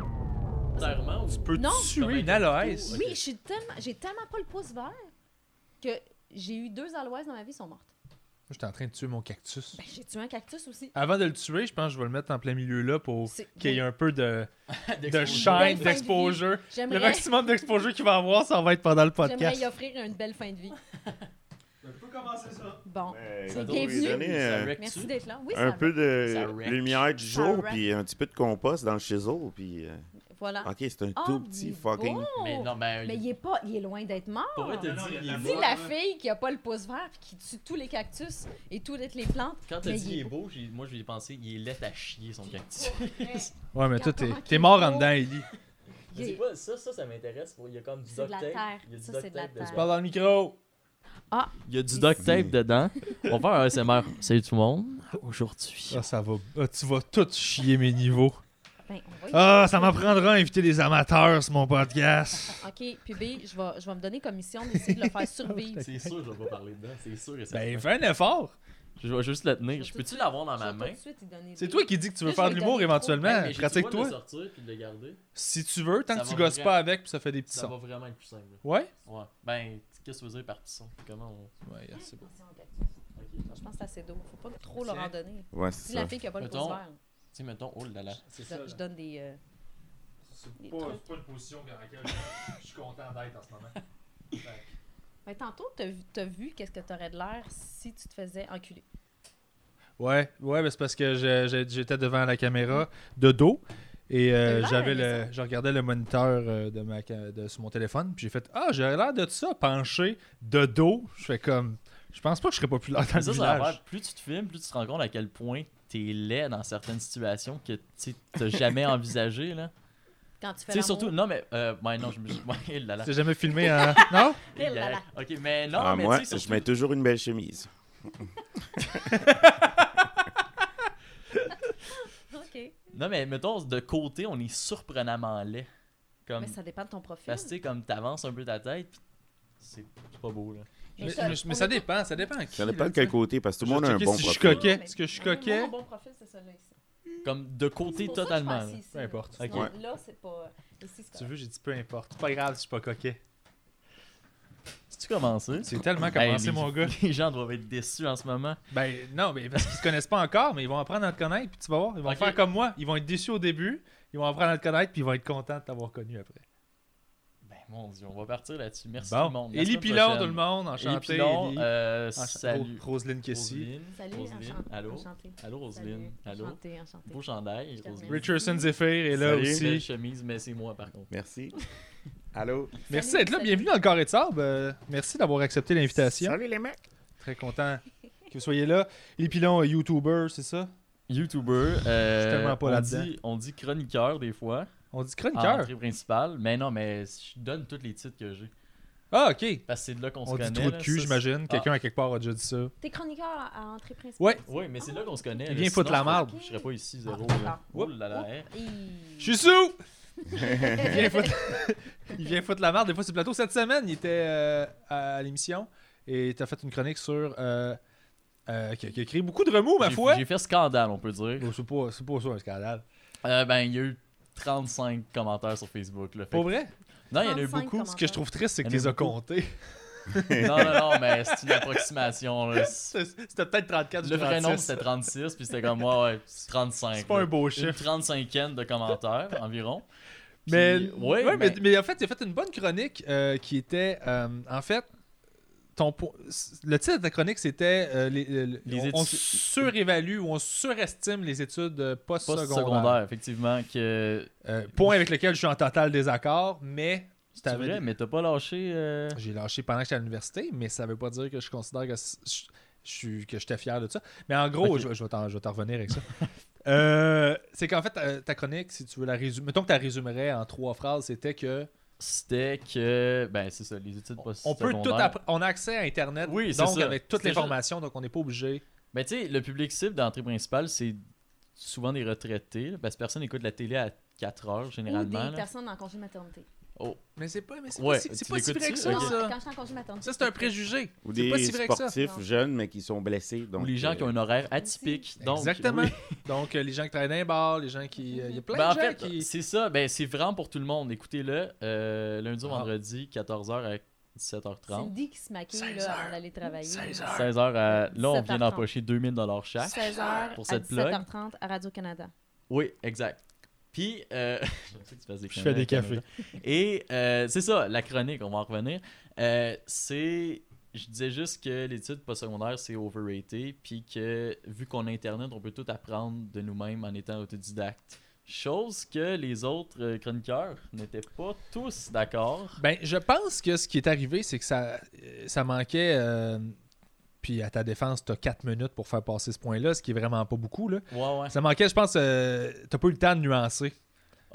Volontairement, Tu peux Non. tuer une aloès. Oui, je suis tellement, j'ai tellement pas le pouce vert que j'ai eu deux aloises dans ma vie, ils sont mortes. Moi, j'étais en train de tuer mon cactus. Ben, j'ai tué un cactus aussi. Avant de le tuer, je pense que je vais le mettre en plein milieu là pour C'est- qu'il y ait un peu de, de Belle fin shine, de vie. d'exposure. Le J'aimerais, maximum d'exposure qu'il va avoir, ça va être pendant le j'aimerais podcast. y offrir une belle fin de vie. On peut commencer ça. Bon, C'est C'est bienvenu. bienvenu. donner euh, merci d'être là. Oui, ça un va. peu Ça de wreck. lumière du Ça jour, wreck. puis un petit peu de compost dans le chisel, puis... euh, Voilà. Ok, c'est un Oh, tout petit dis fucking... donc. Mais non, mais. Mais il est pas, il est loin d'être mort. Pour vrai, t'as Non, non, dit, il y a il la est Dis beau. hein. la fille qui a pas le pouce vert puis qui tue tous les cactus et toutes les plantes. Quand t'as Mais dit il il est est beau, j'ai- moi je vais penser, il est laid à chier son cactus. Ouais, mais toi, Regarde t'es comment t'es il mort est en beau. dedans, Ellie. Il est- pas, ça, ça, ça m'intéresse. Il y a comme du C'est de la terre. Ça, c'est de la terre. Parle dans le micro. Il y a du duct tape dedans. On va faire un ASMR. Salut tout le monde. Aujourd'hui. Ah, ça va. Ah, tu vas tout chier mes niveaux. Ben, on va y- Ah, ça m'apprendra à inviter des amateurs sur mon podcast. Ok, PB, je vais, je vais me donner comme mission d'essayer de le faire survivre. C'est sûr que je vais pas parler dedans. C'est sûr et certain. Ben, fais un effort. Je vais juste le Je tenir. Je vais tout de peux-tu suite- l'avoir dans ma Je vais tout main? de suite y donner C'est des- toi qui dis que tu veux Là, faire je de vais l'humour donner trop. éventuellement. Hey, mais j'ai le droit de Pratique-toi. le sortir puis de le garder. Si tu veux, tant Ça que tu va gosses vraiment- pas avec, puis ça fait des petits Ça va sons. vraiment être plus simple. là. Ouais? Ouais. Ben, qu'est-ce que tu veux dire par petit son? Comment on. Ouais, c'est bon. Attention au cactus. Ok. Je pense que c'est assez d'eau. Faut pas trop leur en donner. Ouais, Si c'est la ça. fille qui a pas le pouce Mettons, vert, Tu sais, mettons, oh là là. je, je donne des. euh, C'est Des pas- trucs. une position dans laquelle je suis content d'être en ce moment. Mais tantôt, t'as vu, t'as vu qu'est-ce que t'aurais de l'air si tu te faisais enculer. Ouais, ouais, mais c'est parce que je- je- j'étais devant la caméra de dos et euh, T'as l'air, j'avais mais le, je regardais le moniteur euh, de ma ca- de sur mon téléphone puis j'ai fait ah j'aurais l'air de ça penché de dos. Je fais comme je pense pas que je serais populaire dans Mais le ça, c'est village. l'affaire. Plus tu te filmes, plus tu te rends compte à quel point t'es laid dans certaines situations que tu n'as jamais envisagé. Là. Quand tu Tu fais. sais, l'amour. surtout. Non, mais. Euh, ouais, non, je me suis. Ouais, là là. T'as jamais filmé en non Eh là là. Ok, mais non, Ah, mais moi, tu sais, je surtout- mets toujours une belle chemise. Ok. Non, mais mettons, de côté, on est surprenamment laid. Comme. Mais ça dépend de ton profil. Parce que, tu sais, comme t'avances un peu ta tête, pis c'est c'est pas beau, là. Mais, ça- mais- mais on ça est- dépend, ça dépend. à qui, Ça là, dépend de tu sais. quel côté, parce que tout le monde a Je un vais bon checker si je profil. coquet. Est-ce que je suis Mais coquet? Mon bon profil, c'est celui-là ici. Comme de côté C'est pour ça que je totalement. pense là. ici, Peu là. importe. Ok. Ouais. Là, c'est pas. Ici, c'est Tu correct. veux, j'ai dit peu importe. C'est Pas grave, je suis pas coquet. Si tu commences, hein? C'est tellement Hey, commencé les- mon gars. Les gens doivent être déçus en ce moment. Ben non, mais parce qu'ils se connaissent pas encore, mais ils vont apprendre à te connaître, puis tu vas voir, ils vont Ok. faire comme moi, ils vont être déçus au début, ils vont apprendre à te connaître, puis ils vont être contents de t'avoir connu après. Ben, mon Dieu, on va partir là-dessus. Merci tout le Bon, monde. La Élie semaine Pilon, prochaine. tout le monde, Élie enchanté. Pilon, Élie. Ah, euh, Encha- salut. Ro- Roselyne Kessy. Roselyne. Salut, Roselyne, enchant- allô? enchanté. Allô, Roselyne. Salut, Allô? Enchanté, enchanté. Beau chandail, Je te Roselyne. remercie. Richardson Zephyr est là Salut. Belle aussi. chemise, mais c'est moi, par contre. Merci. Allô? Merci Salut, d'être là, salut. bienvenue dans le Carré de Sable. euh, merci d'avoir accepté l'invitation. Salut les mecs! Très content que vous soyez là. Élie Pilon, euh, YouTuber, c'est ça? YouTuber. Je suis Euh, tellement pas on, là-dedans. dit, on dit chroniqueur des fois. On dit En chroniqueur. entrée principale. Mais non, mais je donne tous les titres que j'ai. Ah, ok. Parce que c'est de là qu'on se On connaît. dit trou de là. cul, Ça, Ah. j'imagine. Quelqu'un à quelque part a déjà dit ça. T'es chroniqueur à, à entrée principale. Ouais. Oui, mais c'est là qu'on se connaît. Il là. vient foutre Sinon, la marde. Je serais pas ici, zéro. Ah, là. ah. Oh là là, hein. Et- Je suis sous! il, vient foutre... il vient foutre la merde des fois sur le plateau. Cette semaine, il était euh, à l'émission et t'as fait une chronique sur. euh, euh, qui, a, qui a créé beaucoup de remous, ma J'ai- foi. J'ai fait scandale, on peut dire. Bon, c'est pas, c'est pas ça un scandale. Euh, ben, il y a eu 35 commentaires sur Facebook. Là, Fait Pas que- vrai? Non, il y en a eu 35 beaucoup. commentaires. Ce que je trouve triste, c'est que Il tu y en a les as beaucoup. comptés. Non, non, non, mais c'est une approximation. là. C'est- C'est- C'était peut-être 34 Le vrai nombre, nom c'était 36, puis c'était comme, ouais, ouais, c'est 35. C'est pas là. un beau Une chiffre. 35aine de commentaires environ. Puis- Mais, ouais, ouais, mais... mais- mais en fait, il a fait une bonne chronique euh, qui était. euh, en fait, ton po- le titre de ta chronique, c'était euh, les, les- Les on, on études- surévalue ou on surestime les études euh, Post-secondaire, post-secondaires. effectivement, que... Euh, point avec lequel je suis en total désaccord, mais C'est T'avais vrai, des- mais t'as pas lâché... euh, j'ai lâché pendant que j'étais à l'université, mais ça veut pas dire que je considère que c- je, je suis- que j'étais fier de ça. Mais en gros, Ok. je, je vais t'en je vais t'en revenir avec ça. Euh, c'est qu'en fait, euh, ta chronique, si tu veux la résumer, mettons que tu la résumerais en trois phrases, c'était que C'était que... Ben, c'est ça, les études on peut post-secondaires. tout appre- on a accès à Internet, Oui, c'est donc ça. avec toute C'est l'information, donc on n'est pas obligé. Mais tu sais, le public cible d'entrée principale, c'est souvent des retraités, là, parce que personne n'écoute la télé à 4 heures Ou généralement. des là. personnes en congé de maternité. Oh, Mais c'est pas, mais c'est Ouais, pas, si- c'est tu pas si l'écoutes-tu? vrai que ça, Ok. ça. Non, quand je suis en congé de maternité. Ça, c'est un préjugé. Ou C'est des pas si vrai que ça. sportifs Non. jeunes, mais qui sont blessés. Donc, ou les gens euh, qui ont un horaire atypique. Donc, Exactement. oui. Donc, euh, les gens qui travaillent dans les bars, les gens qui. euh, Il y a plein Ben, en de gens fait, qui. c'est ça. Ben, c'est vraiment pour tout le monde. Écoutez-le euh, lundi au Ah. vendredi, 14h à 17h30. Cindy qui se maquille 16 là, avant heures. d'aller travailler. 16 heures. 16h à... Là, on vient 17h30. d'empocher 2000$ chaque. 16 heures Pour à cette plug. 17h30 à Radio-Canada. Oui, exact. Puis, euh, je sais que tu fasses des Je fais des cafés. Et euh, c'est ça, la chronique, on va en revenir. Euh, c'est. Je disais juste que l'étude postsecondaire, c'est overrated. Puis que, vu qu'on a Internet, on peut tout apprendre de nous-mêmes en étant autodidacte. Chose que les autres euh, chroniqueurs n'étaient pas tous d'accord. Ben, je pense que ce qui est arrivé, c'est que ça, euh, ça manquait. euh, puis à ta défense, t'as 4 minutes pour faire passer ce point-là, ce qui est vraiment pas beaucoup. Là. Ouais, ouais. Ça manquait, je pense, euh, t'as pas eu le temps de nuancer.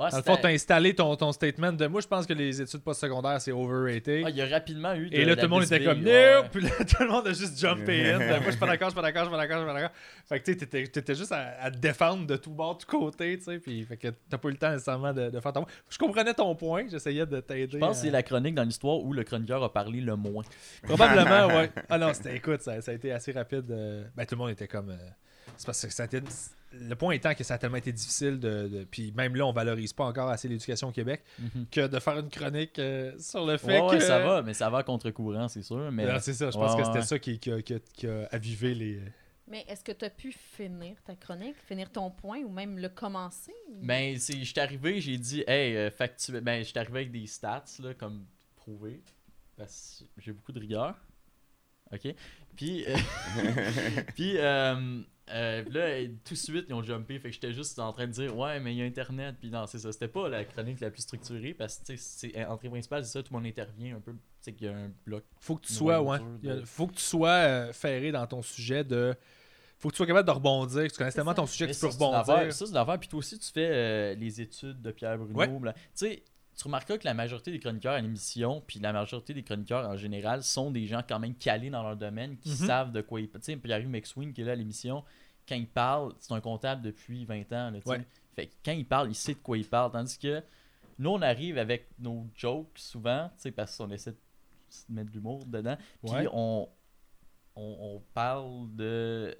Ah, Dans le c'était- fond, t'as installé ton, ton statement de moi, je pense que les études postsecondaires, c'est overrated. Ah, il y a rapidement eu. de Et la là, tout le monde était bisbille, comme ouais, ouais. Nope! Puis là, tout le monde a juste jumpé in. Moi, je suis pas d'accord, je suis pas d'accord, je suis pas d'accord, je suis pas d'accord. Fait que tu sais, t'étais- t'étais juste à, à te défendre de tout bord, de tout côté, tu sais. Puis fait que t'as pas eu le temps nécessairement de, de faire ton. Je comprenais ton point, j'essayais de t'aider. Je pense que à- c'est la chronique dans l'histoire où le chroniqueur a parlé le moins. Probablement, ouais. Ah non, c'était écoute, ça, ça a été assez rapide. euh, Ben, tout le monde était comme. euh, C'est parce que ça a été- Le point étant que ça a tellement été difficile de. de- Puis même là, on valorise pas encore assez l'éducation au Québec Mhm. que de faire une chronique euh, sur le fait Ouais, ouais, que. ça va, mais ça va à contre-courant, c'est sûr. Mais... Non, c'est ça, je pense Ouais, que ouais, c'était ouais. ça qui, qui a- qui a- qui a avivé les. Mais est-ce que tu as pu finir ta chronique, finir ton point ou même le commencer? ou- Ben, c'est, je suis arrivé, j'ai dit, hey, euh, factu- Ben, je suis arrivé avec des stats, là, comme prouvé. Parce que j'ai beaucoup de rigueur. OK? Puis, euh, puis euh, euh, là, euh, tout de suite, ils ont jumpé. Fait que j'étais juste en train de dire, ouais, mais il y a Internet. Puis non, c'est ça. C'était pas la chronique la plus structurée. Parce que, tu sais, c'est- entrée principale, c'est ça, tout le monde intervient un peu. Tu sais qu'il y a un bloc. Faut que tu Une sois, ouais. ouverture de- il y a- Faut que tu sois euh, ferré dans ton sujet de. Faut que tu sois capable de rebondir. que Tu connais C'est tellement ça. ton sujet que Mais tu peux ça, c'est une affaire- rebondir. Ça, c'est une affaire. Puis toi aussi, tu fais euh, les études de Pierre Bruno. Ouais. bla- Tu sais, tu remarqueras que la majorité des chroniqueurs à l'émission, puis la majorité des chroniqueurs en général, sont des gens quand même calés dans leur domaine, qui Mhm. savent de quoi ils parlent. Tu sais, Pierre McSween qui est là à l'émission, quand il parle, c'est un comptable depuis 20 ans. là, tu sais. Ouais. Fait que quand il parle, il sait de quoi il parle. Tandis que nous, on arrive avec nos jokes souvent, tu sais, parce qu'on essaie de mettre de l'humour dedans. Puis Ouais. on, on, on parle de,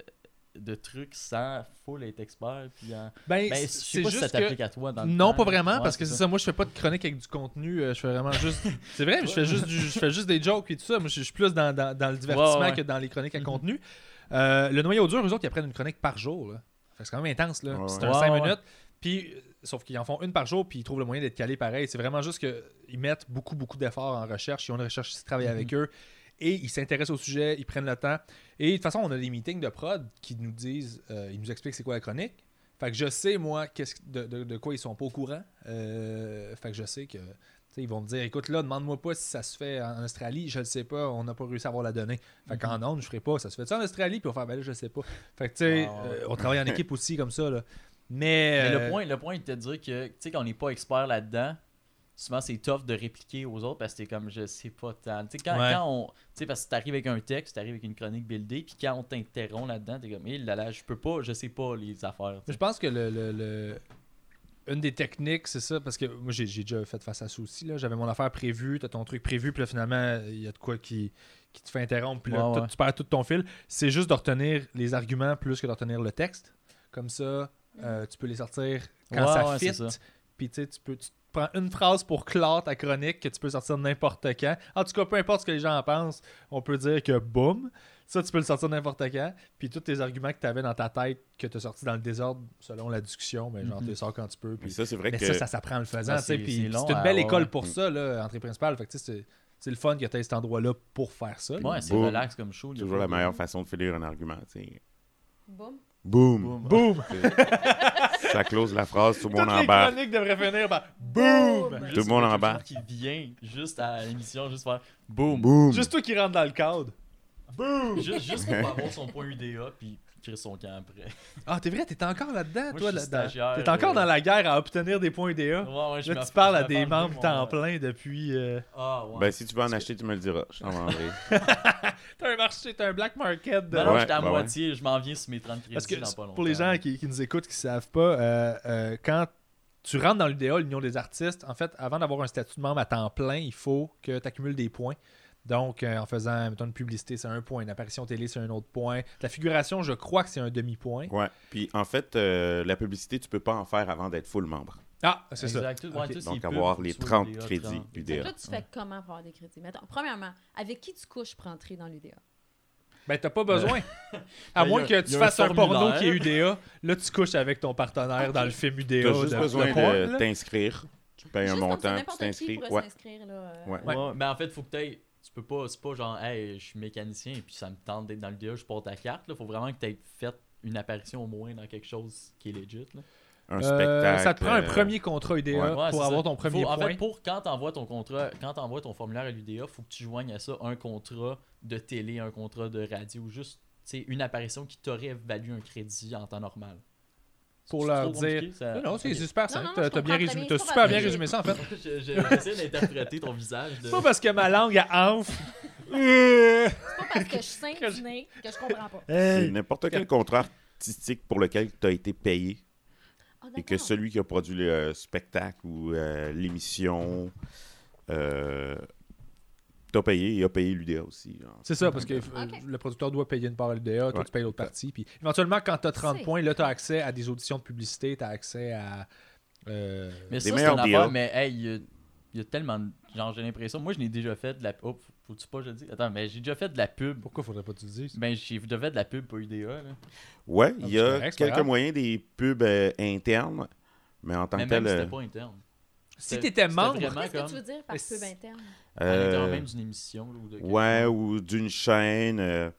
de trucs sans full être expert. Puis en- Ben, Ben, je sais c'est pas si ça juste que. t'applique à toi. Dans le Non, temps, pas là. vraiment, Ouais, parce que c'est ça. Moi, je fais pas de chronique avec du contenu. euh, je fais vraiment juste. c'est vrai, mais je fais juste, du- je fais juste des jokes et tout ça. Moi, je je suis plus dans, dans- dans le divertissement Ouais, ouais. que dans les chroniques à Mhm. contenu. Euh, le noyau dur, eux autres, ils prennent une chronique par jour. là. Fait que C'est quand même intense. là. Ouais, c'est ouais. un Ouais, 5 ouais. minutes. Puis, euh, sauf qu'ils en font une par jour, puis ils trouvent le moyen d'être calés pareil. C'est vraiment juste qu'ils mettent beaucoup, beaucoup d'efforts en recherche. Ils ont une recherche qui travaille avec Mhm. eux. Et ils s'intéressent au sujet, ils prennent le temps. Et de toute façon, on a des meetings de prod qui nous disent, euh, ils nous expliquent c'est quoi la chronique. Fait que je sais, moi, qu'est-ce que- de, de- de quoi ils sont pas au courant. Euh, fait que je sais que. tu sais, Ils vont me dire, écoute, là, demande-moi pas si ça se fait en Australie, je le sais pas, on n'a pas réussi à avoir la donnée. Fait Mhm. qu'en ondes, je ferai pas, ça se fait ça en Australie, puis on va faire, ben là, je sais pas. Fait que, tu sais, Ah, ouais. euh, on travaille en équipe aussi comme ça, là. Mais. Mais euh, le point, le point était de dire que, tu sais, quand on n'est pas expert là-dedans, souvent c'est tough de répliquer aux autres parce que t'es comme, je sais pas tant. Tu sais, quand, Ouais. quand on. Tu sais, parce que t'arrives avec un texte, t'arrives avec une chronique buildée, puis quand on t'interrompt là-dedans, t'es comme, il là, là, je peux pas, je sais pas les affaires. tu Je sais. pense que le, le- le- une des techniques, c'est ça, parce que moi j'ai j'ai déjà fait face à ça aussi. là. J'avais mon affaire prévue, t'as ton truc prévu, puis là finalement, il y a de quoi qui, qui te fait interrompre, puis là, Ouais, tout- ouais. tu perds tout ton fil. C'est juste de retenir les arguments plus que de retenir le texte. Comme ça, euh, tu peux les sortir quand Ouais, ça ouais, fit. c'est ça. Puis tu sais, tu peux. tu prends une phrase pour clore ta chronique que tu peux sortir n'importe quand. En tout cas, peu importe ce que les gens en pensent, on peut dire que boum, ça, tu peux le sortir n'importe quand. Puis tous tes arguments que tu avais dans ta tête, que tu as sortis dans le désordre, selon la discussion, mais genre, Mhm. tu les sors quand tu peux. Mais Puis... ça, c'est vrai Mais que. ça, ça s'apprend en le faisant. Ah, tu sais, c'est- puis c'est c'est long, une hein, belle ouais, école ouais. pour ça, là, entrée principale. Fait que, tu sais, c'est c'est le fun que tu cet endroit-là pour faire ça. Ouais, c'est Boum. relax comme show. il y a toujours pas la de- meilleure façon de finir un argument. tu sais. Boum. Boum! Boum. Boum! ça close la phrase, tout le Toutes monde les embarque. chroniques devraient finir par boum! Juste Tout le monde pour en quelqu'un bas. qui vient juste à l'émission, juste faire boum. Boum! Juste toi qui rentres dans le cadre. Boum! Juste, juste pour avoir son point UDA, puis créer son camp après. Ah, t'es vrai, t'es encore là-dedans, Moi, toi. je là suis stagiaire, T'es encore euh. dans la guerre à obtenir des points DA. Ouais, ouais, je Là, me- tu parles je à me des parle membres mon- temps plein depuis. euh, Ah, ouais. Ben, si tu veux en acheter, tu me le diras. Je t'en vendrai. T'as un marché, t'as un black market. De... Ben non, Ouais, j'étais à ben ouais. moitié, je m'en viens sur mes 30 crédits Parce que dans pas longtemps. pour les gens qui, qui nous écoutent, qui savent pas, euh, euh, quand tu rentres dans l'UDA, l'Union des artistes. En fait, avant d'avoir un statut de membre à temps plein, il faut que tu accumules des points. Donc, euh, en faisant, mettons, une publicité, c'est un point. Une apparition télé, c'est un autre point. La figuration, je crois que c'est un demi-point. Ouais. Puis en fait, euh, la publicité, tu peux pas en faire avant d'être full membre. Ah, c'est ça. Exactement. Ok. Donc avoir les 30 crédits Fait que UDA. là, tu fais comment pour avoir des crédits? Mais attends, premièrement, avec qui tu couches pour entrer dans l'UDA? Ben, t'as pas besoin. À Ben, moins y a- que tu y a un fasses un, porno formulaire. qui est UDA, là, tu couches avec ton partenaire dans le film UDA. Tu as juste de- besoin de porn, de là. t'inscrire. Tu payes un Juste comme ça, montant, puis tu n'importe qui t'inscris. pourrait Ouais. s'inscrire. là, euh, Ouais. Ouais. mais en fait, faut que t'aies- tu peux pas, c'est pas genre, hey, je suis mécanicien et puis ça me tente d'être dans le DA, je porte ta carte. Là. Faut vraiment que tu aies fait une apparition au moins dans quelque chose qui est legit. Là. Un Euh, spectacle. ça te prend un euh, premier contrat UDA Ouais, Ouais, Euh, pour c'est avoir ça. ton premier Faut- En point. fait, pour quand t'envoies ton contrat, quand t'envoies ton formulaire à l'UDA, faut que tu joignes à ça un contrat de télé, un contrat de radio, juste tu sais, une apparition qui t'aurait valu un crédit en temps normal. Pour C'est leur trop compliqué, ça- Non, non, c'est Euh, Ok. c'est super Non, simple. non, non, T'as- je T'as bien comprends très résumé, bien. t'as C'est super pas bien parce que- résumé ça, en fait. Je- J'essaie d'interpréter ton visage. De... C'est pas parce que ma langue a enf. Euh. C'est pas parce que je suis sainte du nez que je comprends pas. C'est n'importe quel contrat artistique pour lequel tu as été payé Ah, et que d'accord. celui qui a produit le euh, spectacle ou euh, l'émission euh, t'a payé et a payé l'UDA aussi. genre. C'est ça, parce que euh, Ok. le producteur doit payer une part à l'UDA, toi Ouais. tu payes l'autre partie. Puis éventuellement, quand t'as 30 C'est- points, là, t'as accès à des auditions de publicité, t'as accès à. euh, Mais Des ça, c'est une meilleurs affaire, deals. mais hey, il y a- il y, a tellement de... Genre, j'ai l'impression... Moi, je n'ai déjà fait de la... Oh, faut- faut-tu pas que je le dise? Attends, mais j'ai déjà fait de la pub. Pourquoi faudrait pas que tu le dises Ben, j'ai déjà fait de la pub pour UDA, là. Ouais, il y Ah, c'est a correct, c'est pas quelques grave. moyens des pubs euh, internes, mais en tant Mais que même, tel, c'était euh, pas interne. Si C'était- t'étais c'était membre- vraiment Qu'est-ce que tu comme- veux dire par Mais pub c'est- interne? À euh, l'intérieur même d'une émission, là, ou de quelque ouais, chose. ou d'une chaîne. euh,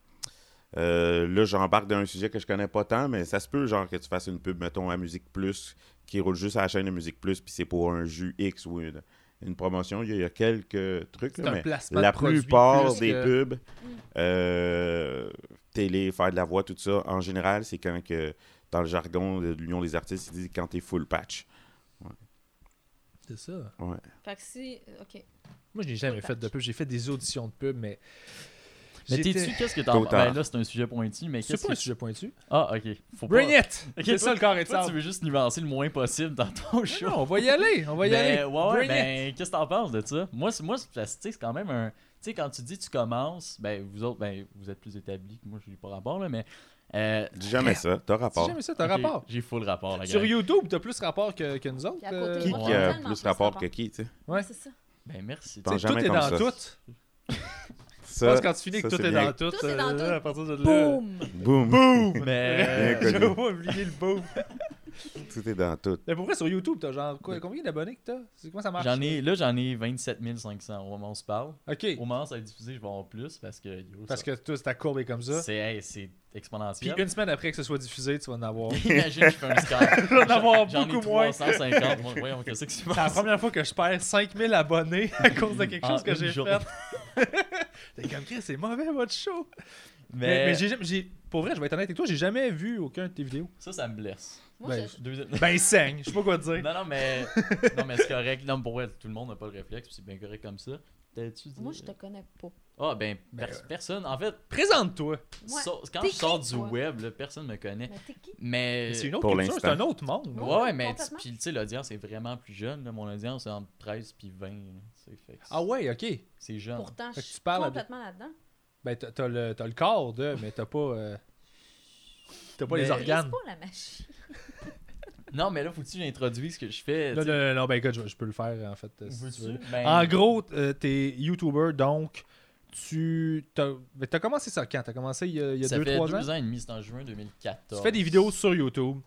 euh, là, j'embarque dans un sujet que je connais pas tant, mais ça se peut, genre, que tu fasses une pub, mettons, à Musique Plus, qui roule juste à la chaîne de Musique Plus, puis c'est pour un jus X ou une, une promotion. Il y, a- il y a quelques trucs, C'est là, un mais placement de la produit plupart plus des que- pubs, euh, télé, faire de la voix, tout ça, en général, c'est quand que, dans le jargon de l'Union des artistes, ils disent quand t'es full patch. C'est ça. Ouais. Fait que si. euh, Ok. Moi, je n'ai jamais fait de pub. J'ai fait des auditions de pub, mais. Mais J'étais- t'es-tu, qu'est-ce que t'en... Trop tard. Ben là, c'est un sujet pointu, mais C'est qu'est-ce pas un que... sujet pointu. Ah, OK. Faut pas... Bring it Ok, C'est ça le corps et Toi, tu veux juste nuancer le moins possible dans ton show. Ben Non, on va y aller. On va y Ben, aller. ouais, ouais, Bring it. ben, qu'est-ce que t'en penses de ça? Moi, c'est, moi, c'est, parce que, tu sais, c'est quand même un. Tu sais, quand tu dis tu commences, ben, vous autres, ben, vous êtes plus établis que moi, je n'ai pas rapport, là, mais. Euh, Dis jamais ça, t'as Si rapport. jamais ça, t'as j'ai- rapport. J'ai full rapport, la Sur gang. YouTube, t'as plus rapport que, que nous autres. Puis à côté, euh, Qui Ouais. qui a Tellement plus plus rapport rapport. que qui, tu sais? Ouais. C'est ça. Ben, merci. Pense T'sais, tout jamais est comme dans ça. tout. Je Ça, pense que quand tu finis que ça, tout c'est est bien. dans tout, Tout est euh, dans tout. à partir de là. euh, Boum! Boum! Boum! Mais. Bien J'avais connu. pas oublié le boom. Tout est dans tout. Mais pour vrai, sur YouTube, t'as genre quoi, combien d'abonnés que t'as? C'est- Comment ça marche? J'en ai, là, j'en ai 27 500 au moment où on se parle. OK. Au moment où ça va être diffusé, je vais en avoir plus parce que. yo, Parce ça- que toi, ta courbe est comme ça. C'est, hey, c'est Puis exponentiel. une semaine après que ce soit diffusé, tu vas en avoir. Imagine, je fais un score. vas en avoir J'en ai beaucoup moins. 350. Moi, Voyons, qu'est-ce que tu C'est la penses? première fois que je perds 5000 abonnés à cause de quelque En chose que Ah, une j'ai journée. fait. T'es comme Chris, c'est mauvais votre show. Mais, mais j'ai jamais- j'ai- pour vrai, je vais être honnête avec toi, j'ai jamais vu aucun de tes vidéos. ça, ça me blesse. Moi, Ben, je- Deuxième- Ben, il saigne, je sais pas quoi te dire. Non, non, mais, non, mais c'est correct. Non, mais pour vrai, tout le monde n'a pas le réflexe, puis c'est bien correct comme ça. T'as-tu dit- moi, je te connais pas. Ah, ben, Ben, pers- personne. En fait, Présente-toi. Moi, so- quand t'es je sors qui, du toi? web, là, personne me connaît. Mais t'es qui? Mais. C'est une autre Pour culture, c'est l'instant. un autre monde. Ouais, Ouais, ouais, mais complètement. puis, tu sais, l'audience est vraiment plus jeune. là. Mon audience est entre 13 puis 20. là. C'est fait que Ah ouais, ok. C'est jeune. Pourtant, je Fait que tu suis parles à- complètement là-dedans. Ben, t'as t'as le, t'as le corps de, mais t'as pas. euh, T'as pas Mais- Mais les C'est pas organes. la magie. Non, mais là, faut-tu que j'introduise ce que je fais? Non, tu sais? non, non, ben, écoute, je, je peux le faire, en fait. euh, si tu Veux-tu? veux. Ben, En gros, t- euh, t'es YouTuber, donc, tu. T'as ben, t'as commencé ça quand T'as commencé il y a 2-3 ça fait ans deux ans et demi, c'est en juin 2014. Tu fais des vidéos sur YouTube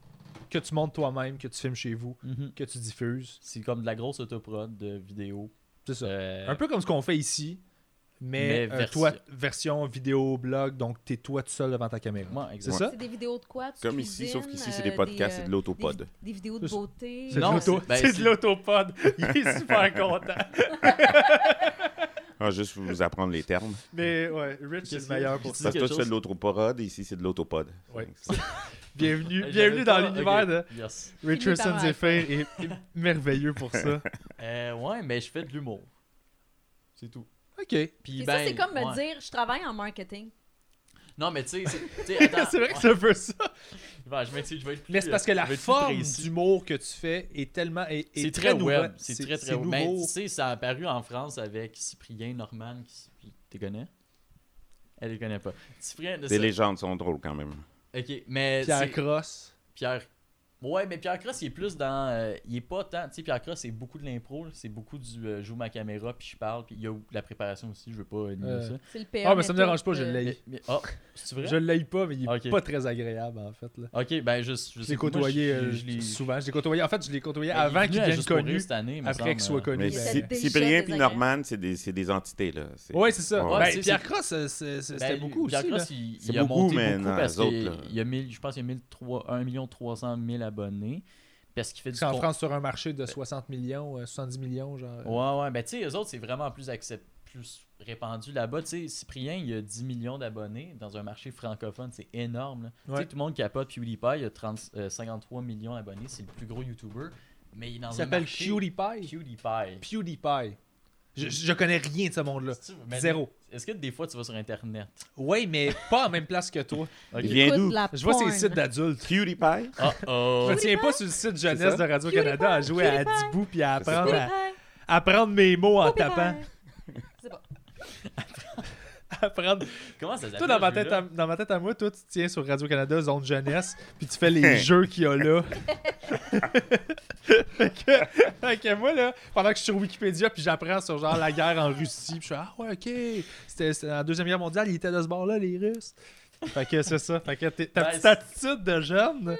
que tu montes toi-même, que tu filmes chez vous, Mhm. que tu diffuses. C'est comme de la grosse autoprod de vidéos. C'est ça. Euh, Un peu comme ce qu'on fait ici, mais, Mais euh, version- toi, version vidéo, blog, donc t'es toi tout seul devant ta caméra. ouais, exact. C'est ça C'est des vidéos de quoi? Tu Comme ici, sauf qu'ici, c'est des cuisines, euh, podcasts, c'est de euh, l'autopod. Des, vi- des vidéos de C'est- beauté. C'est de Non, l'auto- c'est- ben, c'est de c'est- l'autopod. Il est super content. Ah, juste vous apprendre les termes. Mais ouais, Rich Qu'est-ce est le meilleur pour que- ça. Parce que quelque toi, tu fais de chose? l'autopod, et ici, c'est de l'autopod. Ouais. C'est- Bienvenue, J'avais bienvenue pas- dans l'univers ok, de Yes. Richardson par un Zephyr est merveilleux pour ça. Euh, ouais, mais je fais de l'humour. C'est tout. OK. C'est Puis, Et ben, ça, c'est comme ouais. me dire, je travaille en marketing. Non, mais tu sais, c'est- tu sais, attends. vrai que c'est un peu ça. Ouais, je m'excuse, je vais être plus. Mais c'est parce que euh, la je vais être plus forme précis. d'humour que tu fais est tellement. est- est C'est très, nouvelle. web. C'est très, très web. Ben, tu sais, ça a apparu en France avec Cyprien Norman. Qui... Tu les connais Elle les connaît pas. Cyprien, de Les légendes sont drôles quand même. Ok, mais. c'est- Pierre Cross. Pierre. Ouais, mais Pierre Cross, il est plus dans. euh, il est pas tant. Tu sais, Pierre Cross, c'est beaucoup de l'impro. là. C'est beaucoup du euh, joue ma caméra, puis je parle, puis il y a la préparation aussi. Je veux pas nier Euh, ça. C'est le PR. Ah, mais ça me méthode, dérange pas, je euh, l'ai. Mais, mais- oh, c'est vrai? Je l'ai pas, mais il est Ok. pas très agréable en fait. Là. Ok, ben je, je Je sais l'ai que moi, côtoyé je- euh, je l'ai- souvent. Je l'ai côtoyé. En fait, je l'ai côtoyé Ben, il est avant qu'il venu à devienne Juste pour rire connu, cette année, me après semble, qu'il soit euh. connu. Mais Il était ben, Cy- déjà Cyprien puis désagréable. Norman, c'est des, c'est des entités. là. C'est- Ouais, c'est ça. Ouais. Ben, Ouais, c'est- Pierre Cross, euh, c'est- c'est- c'était Ben, beaucoup Pierre aussi. là. Cross, il, C'est il a beaucoup, monté mais beaucoup non, parce les autres, là. qu'il y a, mille- je pense qu'il y a 1003 1 300 000 abonnés. Parce qu'il fait du Parce qu'en con- France, sur un marché de 60 millions, euh, 70 millions, genre. Ouais, ouais. Ben, tu sais, eux autres, c'est vraiment plus accept... plus répandu là-bas. Tu sais, Cyprien, il a 10 millions d'abonnés dans un marché francophone. C'est énorme. là. Tu Ouais. sais, tout le monde capote PewDiePie. Il a 30, euh, 53 millions d'abonnés. C'est le plus gros YouTuber. Mais il est dans Il un s'appelle marché- PewDiePie. PewDiePie. PewDiePie. Je, je connais rien de ce monde-là. Si tu- mais- Zéro. Est-ce que des fois, tu vas sur Internet? Oui, mais pas en même place que toi. Il vient écoute d'où? la Je vois ces porn. sites d'adultes. PewDiePie? Je Uh-oh. me tiens pas sur le site jeunesse C'est de ça? Radio-Canada à jouer à PewDiePie. Adibou puis à Je sais apprendre, Poupée à, Père, apprendre mes mots en Poupée tapant. Père. C'est pas- Apprendre. Comment ça s'appelle? Toi, dans ma, ce tête jeu-là? à, dans ma tête à moi, toi, tu te tiens sur Radio-Canada, zone jeunesse, puis tu fais les jeux qu'il y a là. fait, que, fait que moi, là, pendant que je suis sur Wikipédia, puis j'apprends sur genre la guerre en Russie, puis je suis Ah ouais, ok, c'était c'était dans la Deuxième Guerre mondiale, ils étaient de ce bord-là, les Russes. Fait que c'est ça. Fait que t'es- ta Ben, petite c'est- attitude de jeune,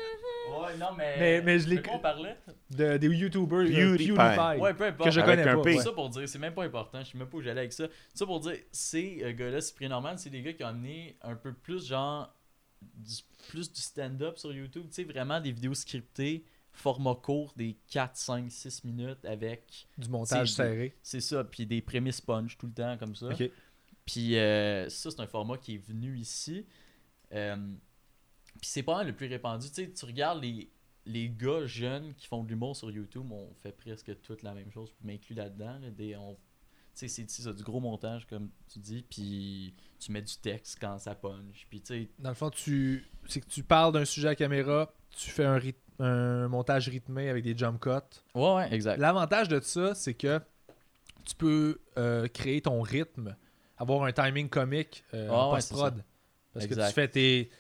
Ouais, non, mais. Mais- mais je l'ai- De quoi on parlait? de, des YouTubers, euh, PewDiePie. PewDiePie. Ouais, peu importe. que je Avec connais un pas. P. ouais. C'est ça pour dire, c'est même pas important, je sais même pas où j'allais avec ça. Ça pour dire, ces euh, gars-là, Cyprien Norman, c'est des gars qui ont amené un peu plus, genre, du, plus du stand-up sur YouTube, tu sais, vraiment des vidéos scriptées, format court, des 4, 5, 6 minutes avec, Du montage C'est- serré. c'est ça, puis des prémices punch tout le temps, comme ça. Ok. Puis euh, ça, c'est un format qui est venu ici. Euh, puis c'est pas mal le plus répandu. Tu sais, tu regardes les, les gars jeunes qui font de l'humour sur YouTube, on fait presque toute la même chose, je m'inclus là-dedans. là, des- on- tu sais, c'est c'est ça, du gros montage, comme tu dis, puis tu mets du texte quand ça punch. Puis tu sais, Dans le fond, tu c'est que tu parles d'un sujet à caméra, tu fais un, ryth- un montage rythmé avec des jump cuts. ouais, ouais, exact. L'avantage de ça, c'est que tu peux euh, créer ton rythme, avoir un timing comique euh, en Ah ouais, post-prod. c'est Parce que Exact. tu fais tes.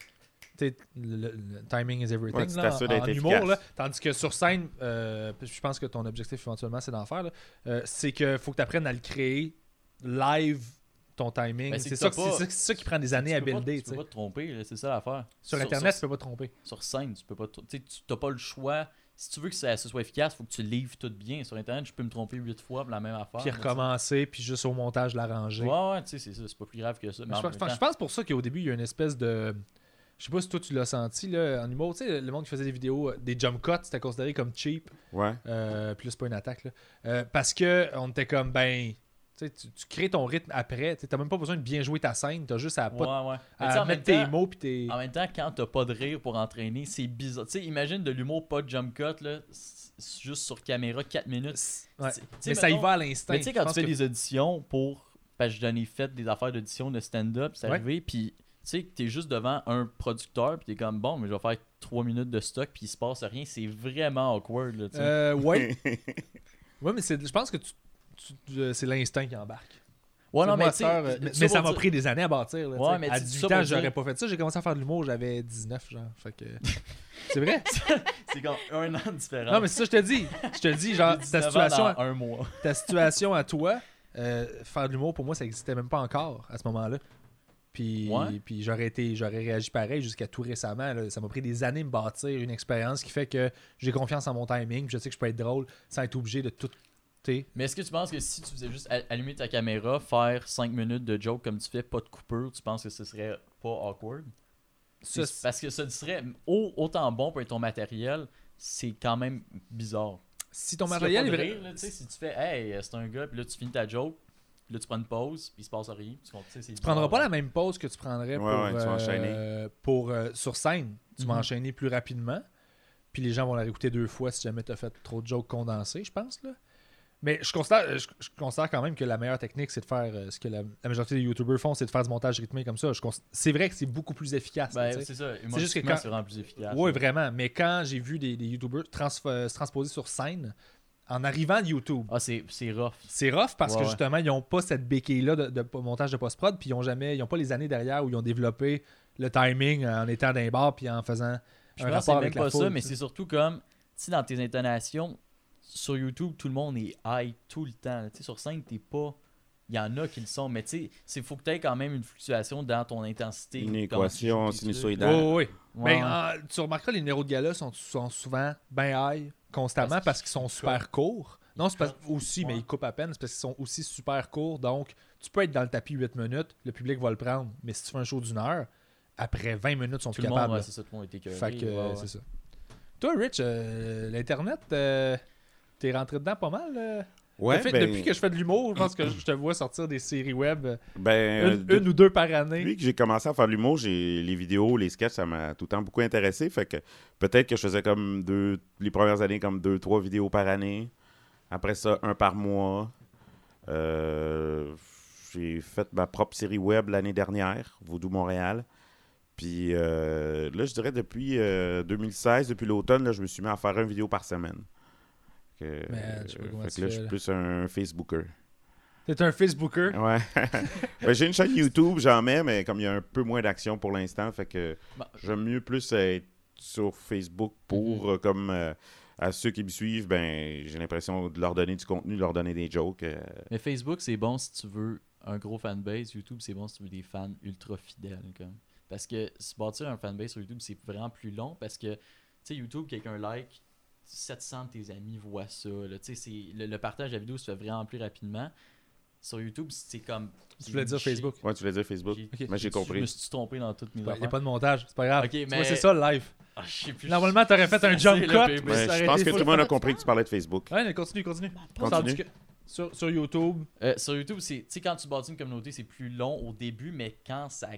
tes- le, le- le timing is everything. Ouais, tu là, t'assures en, d'être en humour, efficace. là. tandis que sur scène, euh, je pense que ton objectif éventuellement, c'est d'en faire. là, euh, c'est que faut que tu apprennes à le créer live ton timing. Ben, c'est c'est que ça, t'as que- c'est pas- ça- c'est ça qui prend des années Tu à peux pas- builder. tu tu peux sais. pas te tromper, là, c'est ça l'affaire. Sur Internet, sur- tu peux pas te tromper. sur scène, tu peux pas t- tu sais, tu t'as pas le choix. Si tu veux que ça, ce soit efficace, faut que tu livres tout bien. Sur internet, je peux me tromper huit fois pour la même affaire. Puis mais recommencer, puis juste au montage tu- l'arranger. Ouais, ouais, tu sais, c'est ça, c'est pas plus grave que ça. Mais mais en je, pense- même je pense- temps- je pense pour ça qu'au début, il y a une espèce de. Je sais pas si toi tu l'as senti là, en humour, tu sais, le monde qui faisait des vidéos, euh, des jump cuts, c'était considéré comme cheap. Ouais. Euh, puis là, c'est pas une attaque. Là. Euh, parce que on était comme, ben, tu, sais, tu tu crées ton rythme après. Tu sais, T'as même pas besoin de bien jouer ta scène. T'as juste à, pas- Ouais, ouais. Mais à tu sais, en même mettre tes temps- mots. Puis tes... En même temps, quand t'as pas de rire pour entraîner, c'est bizarre. Tu sais, imagine de l'humour pas de jump cut, là, c- c- juste sur caméra, 4 minutes. C'est- ouais. Tu sais, Mais ça y mettons- va à l'instinct. Mais tu sais, quand Je tu pense fais que- des auditions pour. Parce que j'en ai fait des affaires d'audition de stand-up, c'est Ouais. arrivé, puis tu sais, que t'es juste devant un producteur, puis t'es comme bon, mais je vais faire 3 minutes de stock, puis il se passe rien, c'est vraiment awkward, là, tu sais. Euh, ouais. ouais, mais c'est- je pense que tu- tu- euh, c'est l'instinct qui embarque. Ouais, non, Moi, mais à tu cette heure, euh, sais, mais, ça mais pour ça m'a dire- pris des années à bâtir. Là, Ouais, tu sais. mais à tu dis 18 ça ans, pour j'aurais dire- pas fait ça. J'ai commencé à faire de l'humour, j'avais 19, genre. Fait que... C'est vrai? C'est comme un an différent. non, mais c'est ça, je te dis. Je te dis, genre, ta situation, un mois. ta situation à toi, euh, faire de l'humour, pour moi, ça existait même pas encore à ce moment-là. Puis, Ouais. puis j'aurais été, j'aurais réagi pareil jusqu'à tout récemment. là. Ça m'a pris des années de me bâtir une expérience qui fait que j'ai confiance en mon timing, puis je sais que je peux être drôle sans être obligé de tout. t'sais. Mais est-ce que tu penses que si tu faisais juste a- allumer ta caméra, faire 5 minutes de joke comme tu fais, pas de coupure, tu penses que ce serait pas awkward Ça, C'est- Parce que ce serait au- autant bon pour ton matériel, c'est quand même bizarre. si ton S'il y a matériel pas est de vrai- rire, là, tu sais, si tu fais hey, euh, c'est un gars, puis là tu finis ta joke, puis là tu prends une pause, puis il se passe rien. Tu, comprends, tu sais, c'est Tu prendras bizarre, pas là. la même pause que tu prendrais Ouais, pour, ouais, tu vas euh, enchaîner. pour euh, sur scène. Tu vas Mhm. enchaîner plus rapidement. Puis les gens vont la réécouter deux fois si jamais tu as fait trop de jokes condensés, je pense. Là. Mais je considère, je, je considère quand même que la meilleure technique, c'est de faire euh, ce que la, la majorité des YouTubers font, c'est de faire du montage rythmé comme ça. Je cons- C'est vrai que c'est beaucoup plus efficace. Ben, tu sais. c'est ça. C'est juste que Émotionnellement, quand- c'est vraiment plus efficace. Oui, vraiment. Mais quand j'ai vu des, des YouTubers trans- euh, se transposer sur scène, en arrivant de YouTube, Ah, c'est c'est rough. c'est rough parce Ouais, que ouais. justement, ils n'ont pas cette béquille-là de, de po- montage de post-prod, puis ils n'ont jamais, ils n'ont pas les années derrière où ils ont développé le timing en étant d'un bar puis en faisant. Je un pense que rapport c'est même avec la pas ça, foule, mais tu c'est surtout comme, tu sais, dans tes intonations, sur YouTube, tout le monde est high tout le temps. Tu sais, sur scène, t'es pas. Il y en a qui le sont, mais tu sais, c'est faut que t'aies quand même une fluctuation dans ton intensité. Une dans- équation puis tout. sinusoïdale. Oui, oui, oui. Ouais, Ben, ouais. euh, tu remarqueras, les numéros de gala sont, sont souvent ben high constamment Parce parce qu'ils sont super courts. Non, c'est parce aussi, mais ouais. ils coupent à peine, c'est parce qu'ils sont aussi super courts. Donc, tu peux être dans le tapis 8 minutes, le public va le prendre. Mais si tu fais un show d'une heure, après 20 minutes, ils sont Tout plus le monde, capables. ouais, là. c'est ça, tout le monde était que. fait que euh, c'est ça. Toi, Rich, euh, l'Internet, euh, t'es rentré dedans pas mal. euh. Ouais, T'as fait- ben, Depuis que je fais de l'humour, je pense que je te vois sortir des séries web euh, ben, euh, une, une ou deux par année. Depuis que j'ai commencé à faire de l'humour, j'ai les vidéos, les sketchs, ça m'a tout le temps beaucoup intéressé. Fait que peut-être que je faisais comme deux, les premières années, comme deux, trois vidéos par année. Après ça, un par mois. Euh, j'ai fait ma propre série web l'année dernière, Vaudou Montréal. Puis euh, là, je dirais depuis euh, 2016, depuis l'automne, là, je me suis mis à faire une vidéo par semaine. Que- euh, Man, je sais pas comment fait Ben, tu que là, fais, je suis là. plus un Facebooker. T'es un Facebooker. Ouais. Ben, j'ai une chaîne YouTube, j'en mets, mais comme il y a un peu moins d'action pour l'instant, fait que Bah. j'aime mieux plus être sur Facebook pour euh, comme euh, à ceux qui me suivent, ben j'ai l'impression de leur donner du contenu, de leur donner des jokes. euh. Mais Facebook, c'est bon si tu veux un gros fanbase. YouTube, c'est bon si tu veux des fans ultra fidèles. Comme. Parce que se bâtir un fanbase sur YouTube, c'est vraiment plus long. Parce que, tu sais, YouTube, quelqu'un like, 700 de tes amis voient ça. là. Tu sais, c'est- le, le partage de la vidéo se fait vraiment plus rapidement. Sur YouTube, c'est comme. Tu voulais dire niché. Facebook. Ouais, tu voulais dire Facebook. J'ai- Mais j'ai tu- Je me compris. suis trompé dans toutes mes Il n'y a affaires. pas de montage, c'est pas grave. Ok, Tu vois, mais- c'est ça le live. Ah, je sais plus. Normalement, t'aurais fait un C'est jump le cut. bébé. puis Mais Ben, ça je aurait pense été que tout full- le monde a compris que tu parlais de Facebook. Ouais, mais continue, continue. Continue. Tandis que sur, sur YouTube, Euh, sur YouTube, c'est tu sais, quand tu bâtis une communauté, c'est plus long au début, mais quand ça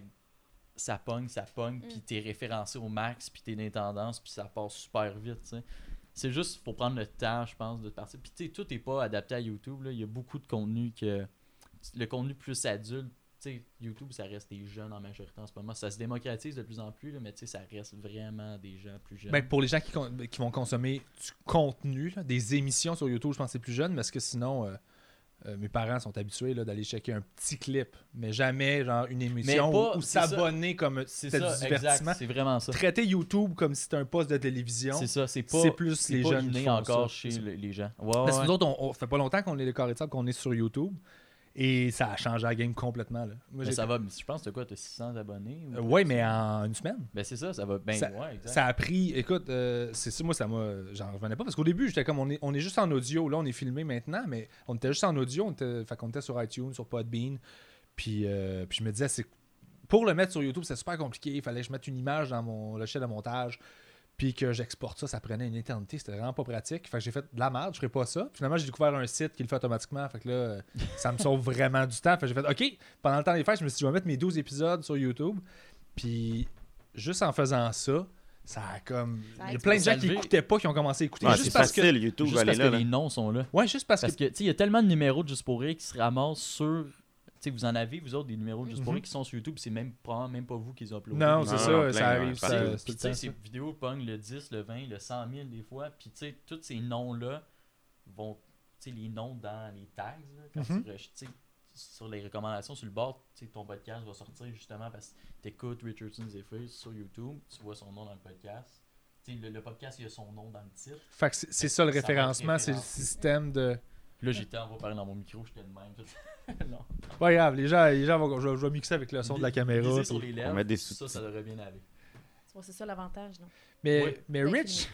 ça pogne, ça pogne, puis t'es référencé au max, puis t'es dans les tendances, puis ça passe super vite, tu sais. C'est juste faut prendre le temps, je pense, de partir. Puis tu sais, tout est pas adapté à YouTube, là. Il y a beaucoup de contenu que... Le contenu plus adulte, tu sais, YouTube, ça reste des jeunes en majorité en ce moment. Ça se démocratise de plus en plus, là, mais tu sais, ça reste vraiment des gens plus jeunes. ben, pour les gens qui, con- qui vont consommer du contenu, là, des émissions sur YouTube, je pense que c'est plus jeune, parce que sinon, euh, euh, mes parents sont habitués là, d'aller checker un petit clip, mais jamais genre une émission pas- ou- ou c'est ça. s'abonner comme c'est c'était ça, du exact. divertissement. C'est vraiment ça. Traiter YouTube comme si c'était un poste de télévision, C'est ça, c'est pas... c'est plus c'est les pas jeunes qui inné font encore ça. chez C'est ça. le- les gens. Ouais, Parce ouais. que nous autres, on, on fait pas longtemps qu'on est le carré de sable, qu'on est sur YouTube. Et ça a changé la game complètement. Là. Moi, Mais j'ai- ça va, mais je pense que quoi, t'as 600 abonnés ou- Euh, ouais, mais en une semaine. Ben c'est ça, ça va. Ben Ça- ouais, exact. Ça a pris, écoute, euh, c'est ça, moi, ça m'a. J'en revenais pas parce qu'au début, j'étais comme, on est, on est juste en audio, là, on est filmé maintenant, mais on était juste en audio, on était, fait qu'on était sur iTunes, sur Podbean, puis, euh, puis je me disais, c'est pour le mettre sur YouTube, c'est super compliqué, il fallait que je mette une image dans mon logiciel de montage, puis que j'exporte ça, ça prenait une éternité, c'était vraiment pas pratique, fait que j'ai fait de la merde, je ferais pas ça. Finalement, j'ai découvert un site qui le fait automatiquement, fait que là, euh, ça me sauve vraiment du temps, fait que j'ai fait, ok, pendant le temps des fêtes, je me suis dit, je vais mettre mes 12 épisodes sur YouTube, puis juste en faisant ça, ça a comme. Ça Il a y a été plein de gens qui salvé. n'écoutaient pas, qui ont commencé à écouter. Ouais, juste Ah, c'est parce que. facile, YouTube, Juste allez parce là. que là. les noms sont là. Ouais, juste parce que. Parce que, tu sais, il y a tellement de numéros de Juste pour rire qui se ramassent sur. Tu sais, vous en avez, vous autres, des numéros de Juste pour Mhm. rire qui sont sur YouTube, c'est même, probablement même pas vous qui les uploadez. Non, Puis, c'est Non, ça, non, plein, ça ouais, arrive. facile. ça- Puis, c'est tu tout le sais, temps ces ça. vidéos pognent le 10, le 20, le 100 000 des fois. Puis, tu sais, tous ces noms-là vont. Tu sais, les noms dans les tags, là, quand Mhm. tu re- tu sais, sur les recommandations sur le bord, tu sais, ton podcast va sortir justement parce que tu écoutes Richardson Zephyr sur YouTube, tu vois son nom dans le podcast. Tu sais, le, le podcast, il y a son nom dans le titre. Fait que c'est- c'est ça le Ça va référencement, être c'est le référencé. système de. Là, j'étais en va parler dans mon micro, j'étais de même. tout- non. Pas grave, les gens, les gens vont. Je vais, je vais mixer avec le son de la Bi- caméra. biser sur puis- les lèvres, On met des ça, sous-titres. ça devrait bien aller. Tu vois, C'est ça l'avantage, non? Mais, Ouais. mais T'as Rich,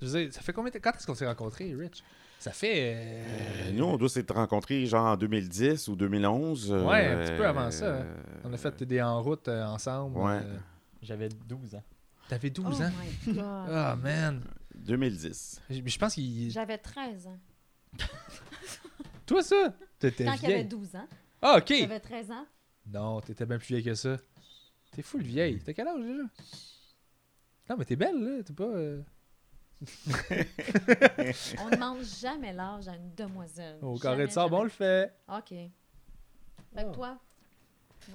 je veux dire, ça fait combien de... Quand est-ce qu'on s'est rencontrés, Rich Ça fait. euh, Nous, on doit s'être rencontrés genre en 2010 ou 2011. euh, Ouais, un petit peu avant ça, hein. euh, On a fait des en route euh, ensemble. Ouais. euh, J'avais 12 ans. T'avais 12 Oh ans. my God. hein? Ah, man. 2010. Je je pense qu'il. J'avais 13 ans. Toi, ça T'étais Quand j'avais vieille. 12 ans, Ah, ok. j'avais 13 ans. Non, t'étais bien plus vieille que ça. T'es full vieille. T'as quel âge déjà? Non, mais t'es belle, là. T'es pas. euh, On ne demande jamais l'âge à une demoiselle. Au carré Jamais, de sable, on jamais. le fait. OK. Fait Ah. que toi,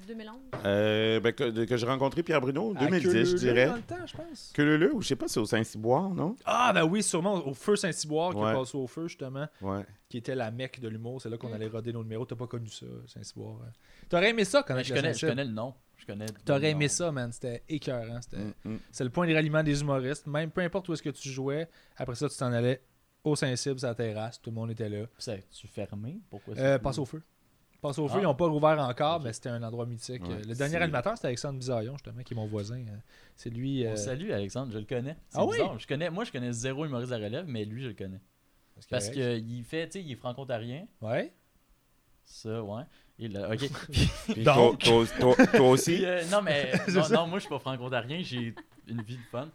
2011? Euh, ben, que, de- que j'ai rencontré Pierre Bruno en À 2010, je Queuleux-Leu, dirais. dans le temps, je pense. Que le ou je sais pas, c'est au Saint-Cyboire, non? Ah, ben oui, sûrement au feu Saint-Cyboire qui Ouais. est passé au feu, justement, Ouais. qui était la mecque de l'humour. C'est là qu'on Mm. allait roder nos numéros. T'as pas connu ça, Saint-Cyboire. hein. T'aurais aimé ça quand Mais même. je, connais, je connais le nom. Je connais le T'aurais aimé nom. ça, man. C'était écœurant. C'était... Mm, mm. C'est le point de ralliement des humoristes. Même peu importe où est-ce que tu jouais, après ça, tu t'en allais au Saint-Cybe, sur la terrasse. Tout le monde était là. C'est-tu fermé? Pourquoi c'est Euh, cool? passe au feu. Passe au feu, Ah. ils n'ont pas rouvert encore, Ok. mais c'était un endroit mythique. Ouais, Euh, le dernier c'est- animateur, c'était Alexandre Bizarillon, justement, qui est mon voisin. Euh, C'est lui. euh, On salue Alexandre, je le connais. C'est Ah oui? bizarre, Je connais, moi, je connais zéro humoriste de la relève, mais lui, je le connais. c'est Parce correct. qu'il fait, tu sais, il est franco-ontarien. Ouais. Ça, ouais. Il, euh, ok. Puis Donc. Toi, toi- toi- toi Puis, aussi? euh, non, mais C'est non, ça. non, moi, je suis pas franco-ontarien, j'ai une vie de fun.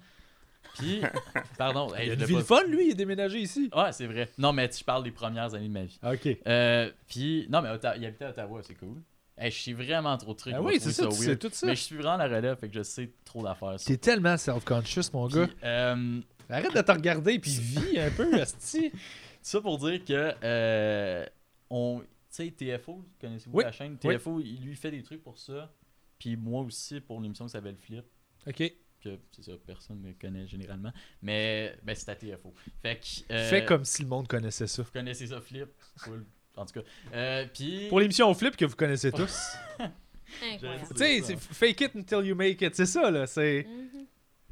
Puis, pardon. hey, il a je une l'ai vie pas- de fun, lui, il est déménagé ici. Ah, c'est vrai. Non, mais tu- je parle des premières années de ma vie. Ok. Euh, puis, non, mais Otta- il habitait à Ottawa, c'est cool. Hey, je suis vraiment trop de trucs. Ah moi, oui, je c'est trouve ça, tu sais weird. tout ça. Mais je suis vraiment la relève, fait que je sais trop d'affaires. ça. T'es tellement self-conscious, mon gars. Puis, euh, Arrête de te regarder puis vis un peu, Asti. ça pour dire que, euh, on, tu sais, TFO, connaissez-vous Oui, la chaîne? oui. TFO, il lui fait des trucs pour ça. Puis moi aussi, pour l'émission qui s'appelle Flip. Ok. Que, c'est ça, personne ne connaît généralement. Mais, ben, c'est à TFO. Fait que. euh, Fais comme si le monde connaissait ça. Vous connaissez ça, Flip. Cool. En tout cas. Euh, puis. Pour l'émission au flip que vous connaissez tous. Incroyable. tu sais, c'est fake it until you make it. C'est ça, là. C'est... Mhm.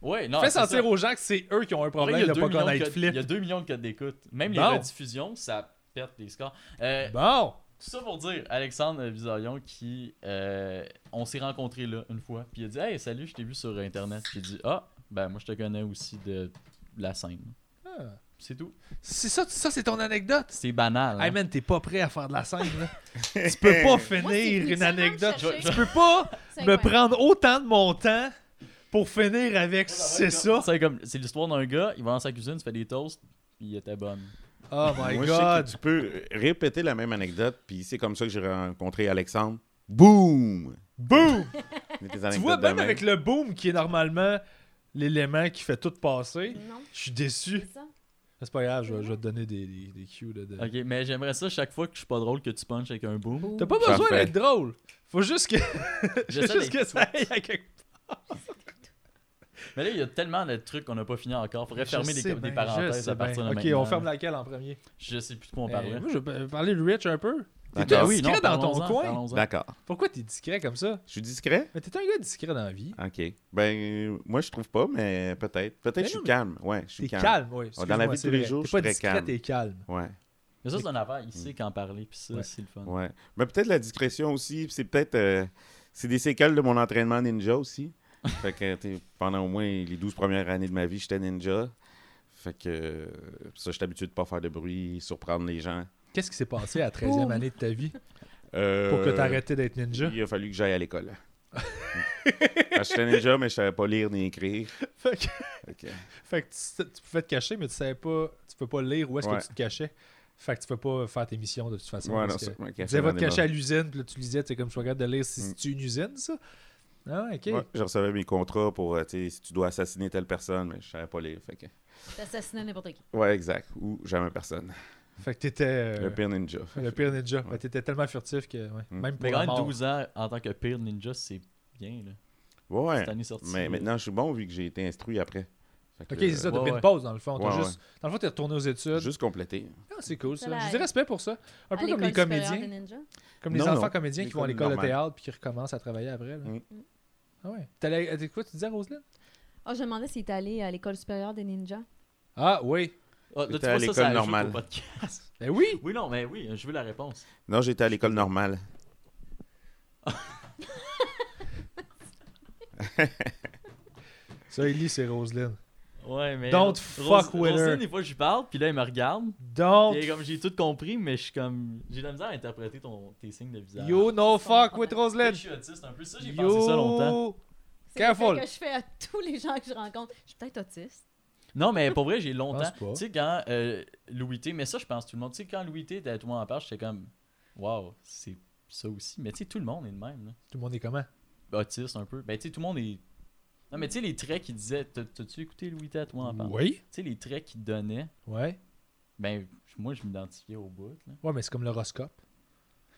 Ouais, non, Fais Ah, c'est ça. sentir aux gens que c'est eux qui ont un Pour vrai, problème de il y a pas 2 millions de connaître codes- flip. Il y a 2 millions de codes d'écoute. Même Bon. les rediffusions, ça pète les scores. Euh, Bon. Tout ça pour dire, Alexandre Bizarion, qui. euh, on s'est rencontrés là une fois. Puis il a dit Hey, salut, je t'ai vu sur Internet. J'ai dit Ah, ben moi je te connais aussi de la scène. Ah. C'est tout. C'est ça, ça c'est ton anecdote. C'est banal. hein. Hey man, t'es pas prêt à faire de la scène, là. tu peux pas Moi, c'est finir une frustrant de anecdote. chercher. Tu peux pas C'est me incroyable. prendre autant de mon temps pour finir avec Ah, c'est ça. C'est comme c'est l'histoire d'un gars, il va dans sa cuisine, il fait des toasts, puis il était bonne. Oh my Moi, je sais god. que tu peux répéter la même anecdote, puis c'est comme ça que j'ai rencontré Alexandre. Boum! Boom! Des tu anecdotes vois, de même même. avec le boom qui est normalement l'élément qui fait tout passer, Non, je suis c'est déçu. Ah, ça. C'est pas grave, je vais, je vais te donner des, des, des cues. Là, de- Ok, mais j'aimerais ça chaque fois que je suis pas drôle que tu punches avec un boom. T'as pas Parfait. besoin d'être drôle. Faut juste que, J'essaie juste d'être que ça aille à quelque Mais là, il y a tellement de trucs qu'on n'a pas fini encore. Faudrait fermer des, Je sais des bien, je parenthèses sais à partir de bien. maintenant. Ok, on ferme laquelle en premier? Je sais plus de quoi on Eh, parlait. Ben moi, je vais parler de Rich un peu. T'es D'accord. tout discret dans ton parlons-en, coin. parlons-en. D'accord. Pourquoi t'es discret comme ça? Je suis discret? Mais t'es un gars discret dans la vie. OK. Ben, euh, moi, je trouve pas, mais peut-être. Peut-être que Ben non, je suis mais- calme. Ouais, je T'es suis calme, calme. oui. Oh, dans la vie de tous les jours, t'es je pas suis très discret, calme. t'es calme. Ouais, Mais ça, c'est une affaire. Il sait quand parler, puis ça, Ouais. c'est le fun. ouais. Mais peut-être la discrétion aussi, puis c'est peut-être... euh, c'est des séquelles de mon entraînement ninja aussi. Fait que t'sais, pendant au moins les 12 premières années de ma vie, j'étais ninja. Fait que euh, ça, je suis habitué de pas faire de bruit, surprendre les gens. Qu'est-ce qui s'est passé à la 13e Ouh. année de ta vie Euh, pour que t'arrêtais d'être ninja? Il a fallu que j'aille à l'école. Parce que J'étais ninja, mais je savais pas lire ni écrire. Fait que, Fait que- fait que tu, tu pouvais te cacher, mais tu savais pas, tu peux pas lire où est-ce Ouais. que tu te cachais. Fait que tu peux pas faire tes missions de toute façon. Ouais, parce non, que ça, je me tu cachais disais, dans va te les cacher à l'usine, puis là, tu lisais, tu sais, comme je suis capable de lire si Mm. c'est une usine, ça. Ah, ok. Ouais, je recevais mes contrats pour, euh, tu sais, si tu dois assassiner telle personne, mais je savais pas lire. Fait que... T'assassinais n'importe qui. Ouais, exact. Ou jamais personne. Fait que t'étais euh, Le pire ninja. le pire ninja. Ouais. Ouais, T'étais tellement furtif que, ouais, Mm. même pour Mais la quand même, mort. 12 ans en tant que pire ninja, c'est bien, là. Ouais. Cette année sortie. Mais euh, maintenant, je suis bon vu que j'ai été instruit après. Fait que, Ok, c'est ça, t'as Ouais, pris ouais. une pause dans le fond. T'as Ouais, juste... Dans le fond, t'es retourné aux études. euh, Juste complété. Ah, c'est cool ça. Ça Je l'aide. dis respect pour ça. Un peu À comme les l'école supérieure comédiens, des ninjas. comme les Non, enfants non. comédiens qui vont à l'école L'école de normale. théâtre puis qui recommencent à travailler après. là. Mm. Ah ouais. T'allais- euh, t'es quoi tu disais Roselyne Ah, je me demandais s'il était allé à l'école supérieure des ninjas. Ah oui. Ah, là, tu J'étais vois, à ça, l'école ça ajoute au normale. podcast. Ben oui. Oui, non, mais oui, je veux la réponse. Non, j'étais à l'école normale. Ça Ellie c'est Roselyne. Ouais, mais. Don't fuck with her. Roselyne, des fois, je lui parle, puis là, elle me regarde. Donc Puis comme j'ai tout compris, mais je suis comme. J'ai de la misère à interpréter ton... tes signes de visage. you no fuck with Peut-être que Roselyne. Je suis autiste un peu, ça, j'ai pensé ça longtemps. Yo. C'est le Careful. fait que je fais à tous les gens que je rencontre. Je suis peut-être autiste. Non, mais pour vrai, j'ai longtemps. Pense pas. Tu sais, quand euh, Louis T, mais ça, je pense tout le monde. Tu sais, quand Louis T était à toi en parle, j'étais comme. Waouh, c'est ça aussi. Mais tu sais, tout le monde est le même, là. Tout le monde est comment autiste un peu. Ben, tu sais, tout le monde est Non, mais tu sais, les traits qu'il disait. T'as- T'as-tu écouté Louis Tête, moi, en parlant? Oui. Tu sais, les traits qu'il donnait, Ouais. ben, moi, je m'identifiais au bout. Là. Ouais, mais c'est comme l'horoscope.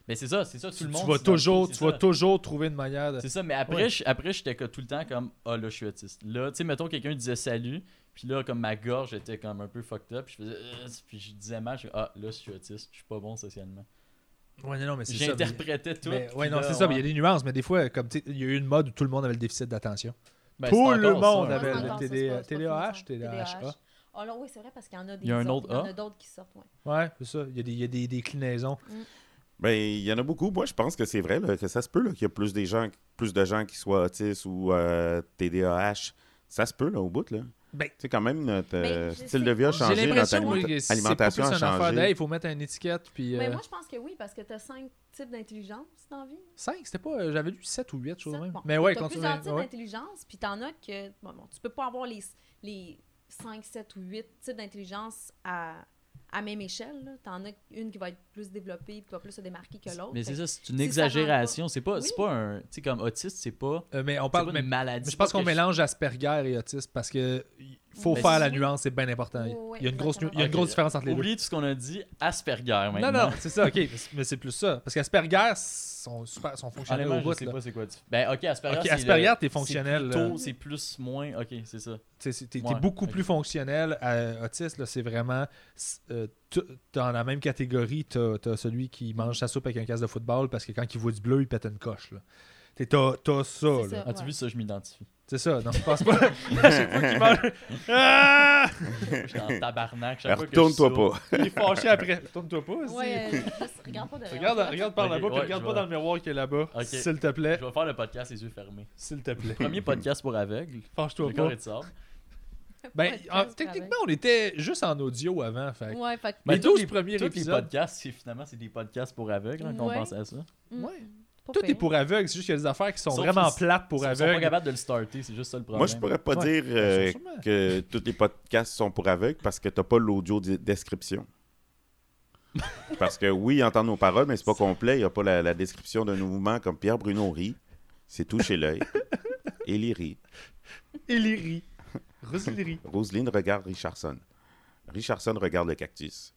Ben, c'est ça, c'est ça, tout Tu, le tu monde. vas s'identifie, toujours, c'est tu ça. vas toujours trouver une manière de. C'est ça, mais après, Ouais. je- après j'étais co- tout le temps comme Ah là, je suis autiste. Là, tu sais, mettons, quelqu'un disait salut, puis là, comme ma gorge était comme un peu fucked up, puis je faisais Euh, puis je disais mal, je fais, Ah là, je suis autiste, je suis pas bon socialement. Ouais, non, non, mais c'est ça. mais- J'interprétais tout. mais- puis ouais, non, là, c'est ça. mais ouais. Il y a des nuances, mais des fois, comme tu sais, il y a eu une mode où tout le monde avait le déficit d'attention. Ben, tout c'est le encore monde ça, avait ouais. le encore, ça, TD- c'est pas- c'est pas TDAH, fini, ça. TDAH. Ah là, oui, c'est vrai, parce qu'il y en a des Il y a un autres. autre Il y en A. a d'autres qui sortent, ouais. Ouais, c'est ça. Il y a des, il y a des, déclinaisons. Ben, il y en a beaucoup. Moi, je pense que c'est vrai là, que ça se peut là, qu'il y a plus, des gens, plus de gens qui soient autistes ou euh, TDAH. Ça se peut, là, au bout, là. Ben, Tu sais, quand même, notre Ben, euh, je style sais de vie a pas. changé, J'ai notre l'impression aliment- que c'est pas plus alimentation a un affaire d'ail, changé. il faut mettre une étiquette. Puis, Mais euh, moi, je pense que oui, parce que t'as cinq types d'intelligence dans la vie. cinq, c'était pas. euh, J'avais lu 7 ou 8, je Ça, crois. même. bon. Mais ouais, T'as continue. plusieurs types ouais. d'intelligence, puis t'en as que. Bon, bon, tu peux pas avoir les, les 5, 7 ou 8 types d'intelligence à, à même échelle. là. T'en as une qui va être plus développée, puis qui va plus se démarquer que l'autre. Mais Fait c'est ça, c'est une si ça rentre exagération. C'est pas, Oui. c'est pas un. Tu sais, comme autiste, c'est pas. Euh, mais on C'est pas parle. une Mais, maladie. mais je pense c'est pas qu'on que je- mélange Asperger et autisme parce que il faut Mais faire c'est- la nuance, c'est bien important. Oui, oui, il y a une grosse, nu- il y a une exactement. grosse différence entre les deux. Oublie tout ce qu'on a dit, Asperger maintenant. Non, non, c'est ça, ok. mais c'est- Mais c'est plus ça. Parce qu'Asperger sont super, sont fonctionnels Honnêtement, au je bout. sais là. pas c'est quoi. tu- Ben, ok, Asperger. Ok, c'est Asperger, le- t'es fonctionnel, euh, C'est là. plutôt, c'est plus, moins. Ok, c'est ça. T'sais, c'est- T'es Ouais, t'es beaucoup ok. plus fonctionnel à euh, autiste. là, C'est vraiment c'est, euh, tout- dans la même catégorie. T'as as celui qui mange sa soupe avec un casque de football parce que quand il voit du bleu, il pète une coche. là. T'es- T'as t'as ça. C'est là. Ah, ça. As-tu Ouais. vu ça, je m'identifie. C'est ça. Non, je pense pas. à chaque fois qu'il mange. Ah! Moi, J'étais en tabarnak. chaque fois que je Ben, Retourne-toi souris. pas. Il est fâché après. Tourne-toi pas. que- aussi. Ouais, euh, juste regarde pas derrière. Regarde, toi. regarde par Ok, là-bas, puis ouais, regarde je pas vois. dans le miroir qui est là-bas. Ok. S'il te plaît. Je vais faire le podcast les yeux fermés. S'il te plaît. Premier podcast pour aveugles. Fâche-toi Le pas. corps est de sable. Ben, Podcast en- pour techniquement, on était juste en audio avant. Fait. que- Ouais, fait que- Mais Mais les tous 12 les, premiers tous les épisodes. podcasts, c'est- finalement, c'est des podcasts pour aveugles, hein, quand Ouais. on pense à ça. Mm, Ouais. pas Tout pire. est pour aveugles, c'est juste qu'il y a des affaires qui sont Sauf vraiment qu'ils- plates pour Ils sont pas aveugles. capables de le starter, c'est juste ça le problème. Moi, je pourrais pas Ouais. dire Ben, euh, Ouais, sûrement. que tous les podcasts sont pour aveugles parce que t'as pas l'audio di- description. Parce que oui, ils entendent nos paroles, mais c'est pas complet. Il n'y a pas la, la description d'un mouvement comme Pierre Bruno rit. C'est tout chez l'œil. Élie rit. Et les riz. Rose les riz. Roselyne regarde Richardson. Richardson regarde le cactus.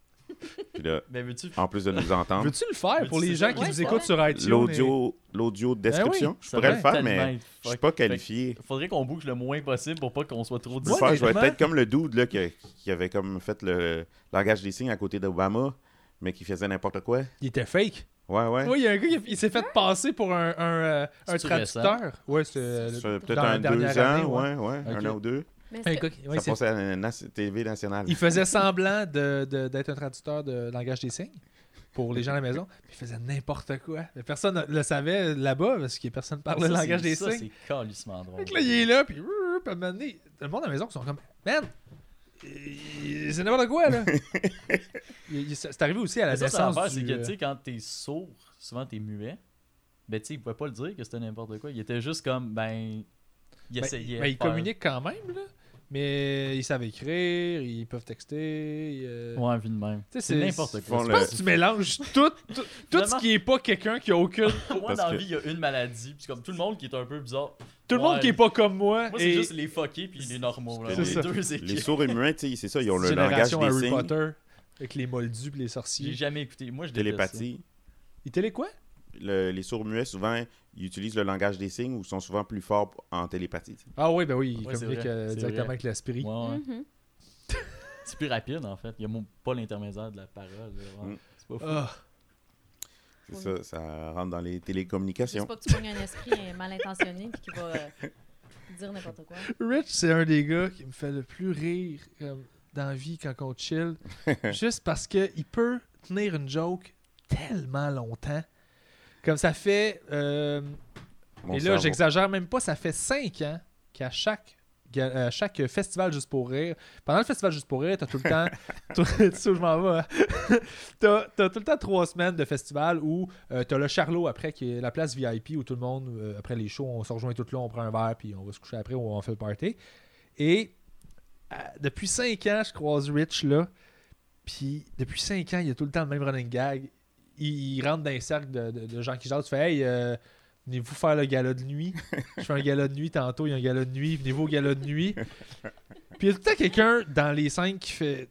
Puis là, Mais Ben, veux-tu. en plus de nous entendre, Veux-tu le faire Veux-tu pour les c'est gens ça? qui Ouais, nous c'est écoutent vrai. sur iTunes? l'audio l'audio Ben description, je Ça pourrais le va faire, tellement mais être je suis fuck. pas qualifié. Fait que Faudrait qu'on bouge le moins possible pour pas qu'on soit trop Je dis- vais faire- je vais être honnêtement- peut-être comme le dude là, qui, qui avait comme fait le langage des signes à côté d'Obama, mais qui faisait n'importe quoi. et- Il était fake. Ouais, ouais. Oui, il y a un gars qui a- il s'est fait passer pour un, un, euh, un C'est-tu traducteur. Ouais, c'est euh, Ça le- fait Peut-être dans la un deux dernière ans, année, ouais. ouais, ouais, Ok. un an ou deux. Mais est-ce Un que- gars qui- ouais, ça c'est- passait à la na- TV nationale. Il faisait semblant de- de- d'être un traducteur de langage des signes pour les gens à la maison. Puis il faisait n'importe quoi. Mais personne ne le savait là-bas parce que personne ne parlait Ah, Ça, le langage c'est- des ça, signes. C'est calissement drôle. Fait que là, il est là, puis euh, puis à un moment donné, le monde à la maison, ils sont comme, man, euh, c'est n'importe quoi, là. Il- il- c'est arrivé aussi à la Mais ça, c'est l'affaire, naissance c'est du... euh, que, tu sais, quand t'es sourd, souvent t'es muet. Ben, tu sais, il pouvait pas le dire que c'était n'importe quoi. Il était juste comme, ben. Il Ben, essayait. ben, de ils faire- communiquent quand même, là. Mais ils savent écrire, ils peuvent texter. euh, Ouais, vu de même. Tu sais, C'est c'est- n'importe Ils font quoi. Je le- pense que tu mélanges tout, tout, tout ce Vraiment. qui est pas quelqu'un qui a aucune. Pour moi, Parce dans la que- vie, il y a une maladie. Puis, c'est comme tout le monde qui est un peu bizarre. Tout le Ouais. monde qui est pas comme moi. Moi, c'est et juste les fuckés puis les normaux. Là. C'est Les ça. deux équipes. Les sourds et muets, tu sais, c'est ça, ils ont le langage génération des Harry signes, Potter avec les moldus puis les J'ai sorciers. jamais écouté. Moi, je déteste télépathie. Ils télé quoi Le- les sourds muets, souvent, ils utilisent le langage des signes ou sont souvent plus forts en télépathie. tu sais. Ah oui, ben oui, ils Ouais, c'est communiquent vrai, euh, c'est directement vrai. avec l'esprit. ça. Ouais, ouais. Mhm. C'est plus rapide, en fait. Il n'y a pas l'intermédiaire de la parole. là, vraiment. Mm. C'est pas fou. Ah. C'est Oui. ça, ça rentre dans les Juste télécommunications. pas que tu pognes un esprit mal intentionné puis qui va euh, dire n'importe quoi. Rich, c'est un des gars qui me fait le plus rire comme, dans la vie quand on chill. juste parce qu'il peut tenir une joke tellement longtemps. Comme ça fait. euh, Mon et là, cerveau. j'exagère même pas, ça fait 5 ans qu'à chaque. ga- euh, à chaque festival juste pour rire. Pendant le festival juste pour rire, t'as tout le temps. tu sais où je m'en vais. hein? t'as, t'as tout le temps trois semaines de festival où euh, t'as le Charlot après, qui est la place VIP où tout le monde, euh, après les shows, on se rejoint tout là, on prend un verre, puis on va se coucher après, on fait le party. Et euh, depuis cinq ans, je croise Rich là. Puis depuis cinq ans, il y a tout le temps le même running gag. Il, il rentre dans un cercle de, de- de gens qui jasent. Tu fais, hey, euh, venez-vous faire le gala de nuit. Je fais un gala de nuit tantôt, il y a un gala de nuit, venez-vous au gala de nuit. Puis il y a tout le temps quelqu'un dans les cinq qui fait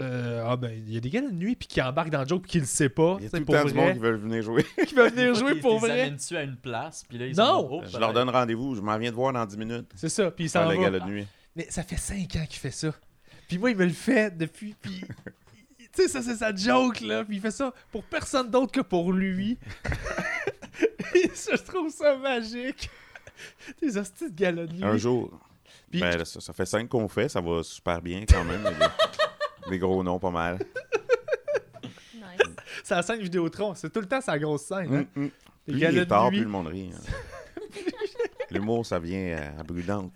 euh, Ah ben, il y a des galas de nuit, puis qui embarque dans le joke, puis qui le sait pas. Il y a tu sais, tout le pour temps du monde vrai, qui veulent venir jouer. qui va venir jouer pour Ils vrai. amènent-tu à une place, puis là, ils Non! sont oh, Je ben, leur donne rendez-vous. Je m'en viens de voir dans 10 minutes. C'est ça, puis il Faire s'en Ah, le va. gala de nuit. Mais ça fait 5 ans qu'il fait ça. Puis moi, il me le fait depuis. Puis. Tu sais, ça, c'est sa joke, là. Puis il fait ça pour personne d'autre que pour lui. Et ça, je trouve ça magique. Des hosties de gala de nuit. Un jour. Puis- Ben, là, ça, ça fait 5 qu'on fait. Ça va super bien quand même. Il y a des- Des gros noms, pas mal. Nice. C'est la scène Vidéotron. C'est tout le temps sa grosse scène. Hein? Mm, mm. Les Plus il galas est de tard, nuit. plus le monde rit. hein. L'humour, ça vient euh, à- à brûlante.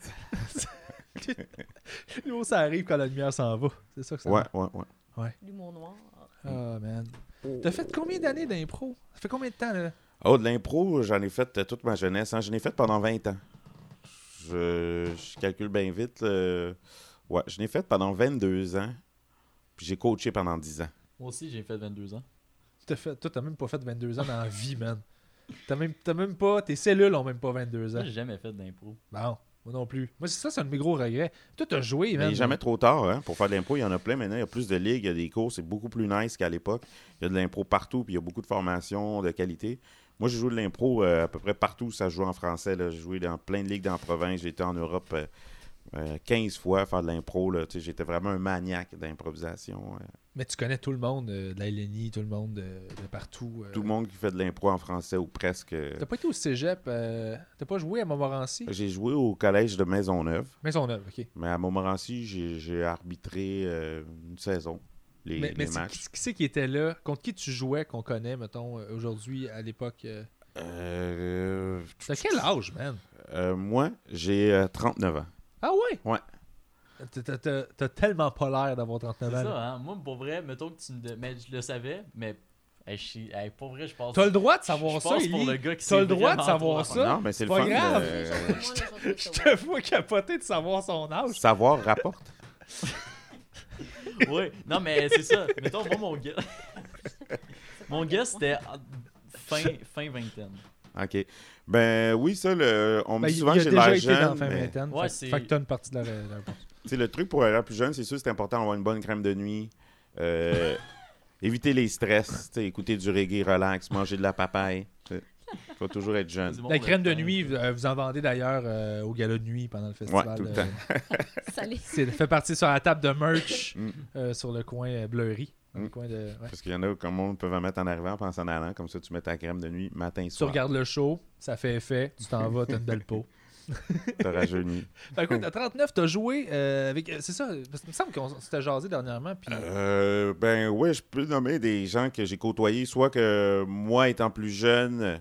Nous, ça arrive quand la lumière s'en va. C'est ça que ça Ouais, marche. ouais, ouais. L'humour noir. Ah, man. T'as fait combien d'années d'impro Ça fait combien de temps, là Oh, de l'impro, j'en ai fait euh, toute ma jeunesse. hein. J'en ai fait pendant 20 ans. Je, je calcule bien vite. euh, Ouais, je l'ai fait pendant 22 ans. Puis j'ai coaché pendant 10 ans. Moi aussi, j'ai fait 22 ans. T'as fait... Toi, t'as même pas fait 22 ans dans la vie, man. T'as même... t'as même pas. Tes cellules ont même pas 22 ans. Moi, j'ai jamais fait d'impro. Bon, moi non plus. Moi, c'est ça, c'est un de mes gros regrets. Toi, t'as joué, Mais il man. n'est jamais trop tard hein, pour faire de l'impro. Il y en a plein maintenant. Il y a plus de ligues, il y a des cours. C'est beaucoup plus nice qu'à l'époque. Il y a de l'impro partout, puis il y a beaucoup de formations de qualité. Moi, j'ai joué de l'impro euh, à peu près partout où ça se joue en français. là. J'ai joué dans plein de ligues dans la province. J'ai été en Europe euh, euh, 15 fois faire de l'impro. là. Tu sais, J'étais vraiment un maniaque d'improvisation. euh. Mais tu connais tout le monde euh, de la LNI, tout le monde de, de partout. euh. Tout le monde qui fait de l'impro en français ou presque. euh, T'as pas été au cégep, euh, t'as pas joué à Montmorency J'ai joué au collège de Maisonneuve, Maisonneuve, ok. mais à Montmorency, j'ai j'ai arbitré euh, une saison, les, mais les mais c'est- matchs. qui, qui c'est qui était là Contre qui tu jouais qu'on connaît, mettons, euh, aujourd'hui, à l'époque euh? Euh, T'as quel âge, man euh, moi, j'ai euh, 39 ans. Ah ouais Ouais. T'as- t'as- T'as t'as tellement pas l'air d'avoir 39 C'est ans. ça, là. hein? Moi, pour vrai, mettons que tu me. de- Mais je le savais, mais. Hey, je suis- hey, pour vrai, je pense. T'as le droit de je savoir ça, pense pour Élie. le gars qui T'as sait le droit de vraiment savoir trop. ça. non, mais c'est le pas fun. grave. euh, Je te vois capoter de savoir son âge. savoir rapporte. Oui, non, mais c'est ça. Mettons, moi, mon gars. Mon gars, c'était en- fin, fin vingtaine. OK. Ben oui, ça, le, on me Ben, dit il- souvent il que a j'ai déjà l'air été dans la jeune. fin mais, vingtaine. Ouais, fait, c'est- fait que t'as une partie de la de la- tu sais, le truc pour l'air plus jeune, c'est sûr c'est important d'avoir une bonne crème de nuit. euh, éviter les stress. tu sais, Écouter du reggae relax, manger de la papaye. Il faut toujours être jeune. C'est bon, La le crème de temps. nuit, vous- euh, vous en vendez d'ailleurs euh, au gala de nuit pendant le festival. Ouais, tout le euh, temps. Salé. C'est fait partie sur la table de merch Mm. euh, sur le coin euh, Bleury. dans le Mm. coin de- ouais. Parce qu'il y en a comme on peut en mettre en arrivant, puis en s'en allant. Comme ça, tu mets ta crème de nuit matin et Tu soir. regardes le show, ça fait effet, tu t'en vas, t'as une belle peau. Tu rajeuni. Fait que, écoute, à 39, t'as joué euh, avec. euh, C'est ça, parce qu'il me semble qu'on s'était jasé dernièrement. Puis, Euh, ben ouais, je peux nommer des gens que j'ai côtoyés, soit que moi étant plus jeune,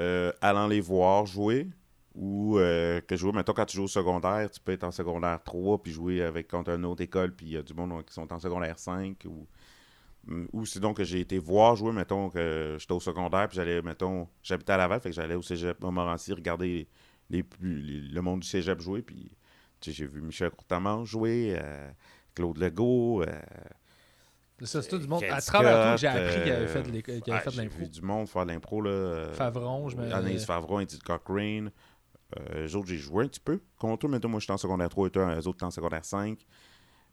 euh, allant les voir jouer, ou euh, que jouer, mettons quand tu joues au secondaire, tu peux être en secondaire 3 puis jouer avec contre une autre école, puis il y a du monde euh, qui sont en secondaire 5 ou Mm, ou sinon que j'ai été voir jouer, mettons que j'étais au secondaire, puis j'allais, mettons, j'habitais à Laval, fait que j'allais au cégep Montmorency regarder les, plus- les- le monde du cégep jouer, puis tu sais, j'ai vu Michel Courtamanche jouer, euh, Claude Legault, euh, ça, c'est tout du monde. À Scott, travers toi, que j'ai appris euh, qu'il avait fait de l'éco- qu'il avait ah, fait de j'ai l'impro. vu du monde faire de l'impro. là, euh, Favron, je me. Anaïs Favron, Edith Cochrane. Euh, eux autres, j'ai joué un petit peu contre eux. Mettons, moi, j'étais en secondaire 3 et toi, eux autres, t'es en secondaire 5.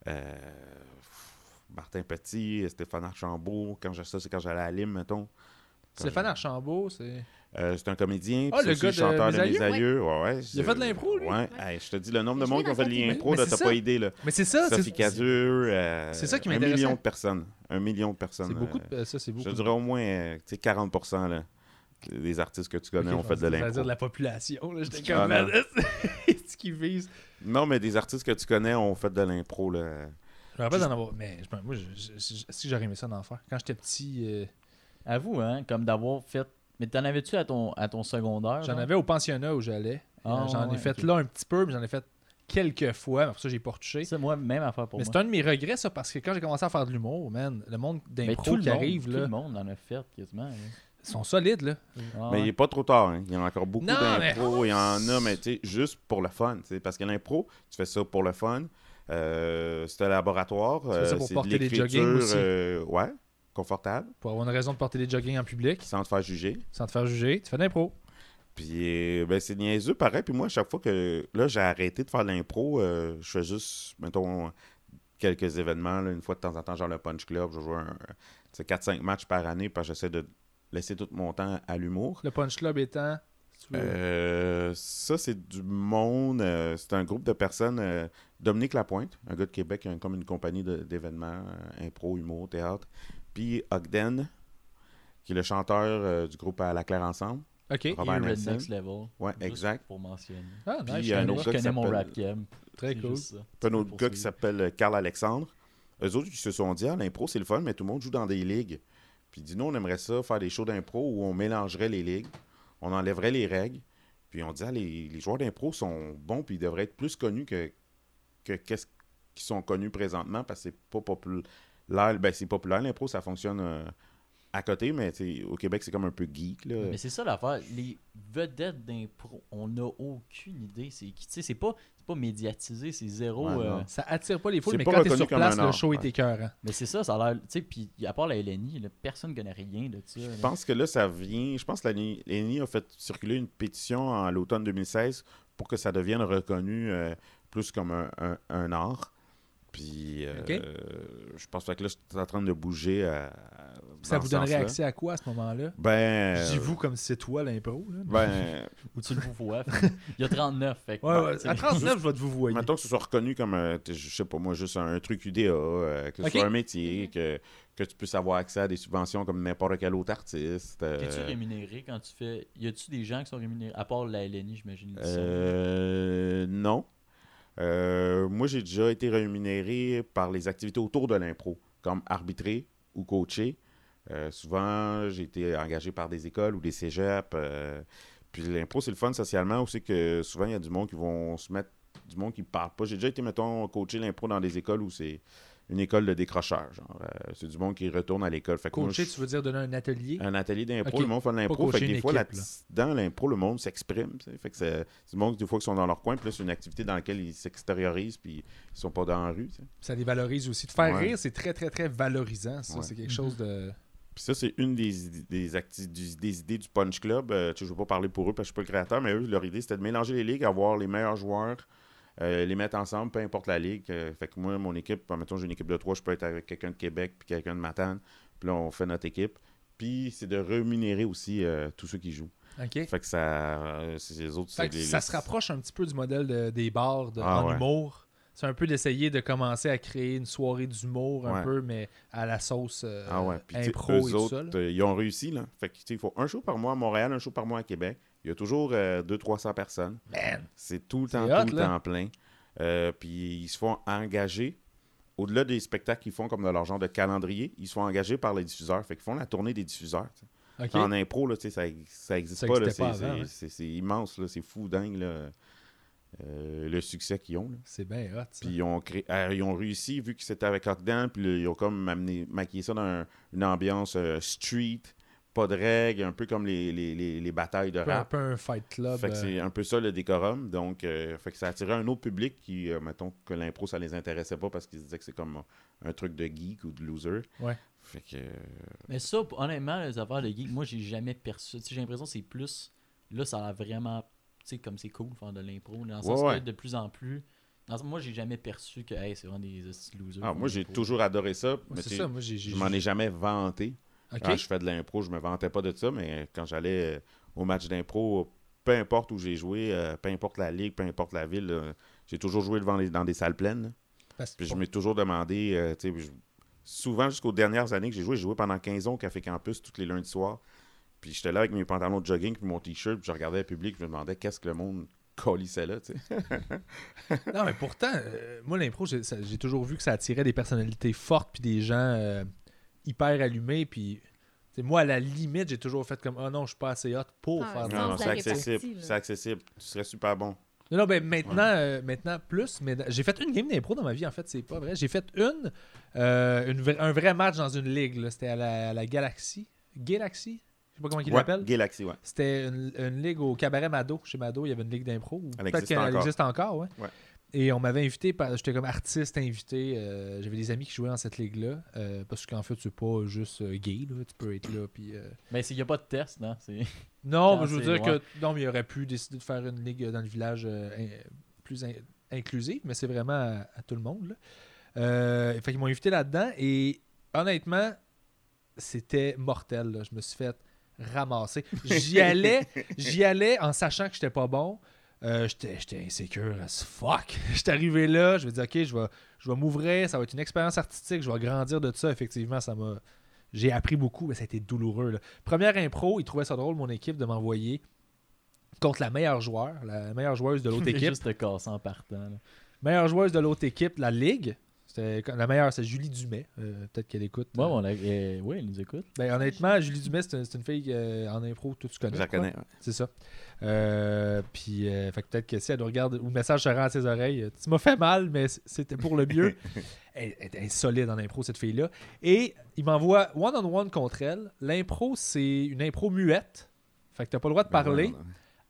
Euh, Martin Petit, Stéphane Archambault. Quand j'ai ça, c'est quand j'allais à Lime, mettons. Quand Stéphane j'ai- Archambault, c'est. Euh, c'est un comédien. Ah, puis c'est le aussi gars de chanteur de Mes Mes Aïeux. Ouais, ouais, Il a fait de c'est- l'impro, lui. Ouais. Hey, je te dis, le nombre Il a de joué monde qui ont dans fait de sa l'impro, télé. Mais là, t'as c'est pas ça. idée. Là. Mais c'est ça, Sophie c'est. Cazure. euh, c'est ça qui Un m'intéressait. million de personnes. Un million de personnes. C'est beaucoup. euh, de- Ça, c'est beaucoup. je dirais au moins euh, tu sais, 40% là, des artistes que tu connais Ok, ont fait de je pensais que t'allais dire l'impro. de la population. là, J'étais Ah, comme. non. Est-ce qu'ils visent Non, mais des artistes que tu connais ont fait de l'impro. là. Je me rappelle Juste- d'en avoir. Mais je me- moi, je- je- je- est-ce que j'aurais aimé ça d'en faire? Quand j'étais petit, euh, Avoue, hein, comme d'avoir fait. Mais t'en avais-tu à ton, à ton secondaire? j'en genre? avais au pensionnat où j'allais. Ah, Euh, j'en ai ouais, fait ok. là un petit peu, mais j'en ai fait quelques fois. mais Pour ça, j'ai pas retouché. C'est moi, même affaire pour mais moi. c'est un de mes regrets, ça, parce que quand j'ai commencé à faire de l'humour, man, le monde Mais d'impro tout le qui monde, arrive, tout là, le monde en a fait quasiment. là. ils sont solides, là. Ah, Mais il ouais. n'est pas trop tard. hein. Il y en a encore beaucoup Non, d'impro. Il y en a, mais tu sais, juste pour le fun. tu sais, Parce que l'impro, tu fais ça pour le fun. Euh, c'est un laboratoire. fais ça euh, pour c'est de porter des l'écriture, joggings aussi. euh, ouais, confortable, Pour avoir une raison de porter des joggings en public, sans te faire juger. sans te faire juger, tu fais de l'impro. Puis euh, ben, c'est niaiseux pareil. Puis moi, à chaque fois que là, j'ai arrêté de faire de l'impro, euh, je fais juste, mettons, quelques événements. là, une fois de temps en temps, genre le Punch Club, je joue un, tu sais, 4-5 matchs par année, parce que j'essaie de laisser tout mon temps à l'humour. Le Punch Club étant. si tu veux- Euh, ça, c'est du monde. euh, c'est un groupe de personnes. euh, Dominique Lapointe, un gars de Québec, qui a comme une compagnie de- d'événements, euh, impro, humour, théâtre. Puis Ogden, qui est le chanteur euh, du groupe À la Claire Ensemble. Ok. Et Robert Red Nelson. Next Level. Ouais, Juste exact. Pour mentionner. Ah, Puis, nice, il je y a un savais Moi, pas. autre je gars qui connais mon s'appelle- rap game. Très C'est cool. juste ça. C'est un autre gars Poursuivre. qui s'appelle Carl Alexandre. Eux autres, ils se sont dit, ah, l'impro, c'est le fun, mais tout le monde joue dans des ligues. Puis, dis nous, on aimerait ça, faire des shows d'impro où on mélangerait les ligues, on enlèverait les règles. Puis, on dit, ah, les, les joueurs d'impro sont bons, puis ils devraient être plus connus que, que qu'est-ce qu'ils sont connus présentement, parce que c'est pas populaire. Ben, c'est populaire, l'impro, ça fonctionne euh, à côté, mais tu sais, au Québec, c'est comme un peu geek. Là. Mais c'est ça l'affaire. Les vedettes d'impro, on n'a aucune idée. C'est qui. Tu sais, c'est pas, c'est pas médiatisé, c'est zéro. Ouais, euh, non. Ça attire pas les foules, C'est mais pas quand t'es reconnu sur comme place, un le art, show est ouais. écurant. mais c'est ça, ça a l'air. Tu sais, puis à part la LNI, là, personne ne connaît rien de ça. là. Je pense que là, ça vient. Je pense que l'ANI l'ANI a fait circuler une pétition en l'automne 2016 pour que ça devienne reconnu euh, plus comme un, un- un art. Puis, euh, Ok. je pense que là, c'est en train de bouger. à- à- Ça dans vous ce sens-là. donnerait accès à quoi à ce moment-là Ben. Je dis euh, vous comme si c'est toi l'impro. là. Ben, Ou tu le vois. Il y a 39. Fait, que, Ouais, bon, ouais, tu sais, À 39, je vais te vous voir. mettons que ce soit reconnu comme, euh, t'es- je sais pas moi, juste un, un truc UDA, euh, que ce Ok. soit un métier, que, que tu puisses avoir accès à des subventions comme n'importe quel autre artiste. euh, T'es-tu rémunéré quand tu fais. Y a-tu des gens qui sont rémunérés À part la LNI, j'imagine. ils sont. Euh, non. Euh, moi, j'ai déjà été rémunéré par les activités autour de l'impro, comme arbitrer ou coacher. Euh, souvent, j'ai été engagé par des écoles ou des cégeps. euh, puis l'impro, c'est le fun socialement aussi que souvent, il y a du monde qui vont se mettre, du monde qui parle pas. J'ai déjà été, mettons, coacher l'impro dans des écoles où c'est une école de décrocheurs. genre. Euh, c'est du monde qui retourne à l'école. Fait que moi, Coacher, je- Euh, tu veux dire donner un atelier un atelier d'impro, Ok. le monde fait de l'impro. coacher Fait que une des fois, équipe, là- dans l'impro, le monde s'exprime. tu sais. Fait que c'est c'est du monde, des fois, qui sont dans leur coin, plus une activité dans laquelle ils s'extériorisent, puis ils sont pas dans la rue. tu sais. Ça les valorise aussi. De faire Ouais. rire, c'est très, très, très valorisant. Ça, Ouais. c'est quelque chose de. Puis ça, c'est une des, id- des, acti- du- des idées du Punch Club. Euh, tu sais, je ne veux pas parler pour eux parce que je ne suis pas le créateur, mais eux, leur idée, c'était de mélanger les ligues, avoir les meilleurs joueurs, euh, les mettre ensemble, peu importe la ligue. Euh, fait que moi, mon équipe, ben, mettons, j'ai une équipe de trois, je peux être avec quelqu'un de Québec puis quelqu'un de Matane. Puis là, on fait notre équipe. Puis c'est de rémunérer aussi euh, tous ceux qui jouent. OK. Fait que ça. euh, c'est les autres. Fait c'est que les- ça les- se rapproche un petit peu du modèle de- des bars de, Ah en ouais. humour. C'est un peu d'essayer de commencer à créer une soirée d'humour un Ouais. peu, mais à la sauce euh, Ah ouais. Puis tu sais, impro et eux tout autres, ça. là. euh, ils ont réussi. Là. Fait que, tu sais, il faut un show par mois à Montréal, un show par mois à Québec. Il y a toujours euh, 200-300 personnes. Man. C'est tout le C'est temps, hot, tout le là. temps plein. Euh, puis ils se font engager. Au-delà des spectacles qu'ils font comme dans leur genre de calendrier, ils se font engager par les diffuseurs. Fait qu'ils font la tournée des diffuseurs. tu sais. OK. En impro, là, tu sais, ça n'existe Ça pas. là. existait pas C'est- avant, hein. c'est- ouais. C'est c'est immense. là. C'est fou, dingue. là. Euh, le succès qu'ils ont. là. C'est bien hot. ça. Puis ils ont, créé, euh, ils ont réussi, vu que c'était avec Ogden, puis là, ils ont comme amené, maquillé ça dans un- une ambiance euh, street, pas de règles, un peu comme les, les, les, les batailles de Un peu- un rap. peu un fight club. Fait que euh, c'est un peu ça le décorum. Donc, euh, fait que ça attirait un autre public qui, euh, mettons, que l'impro, ça les intéressait pas parce qu'ils se disaient que c'est comme un truc de geek ou de loser. Ouais. Fait que. euh, Mais ça, p- honnêtement, les affaires de geek, moi, j'ai jamais perçu. Tu sais, J'ai l'impression que c'est plus. Là, ça a l'air vraiment. Tu sais, comme c'est cool de faire de l'impro. Dans le sens Ouais, que ouais. de plus en plus. Dans le sens- moi, j'ai jamais perçu que, hey, c'est vraiment des hosties de losers. Ah, qui moi, font de j'ai l'impro. toujours adoré ça. ouais, mais tu c'est sais, ça. Moi, j'ai. j'ai- je m'en ai jamais vanté. OK. Quand je fais de l'impro, je me vantais pas de ça, mais quand j'allais euh, au match d'impro, peu importe où j'ai joué, euh, peu importe la ligue, peu importe la ville, euh, j'ai toujours joué devant les- dans des salles pleines. là. Parce que- Puis je m'ai toujours demandé, euh, tu sais, je- souvent jusqu'aux dernières années que j'ai joué, j'ai joué pendant 15 ans au Café Campus tous les lundis soirs. Puis j'étais là avec mes pantalons de jogging puis mon t-shirt, puis je regardais le public, puis je me demandais qu'est-ce que le monde colissait là, tu sais. Non, mais pourtant, euh, moi, l'impro, j'ai ça- j'ai toujours vu que ça attirait des personnalités fortes puis des gens euh, hyper allumés. Puis, tu sais, moi, à la limite, j'ai toujours fait comme, oh non, je suis pas assez hot pour Ah, faire c'est ça. Non, c'est la répartie, accessible, là. c'est accessible, tu serais super bon. Non, non, ben maintenant, euh, maintenant plus. Mais dans- j'ai fait une game d'impro dans ma vie, en fait, c'est pas vrai. J'ai fait une, euh, une vra- un vrai match dans une ligue. là. C'était à la, à la Galaxy. Galaxy Je sais pas comment ils Ouais, l'appellent. Galaxy, ouais. C'était une, une ligue au cabaret Mado. Chez Mado, il y avait une ligue d'impro. ou Elle Peut-être existe qu'elle encore. existe encore, ouais. Ouais. Et on m'avait invité, par- j'étais comme artiste invité. euh, J'avais des amis qui jouaient dans cette ligue-là. euh, parce qu'en fait, c'est pas juste euh, gay, là, tu peux être là. Puis, euh, Mais il n'y a pas de test, non? C'est- Non, Quand mais je veux c'est dire que non, mais il aurait pu décider de faire une ligue dans le village euh, in- plus in- inclusive, mais c'est vraiment à, à tout le monde. là. Euh, fait qu'ils m'ont invité là-dedans et honnêtement, c'était mortel. là. Je me suis fait ramasser. J'y allais, j'y allais en sachant que j'étais pas bon. Euh, j'étais j'étais insécure as fuck. J'étais arrivé là, je me dis ok, je vais, je vais m'ouvrir, ça va être une expérience artistique, je vais grandir de ça. Effectivement, ça m'a j'ai appris beaucoup, mais ça a été douloureux. là. Première impro, ils trouvaient ça drôle, mon équipe, de m'envoyer contre la meilleure joueur, la meilleure joueuse de l'autre C'est équipe. juste te casser en partant. là. Meilleure joueuse de l'autre équipe, la ligue. C'était la meilleure, c'est Julie Dumais. Euh, Peut-être qu'elle écoute. Ouais, on l'a- eh, oui, il nous écoute. Ben, honnêtement, Julie Dumais, c'est une, c'est une fille euh, en impro, tout tu connais. Je la quoi. connais. ouais. C'est ça. Euh, puis, euh, fait que peut-être que si elle nous regarde, ou le message se rend à ses oreilles, euh, tu m'as fait mal, mais c- c'était pour le mieux. elle, elle- elle est solide en impro, cette fille-là. Et il m'envoie one-on-one contre elle. L'impro, c'est une impro muette. Fait que t'as pas le droit de parler Ben, ouais, ouais.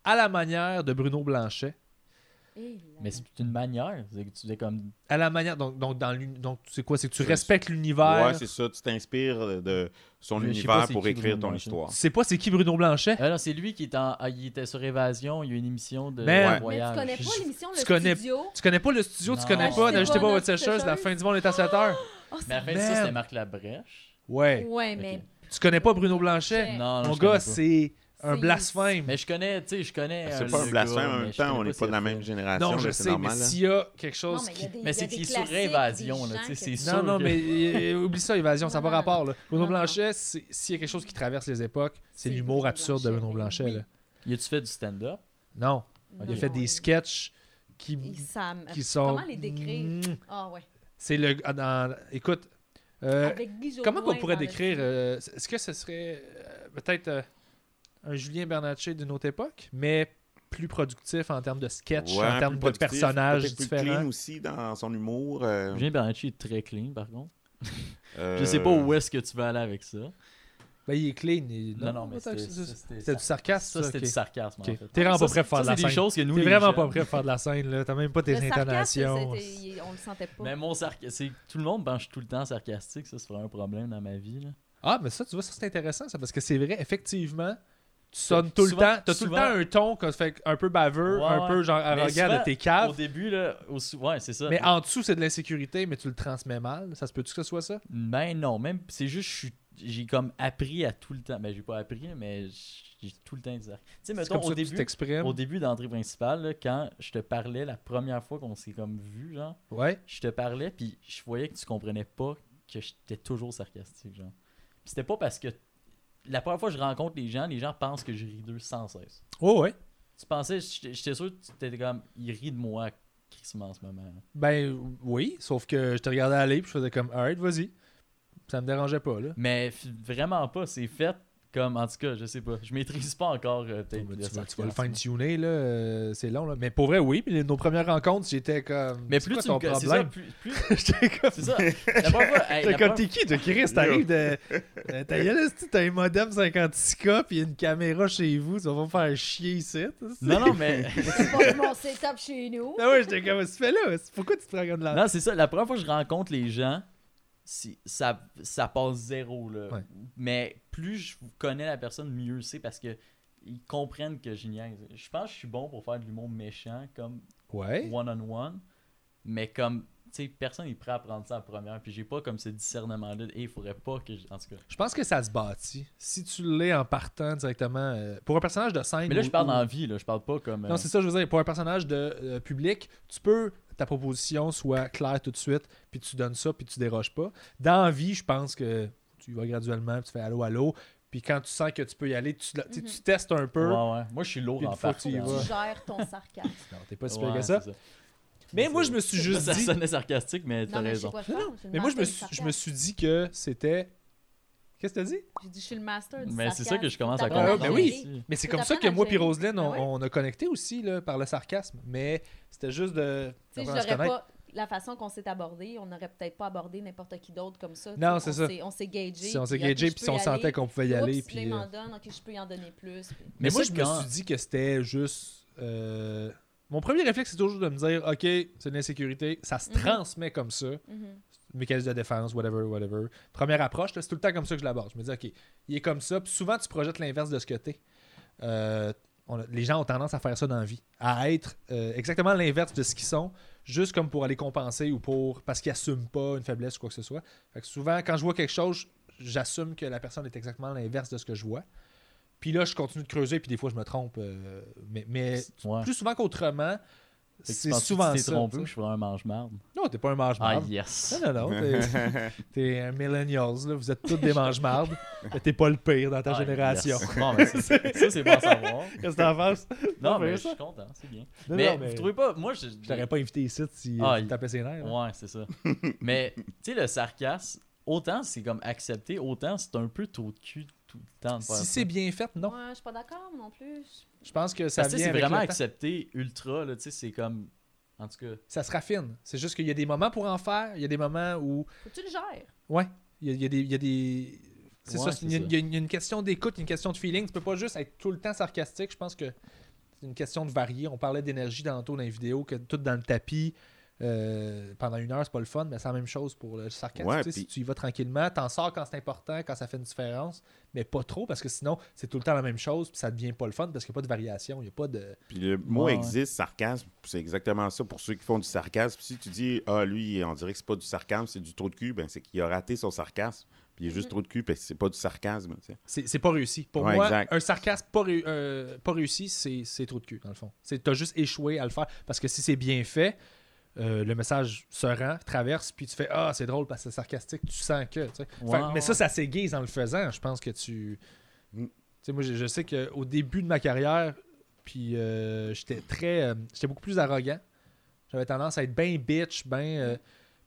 à la manière de Bruno Blanchet. Et là. Mais c'est une manière. C'est que tu fais comme. À la manière. Donc, donc, dans l'uni- donc c'est quoi C'est que tu Je- respectes l'univers. Ouais, c'est ça. Tu t'inspires de son Je sais pas univers c'est pour qui, écrire Bruno ton Blanchet. histoire. c'est pas c'est qui Bruno Blanchet Ah non, c'est lui qui est en- ah, il était sur Évasion. Il y a une émission de Man. Mais tu Mais tu voyage. connais Je- pas l'émission Le tu connais- Studio? Tu connais pas le studio, tu Non. connais pas, Achetez n'achetez pas pas votre notre sécheuse, la sécheuse. fin du monde est à 7 heures. Oh, Mais c'est- après ça, Man. c'était Marc Labrèche. Ouais. ouais, Ok. mais Tu connais pas Bruno Blanchet Ouais. Non, non, Mon je connais gars, pas. c'est un C'est- blasphème. Mais je connais, tu sais, je connais. euh, Ah, C'est pas le un blasphème gars, en mais même je temps, connais on n'est pas de la s'il a même fait. génération. non, je là, sais, C'est normal. hein. mais là. s'il y a quelque non, chose mais il y qui. a des- Mais il y a c'est des qu'il est sur classiques, des Évasion, là, gens tu sais, que c'est tu- sûr. Non, non, mais euh, oublie ça, évasion, ça n'a Non, pas non, rapport. là. Bruno Non, non. Blanchet, c'est- s'il y a quelque chose qui traverse les époques, c'est C'est l'humour Bruno absurde de Blanchet, Bruno mais Blanchet. oui. là. Y a-tu fait du stand-up? Non, Non, il a fait non, des il- sketchs qui, il- ça me- qui sont. Comment les décrire? Mm. Ah ouais. C'est le. ah, dans- Écoute. euh, Avec Guy Comment qu'on Jodoin pourrait dans le décrire film. euh, Est-ce que ce serait euh, peut-être euh, un Julien Bernatchez d'une autre époque, mais plus productif en termes de sketch, Ouais, en termes plus de productif, personnages peut-être plus clean différents aussi dans son humour. euh, Julien Bernacchi est très clean, par contre. euh, Je sais pas où est-ce que tu vas aller avec ça. Ben, il est clean. il- Non, non, mais peut-être c'était que c'est- ça, C'était c'était du sarcasme, ça, ça. c'était ok. du sarcasme. en Ok. fait. T'es vraiment Ça, pas prêt de faire de ça, la c'est des scène. choses que nous. T'es les vraiment jeunes- pas prêt de faire de la scène, là. T'as même pas tes Le sarcasme, intonations. c'était- il- on le sentait pas. Mais mon sarcasme, tout le monde, ben, je suis tout le temps sarcastique, ça, c'est vraiment un problème dans ma vie. Là. Ah, mais ça, tu vois, ça c'est intéressant, ça, parce que c'est vrai, effectivement. Tu sonnes tout Souvent- le temps, t'as tout le souvent- temps un ton que- fait un peu baveux, Ouais, un peu ouais. genre Mais arrogant souvent, de tes caves. Au début, là, au sou- ouais, c'est ça. Ah. Mais en dessous, c'est de l'insécurité, mais tu le transmets mal. Ça se peut-tu que ce soit ça? Ben non, même, c'est juste, je suis- j'ai comme appris à tout le temps. Ben, j'ai pas appris, là, mais j'ai tout le temps dit. Tu sais, C'est mettons, comme ça au que tu début, t'exprimes. au début d'entrée principale, là, quand je te parlais la première fois qu'on s'est comme vu, genre, Ouais. je te parlais, puis je voyais que tu comprenais pas que j'étais toujours sarcastique, genre. Puis c'était pas parce que la première fois que je rencontre les gens, les gens pensent que je ris d'eux sans cesse. Oh, ouais. Tu pensais, j'étais j'étais sûr que tu t'étais comme, il rit de moi, Christmas en ce moment. Ben oui, sauf que je te regardais aller puis je faisais comme, alright, vas-y. Ça me dérangeait pas, là. Mais f- vraiment pas, c'est fait comme, en tout cas, je sais pas, je maîtrise pas encore euh, Bon, peut-être. ben, le tu, vas, tu vas sarcasme. le fine-tuner, là. euh, c'est long, là. Mais pour vrai, oui. Puis les- nos premières rencontres, j'étais comme. Mais c'est plus quoi tu ton me connais, c'est ça, problème? plus, plus J'étais comme. c'est ça. La première fois, hey, J'étais la comme, première- t'es qui, toi, Chris? T'arrives de. euh, Ta gueule, est-ce que t'as un modem 56K puis une caméra chez vous. Ça va me faire chier ici. ça, c'est- Non, non, mais. C'est pas mon setup chez nous. Ah ouais, j'étais comme, qu'est-ce que tu fais là? Pourquoi tu te prends comme de la. Non, c'est ça. La première fois que je rencontre les gens, c'est- ça, ça passe zéro. Là. Ouais. Mais plus je connais la personne, mieux c'est parce que ils comprennent que je niaise. Je pense que je suis bon pour faire de l'humour méchant, comme Ouais. one-on-one. mais comme, tu sais, personne n'est prêt à prendre ça en première. Puis j'ai pas comme ce discernement-là. Et il faudrait pas que. je- En tout cas. Je pense que ça se bâtit. Si tu l'es en partant directement. euh, pour un personnage de scène. Mais là, ou- je parle ou- en vie, là. Je parle pas comme. euh, Non, c'est ça, je veux dire, pour un personnage de euh, public, tu peux, ta proposition soit claire tout de suite, puis tu donnes ça, puis tu déroges pas. Dans la vie, je pense que tu y vas graduellement, puis tu fais allô, allô, puis quand tu sens que tu peux y aller, tu, la- tu sais, Mhm. tu testes un ouais, peu. ouais. Moi, je suis lourd Puis en une fois que partie. tu y hein. vas. Tu gères ton sarcasme. Non, t'es pas si pire Ouais, que ça. c'est ça. Mais moi, je me suis C'est juste Ça dit... sonnait sarcastique, mais t'as Non, mais je sais raison. quoi faire. j'ai le Mais moi, je me, suis, master du je me sarcasme. suis dit que c'était... Qu'est-ce que t'as dit? J'ai dit, je suis le master du Mais c'est ça que je commence à Ah, comprendre. comprendre. ben oui. Mais c'est Faut comme ça que t'apprendre à moi puis gérer. Roselyne, on, Ah ouais? on a connecté aussi là, par le sarcasme. Mais c'était juste de... Tu sais, je d'apprendre à se l'aurais connaître. pas. La façon qu'on s'est abordé, on n'aurait peut-être pas abordé n'importe qui d'autre comme ça. Non, Tu sais, c'est ça. on s'est- On s'est gagé. Si on s'est gagé, puis si on sentait qu'on pouvait y aller, Là, il puis... euh, m'en donne, ok, je peux y en donner plus. puis- Mais, Mais moi, ça, je me quand- suis dit que c'était juste euh, Mon premier réflexe, c'est toujours de me dire OK, c'est une insécurité, ça se Mhm. transmet comme ça, Mhm. mécanisme de défense, whatever, whatever. Première approche, là, c'est tout le temps comme ça que je l'aborde. Je me dis OK, il est comme ça. Puis souvent, tu projettes l'inverse de ce que t'es. Euh, on a- les gens ont tendance à faire ça dans la vie, à être euh, exactement l'inverse de ce qu'ils sont, juste comme pour aller compenser ou pour parce qu'ils n'assument pas une faiblesse ou quoi que ce soit. Fait que souvent, quand je vois quelque chose, j'assume que la personne est exactement l'inverse de ce que je vois. Puis là, je continue de creuser, puis des fois, je me trompe. euh, mais mais Ouais. plus souvent qu'autrement, Fait que tu c'est penses-tu que souvent tu t'es ça. trompé tu ou sais. je suis un mange-marde? Non, t'es pas un mange Ah, yes! Non, non, non. T'es, t'es un millennials, là. Vous êtes tous des mange-mardes. mais t'es pas le pire dans ta Ah, génération. yes. Bon, ben, c'est- ça, c'est bon à savoir. Qu'est-ce que t'en penses? Non, Non, mais mais je ça- suis content, c'est bien. Non, mais, non, mais vous trouvez pas. Moi, je. Je t'aurais pas invité ici si Ah, euh, tu il- tapais ses nerfs. là. Ouais, c'est ça. mais, tu sais, le sarcasme, autant c'est comme accepté, autant c'est un peu tôt de cul tout le temps. de faire Si ça. c'est bien fait, non. Ouais, je suis pas d'accord non plus. Je pense que ça Parce que vient c'est avec vraiment le temps. accepté ultra, là, tu sais, c'est comme. En tout cas. Ça se raffine. C'est juste qu'il y a des moments pour en faire. Il y a des moments où... Faut que tu le gères. Ouais. Il y a, il y a des... il y a des- C'est Ouais, ça. c'est Il y, a- ça. il y a une- il y a une question d'écoute, une question de feeling. Tu peux pas juste être tout le temps sarcastique. Je pense que c'est une question de varier. On parlait d'énergie tantôt dans les vidéos, que tout dans le tapis. euh, pendant une heure, c'est pas le fun, mais c'est la même chose pour le sarcasme. Ouais, Tu sais, puis- Si tu y vas tranquillement, t'en sors quand c'est important, quand ça fait une différence, mais pas trop, parce que sinon, c'est tout le temps la même chose, puis ça devient pas le fun, parce qu'il n'y a pas de variation, il n'y a pas de. Puis le mot Ouais, ouais. existe, sarcasme, c'est exactement ça pour ceux qui font du sarcasme. Si tu dis, ah, lui, on dirait que c'est pas du sarcasme, c'est du trou de cul, ben c'est qu'il a raté son sarcasme. Puis il est juste Mm-hmm. trop de cul parce que c'est pas du sarcasme. tu sais. C'est c'est pas réussi. Pour Ouais, moi, exact. un sarcasme pas, réu- euh, pas réussi, c'est c'est trop de cul, dans le fond. C'est- T'as juste échoué à le faire. Parce que si c'est bien fait, euh, le message se rend, traverse, puis tu fais Ah, c'est drôle parce que c'est sarcastique, tu sens que. tu sais. Fait- Ouais, ouais. mais ça, ça s'aiguise en le faisant. Je pense que tu. Mm. Tu sais, moi, je, je sais qu'au début de ma carrière, puis euh, j'étais très. euh, j'étais beaucoup plus arrogant. J'avais tendance à être bien bitch, ben. euh,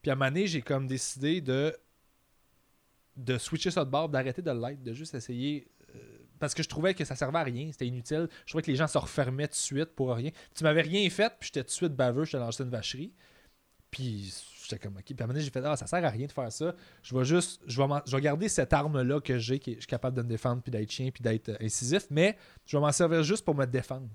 puis à un moment donné, j'ai comme décidé de de switcher ça de bord, d'arrêter de l'être, de juste essayer. euh, Parce que je trouvais que ça servait à rien, c'était inutile. Je trouvais que les gens se refermaient tout de suite pour rien. Tu m'avais rien fait, puis j'étais tout de suite baveux, j'étais lancé une vacherie. Puis j'étais comme, ok. Puis à un moment donné, j'ai fait, ah, ça sert à rien de faire ça. Je vais juste, je vais, m'en- je vais garder cette arme-là que j'ai, que je suis capable de me défendre, puis d'être chien, puis d'être euh, incisif, mais je vais m'en servir juste pour me défendre.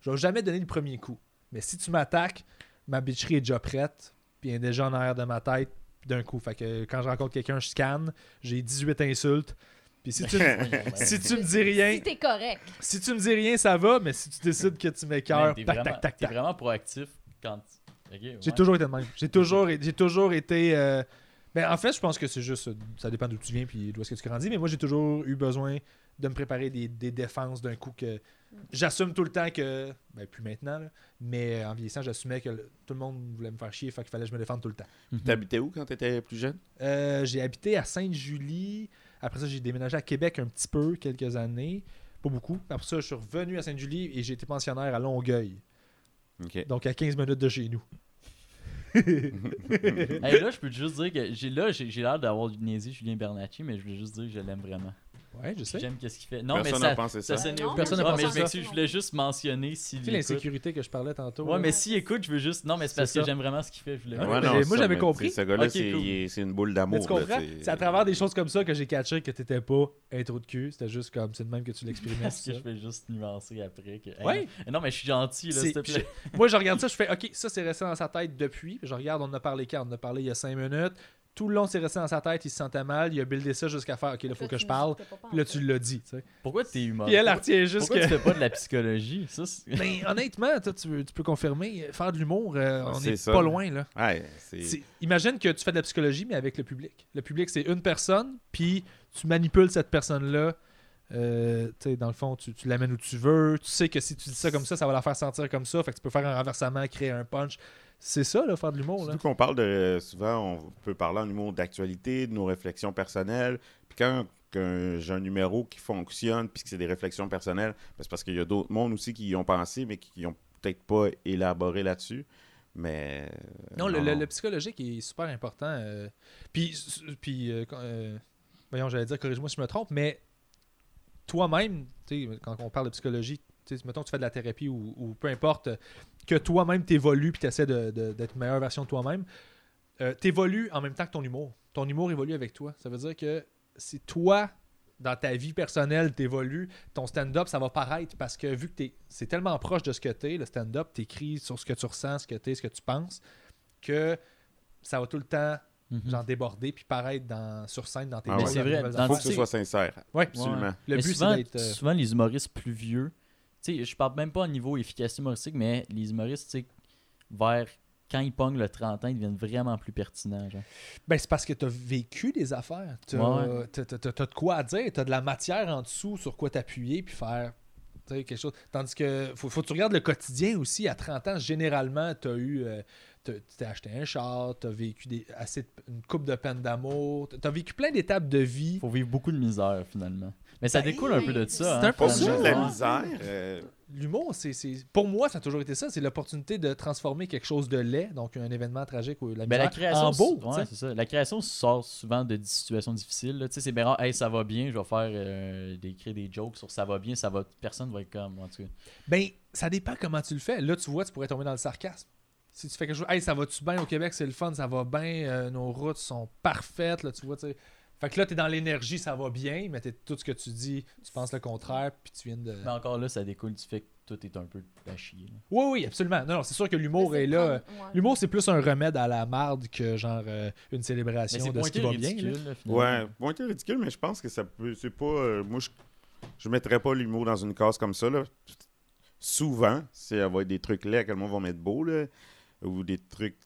Je vais jamais donner le premier coup. Mais si tu m'attaques, ma bitcherie est déjà prête, puis elle est déjà en arrière de ma tête d'un coup. Fait que quand je rencontre quelqu'un, je scanne, j'ai 18 insultes. Puis si tu, si tu me dis rien, Si t'es correct. si tu me dis rien, ça va, mais si tu décides que tu Man, m'écœures, tac, t'es vraiment, tac, tac, t'es tac. vraiment proactif quand. Ok, ouais. J'ai toujours été de même. J'ai toujours, j'ai toujours été. euh, ben, en fait, je pense que c'est juste. euh, Ça dépend d'où tu viens puis d'où est-ce que tu grandis. Mais moi, j'ai toujours eu besoin de me préparer des, des défenses d'un coup que. J'assume tout le temps que. Ben, plus maintenant, là, mais euh, en vieillissant, j'assumais que le- tout le monde voulait me faire chier, fait qu'il fallait que je me défende tout le temps. T'habitais où quand t'étais plus jeune? Euh, j'ai habité à Sainte-Julie. Après ça, j'ai déménagé à Québec un petit peu, quelques années. Pas beaucoup. Après ça, je suis revenu à Sainte-Julie et j'ai été pensionnaire à Longueuil. OK. Donc, à 15 minutes de chez nous. Hey, là, je peux juste dire que j'ai là, j'ai j'ai l'air d'avoir niaisé Julien Bernacci, mais je veux juste dire que je l'aime vraiment. Ouais, je sais. J'aime qu'est-ce qu'il fait. Non, Personne mais n'a ça, pensé ça, ça. sonnait Non, au- personne n'a Ah, pensé mais je ça. m'excuse, je voulais juste mentionner s'il Tu sais, écoute. l'insécurité que je parlais tantôt. Ouais, là. mais s'il écoute, je veux juste. Non, mais c'est parce C'est que ça. j'aime vraiment ce qu'il fait. Je voulais. Ouais, Ouais, mais non, moi, c'est ça, j'avais mais compris. tu sais, Ce gars-là, Ok, c'est cool. il est- c'est une boule Mais d'amour. tu là, comprends? C'est à travers des choses comme ça que j'ai catché que t'étais pas intro de cul. C'était juste comme, c'est de même que tu l'exprimais. Parce c'est que ça. je vais juste nuancer après. Que... Hey, Ouais. non, mais je suis gentil, là, C'est- s'il te puis plaît. Moi, je regarde ça, je fais OK, ça c'est resté dans sa tête depuis. Je regarde, on en a parlé quand On en a parlé il y a 5 minutes. Tout le long, c'est resté dans sa tête. Il se sentait mal. Il a buildé ça jusqu'à faire OK, là, faut Là, que tu je me parle. dis que t'as pas Puis là, pensé. tu l'as dit. tu sais. Pourquoi t'es humain Puis elle, elle retient juste Pourquoi que. tu fais pas de la psychologie Ça, c'est- Mais honnêtement, toi, tu, veux- tu peux confirmer, euh, faire de l'humour, euh, on C'est est ça. pas loin. là. Ouais, c'est. C'est- Imagine que tu fais de la psychologie, mais avec le public. Le public, c'est une personne, puis tu manipules cette personne-là. Euh, tu sais, dans le fond, tu, tu l'amènes où tu veux. Tu sais que si tu dis ça comme ça, ça va la faire sentir comme ça. Fait que tu peux faire un renversement, créer un punch. C'est ça, là, faire de l'humour. Là. Surtout qu'on parle de. Souvent, on peut parler en humour d'actualité, de nos réflexions personnelles. Puis quand qu'un- j'ai un numéro qui fonctionne, puis que c'est des réflexions personnelles, ben, c'est parce qu'il y a d'autres mondes aussi qui y ont pensé, mais qui n'ont peut-être pas élaboré là-dessus. Mais. Euh, Non, le, le- le psychologique est super important. euh, Puis, s- puis euh, quand- euh, voyons, j'allais dire, corrige-moi si je me trompe, mais toi-même, tu sais, quand on parle de psychologie, tu sais, mettons que tu fais de la thérapie ou, ou peu importe, euh, que toi-même t'évolues puis t'essaies de- de- d'être une meilleure version de toi-même, euh, t'évolues en même temps que ton humour. Ton humour évolue avec toi. Ça veut dire que si toi, dans ta vie personnelle, t'évolues, ton stand-up, ça va paraître parce que vu que t'es- c'est tellement proche de ce que t'es, le stand-up, t'écris sur ce que tu ressens, ce que t'es, ce que tu penses, que ça va tout le temps Mhm. genre déborder puis paraître dans, sur scène dans tes Ah mots, ouais. Mais c'est dans tes vrai, nouvelles dans- Faut affaires. que ce soit sincère. Ouais, Absolument. le Mais but souvent, c'est d'être euh, souvent, les humoristes plus vieux, tu sais, je parle même pas au niveau efficacité humoristique, mais les humoristes, tu sais, vers quand ils pognent le 30 ans, ils deviennent vraiment plus pertinents. Genre. Ben, c'est parce que tu as vécu des affaires. Tu Ouais. as, de quoi à dire. Tu as de la matière en dessous sur quoi t'appuyer puis faire tu sais, quelque chose. Tandis que faut, faut que tu regardes le quotidien aussi. À 30 ans, généralement, tu as eu. euh, t'as- tu t'es acheté un char, tu as vécu des, assez de- une coupe de peine d'amour, tu as vécu plein d'étapes de vie. Faut vivre beaucoup de misère, finalement. Mais ça Ben, découle un peu de ça. c'est hein, un peu Pour finalement. ça, ça, Ouais. la misère, euh, L'humour, c'est, c'est- pour moi, ça a toujours été ça. C'est l'opportunité de transformer quelque chose de laid, donc un événement tragique ou la, Ben, la misère, création, en beau. ouais, tu sais. c'est ça. La création sort souvent de situations difficiles. là. Tu sais, c'est bien rare, hey, ça va bien, je vais faire euh, des, créer des jokes sur ça va bien, ça va. Personne va être comme, en tout cas. Ben, ça dépend comment tu le fais. Là, tu vois, tu pourrais tomber dans le sarcasme. Si tu fais quelque chose, hey, ça va-tu bien au Québec, c'est le fun, ça va bien, euh, nos routes sont parfaites, là, tu vois, tu sais. Fait que là, t'es dans l'énergie, ça va bien, mais t'es- tout ce que tu dis, tu penses le contraire, puis tu viens de. Mais encore là, ça découle du fait que tout est un peu à chier. là. Oui, oui, absolument. Non, non, c'est sûr que l'humour Mais est c'est là. euh, prendre- ouais. L'humour, c'est plus un remède à la marde que genre euh, une Mais célébration c'est de ce pointé qui va bien. là. ridicule, là, finalement. ouais, bon, c'est ridicule, mais je pense que ça peut. C'est pas. euh, moi, je, je mettrais pas l'humour dans une case comme ça, là. Souvent, c'est avoir des trucs laids que le monde va mettre beau, là, ou des trucs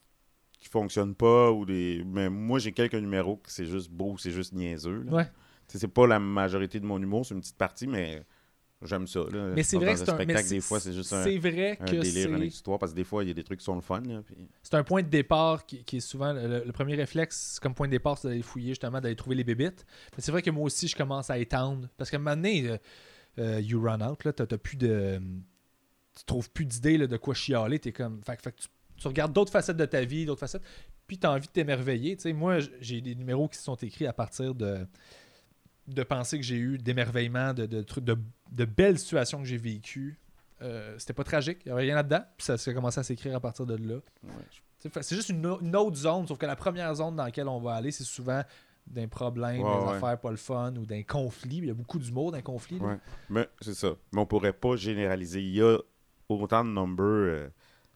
qui fonctionnent pas, ou des. Mais moi, j'ai quelques numéros que c'est juste beau, c'est juste niaiseux, là. Ouais. Tu sais, C'est pas la majorité de mon humour, c'est une petite partie, mais j'aime ça, là. Mais c'est euh, Dans vrai que c'est un. mais spectacle, des fois, c'est juste un. c'est vrai un que délire, une c'est. histoire, parce que des fois, il y a des trucs qui sont le fun. là, puis- C'est un point de départ qui, qui est souvent le, le- le premier réflexe comme point de départ, c'est d'aller fouiller justement, d'aller trouver les bébites. Mais c'est vrai que moi aussi, je commence à étendre. Parce qu'à un moment donné, euh, euh, you run out, là, t'as, t'as plus de. euh, Tu trouves plus d'idées là, de quoi chialer. T'es comme. Fait, que- fait que tu, tu regardes d'autres facettes de ta vie, d'autres facettes, puis t'as envie de t'émerveiller. Tu sais, moi, j- j'ai des numéros qui se sont écrits à partir de de pensées que j'ai eues, d'émerveillement, de, de, trucs- de, de belles situations que j'ai vécues. Euh, c'était pas tragique, il n'y avait rien là-dedans, puis ça s'est commencé à s'écrire à partir de là. C'est fa- c'est juste une, au- une autre zone, sauf que la première zone dans laquelle on va aller, c'est souvent d'un problème, Ouais, des ouais. affaires pas le fun ou d'un conflit. Il y a beaucoup d'humour d'un conflit. là. Ouais. Mais c'est ça. Mais on pourrait pas généraliser. Il y a autant de numbers euh,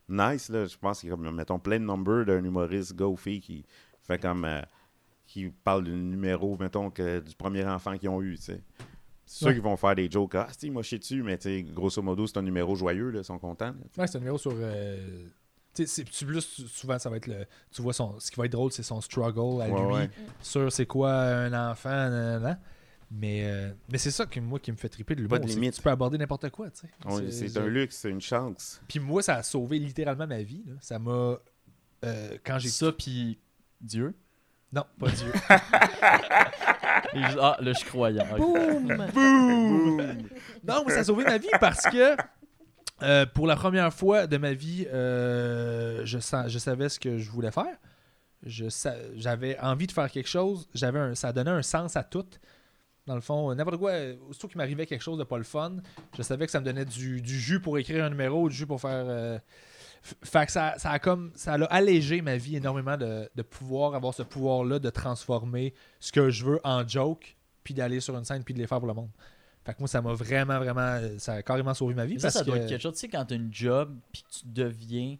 nice, là. Je pense qu'il y a, comme, mettons, plein de numbers d'un humoriste gars ou fille qui fait comme. euh, qui parle du numéro, mettons, que, du premier enfant qu'ils ont eu, tu sais. C'est sûr Ouais. qu'ils vont faire des jokes. Ah, si, moi, je suis dessus, mais tu sais, grosso modo, c'est un numéro joyeux, là. Ils sont contents. là. Ouais, c'est un numéro sur. euh, tu sais, c'est tu- plus tu- souvent, ça va être le. Tu vois, son, ce qui va être drôle, c'est son struggle à Ouais, lui ouais. sur c'est quoi un enfant. nan, nan, nan. Mais, euh, mais c'est ça qui, moi, qui me fait triper de l'humour. Pas de c'est que limite. Tu peux aborder n'importe quoi. tu sais. On- C'est- C'est un luxe, c'est une chance. Puis moi, ça a sauvé littéralement ma vie. là. Ça m'a. euh, quand j'ai. Ça, puis Dieu. Non, pas Dieu. Et je- ah, là, je suis croyant. ok. Boum! Non, mais ça a sauvé ma vie parce que euh, pour la première fois de ma vie, euh, je, sa- je savais ce que je voulais faire. Je sa- J'avais envie de faire quelque chose. J'avais un- ça donnait un sens à tout. Dans le fond, euh, n'importe quoi, euh, aussitôt qu'il m'arrivait quelque chose de pas le fun, je savais que ça me donnait du, du jus pour écrire un numéro, du jus pour faire. euh, f- Fait que ça, ça a comme ça a allégé ma vie énormément de, de pouvoir avoir ce pouvoir-là de transformer ce que je veux en joke, puis d'aller sur une scène puis de les faire pour le monde. Fait que moi, ça m'a vraiment, vraiment. euh, Ça a carrément sauvé ma vie. Mais ça, parce ça doit que... être quelque chose. Tu sais, quand t'as une job, puis que tu deviens.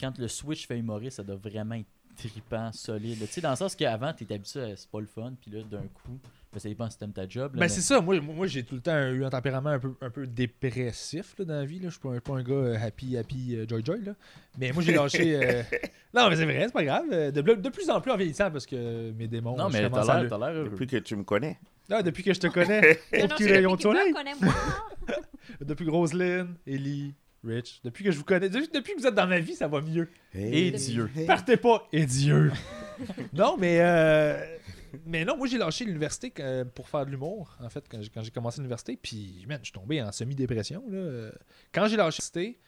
Quand le switch fait humoriste, ça doit vraiment être trippant, solide. là. Tu sais, dans le sens qu'avant, t'es habitué à c'est pas le fun, puis là, d'un coup, ben, ça dépend si t'aimes ta job. là, Ben, mais- c'est ça, moi, moi j'ai tout le temps eu un tempérament un peu, un peu dépressif là, dans la vie. Là. Je suis pas un, pas un gars euh, happy, happy, euh, joy, joy. Là. Mais moi j'ai lâché. euh, Non, mais c'est vrai, c'est pas grave. Euh, De, de plus en plus en vieillissant parce que mes démons. Non, je mais commence t'as à l'air le- t'as l'air heureux. Depuis que tu me connais. Ah, depuis que je te connais, Non, non, petit c'est rayon depuis de qu'il me soleil. connaît, moi. depuis Roselyne, Ellie, Rich, depuis que je vous connais, depuis, depuis que vous êtes dans ma vie, ça va mieux. Et Dieu. Partez pas, et Dieu. non, mais euh, mais non, moi j'ai lâché l'université euh, pour faire de l'humour, en fait, quand j'ai, quand j'ai commencé l'université, puis man, je suis tombé en semi-dépression. là. Euh, Quand j'ai lâché l'université,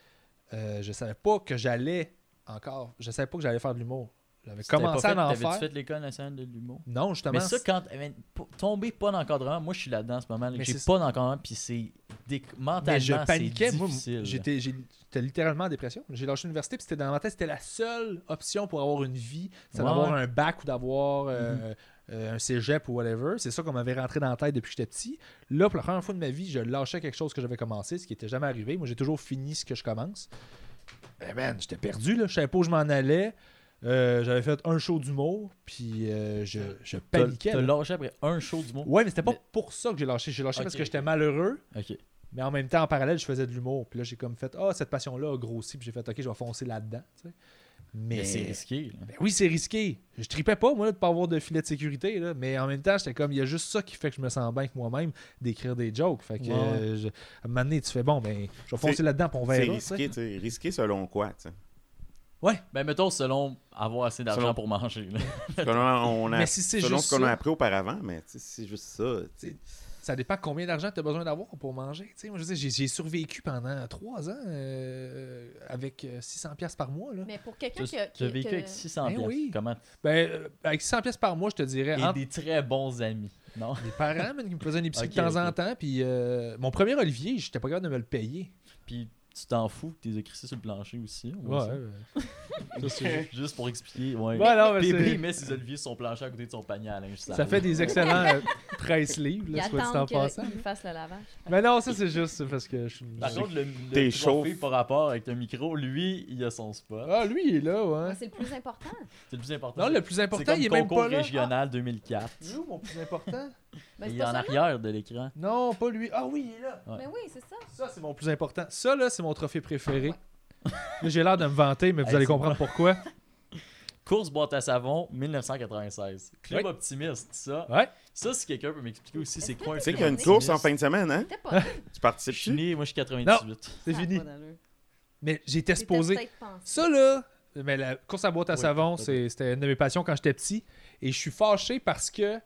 euh, je savais pas que j'allais encore, je savais pas que j'allais faire de l'humour. J'avais T'avais commencé pas fait- à en T'avais-tu faire. fait l'école nationale de l'humour? Non, justement. Mais ça, quand ben, p- tomber pas dans l'encadrement, moi je suis là-dedans en ce moment. là, Mais J'ai c'est- pas d'encadrement, puis c'est dé- mentalement, Mais je c'est paniquais, moi. difficile. J'étais j'ai- j'étais littéralement en dépression. J'ai lâché l'université, puis c'était dans ma tête, c'était la seule option pour avoir une vie, c'est Ouais, Mhm. d'avoir ouais. un bac ou d'avoir euh, euh, un cégep ou whatever. C'est ça qu'on m'avait rentré dans la tête depuis que j'étais petit. Là, pour la première fois de ma vie, je lâchais quelque chose que j'avais commencé, ce qui n'était jamais arrivé. Moi, j'ai toujours fini ce que je commence. Ben, man, j'étais perdu, là. Je savais pas où je m'en allais. Euh, j'avais fait un show d'humour, puis euh, je, je T'as paniquais. t'as là. lâché après un show du monde. Ouais, mais c'était pas Mais- pour ça que j'ai lâché. J'ai lâché parce Ok, que ok. j'étais malheureux. Ok. Mais en même temps, en parallèle, je faisais de l'humour. Puis là, j'ai comme fait, ah, cette passion-là a grossi. Puis j'ai fait, ok, je vais foncer là-dedans. tu sais. Mais, Mais c'est risqué. là. Ben oui, c'est risqué. Je tripais pas, moi, là, de pas avoir de filet de sécurité. Là. Mais en même temps, j'étais comme, il y a juste ça qui fait que je me sens bien avec moi-même d'écrire des jokes. Fait que, Ouais. euh, je- à un moment donné, tu fais, bon, ben, je vais C'est- foncer là-dedans, puis on C'est verra. tu sais. risqué, tu sais. Risqué selon quoi, tu sais? Ben, mettons, selon avoir assez d'argent Selon- pour manger. là. Selon, on a- Mais si c'est selon juste ce qu'on a ça- appris auparavant, mais tu sais, c'est juste ça. tu sais. Ça dépend combien d'argent tu as besoin d'avoir pour manger. tu sais. Moi, je veux dire, j'ai- j'ai survécu pendant trois ans euh, avec euh, 600$ piastres par mois. Là. Mais pour quelqu'un Tu qui a. tu as qui- vécu que- avec 600 Ben piastres. oui. Comment Ben, euh, avec 600$ piastres par mois, je te dirais, Et entre- des très bons amis. Non? Mes parents, man, qui me faisaient une épicerie Ok, de temps en ok. temps. Puis euh, mon premier Olivier, j'étais pas capable de me le payer. Puis tu t'en fous que t'es écrissé sur le plancher aussi. on voit ça. Juste pour expliquer. Ouais. Ouais, non, mais Bébé, c'est- il met ses oliviers sur son plancher à côté de son panier à linge sale. Ça fait des excellents euh, 13 livres, Il là, soit dit en attend passant. qu'il fasse le lavage. Mais non, ça, c'est juste parce que je suis. Par contre, le, T'es le chaud. trophée par rapport avec ton micro, lui, il a son spot. Ah, lui, il est là, Ouais, ouais. C'est le plus important. C'est le plus important. Non, le plus C'est important, comme il est même concours pas là. régional 2004. Ah, il est où, mon plus important Ben, il c'est est en pas ça. arrière de l'écran. Non, pas lui. Ah oui, il est là. Mais oui, c'est ça. Ça, c'est mon plus important. Ça, là, c'est mon trophée préféré. Là, J'ai l'air de me vanter, mais vous Hey, allez c'est comprendre pourquoi. Course boîte à savon 1996. Club Ouais. optimiste, ça. Ouais. Ça, si quelqu'un peut m'expliquer aussi, c'est Est-ce quoi un que Tu sais club qu'il y a une Optimiste. course en fin de semaine, hein? T'es pas. Tu Je suis participes-tu? né, moi je suis 98. C'est fini. Mais j'étais supposé. pensé. Ça, là, mais la course à boîte à Ouais, savon, t'as- c'est- c'était une de mes passions quand j'étais petit. Et je suis fâché parce que. Ah,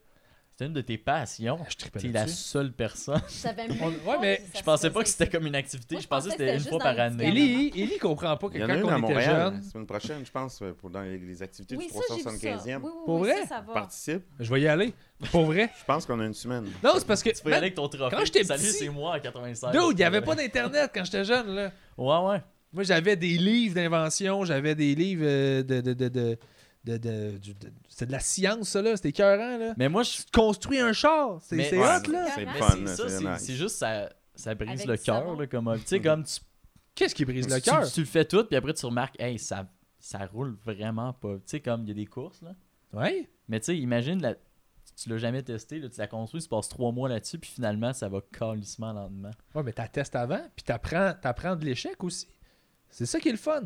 C'est une de tes passions. je trippais T'es la là-dessus. seule personne. Je savais même On- pas ouais, mais si ça Je se pensais pas faisait. que c'était comme une activité. Moi, Je pensais que c'était une juste fois dans par les année. diamants. Ellie, Ellie comprend pas que Il y en a quand une on à était Montréal la jeune. semaine prochaine, je pense, euh, pour dans les, les activités Oui, du ça, j'ai vu ça. 375e. Oui, oui, Pour oui, vrai? Ça, ça va. Participe. Je vais y aller. Pour vrai. Je pense qu'on a une semaine. Non, c'est parce que. Tu peux y aller avec ton trophée. quand j'étais Salut, petit, c'est moi en 96. Dude, il n'y avait pas d'Internet quand j'étais jeune, là. Ouais, ouais. Moi, j'avais des livres d'invention, j'avais des livres euh, de. de, de, de, de, de- du- de- C'était de la science, ça, là. C'était écœurant, là. Mais moi, je. Construis un char. C'est Mais- c'est Ouais, hot, là. c'est- C'est Mais Mais fun. c'est là, ça, c'est- nice. c'est juste ça, ça brise Avec le du cœur, savon. là, comme. Tu sais, Mhm. comme tu, Qu'est-ce qui brise le tu- cœur? tu, le fais tout, puis après tu remarques, hey, ça, ça roule vraiment pas. Tu sais, comme il y a des courses, là. Ouais. Mais tu sais, imagine, la, tu l'as jamais testé, là, tu l'as construit, tu passes trois mois là-dessus, puis finalement, ça va calissement lentement. Ouais, mais t'as testé avant, puis t'apprends, t'apprends de l'échec aussi. C'est ça qui est le fun.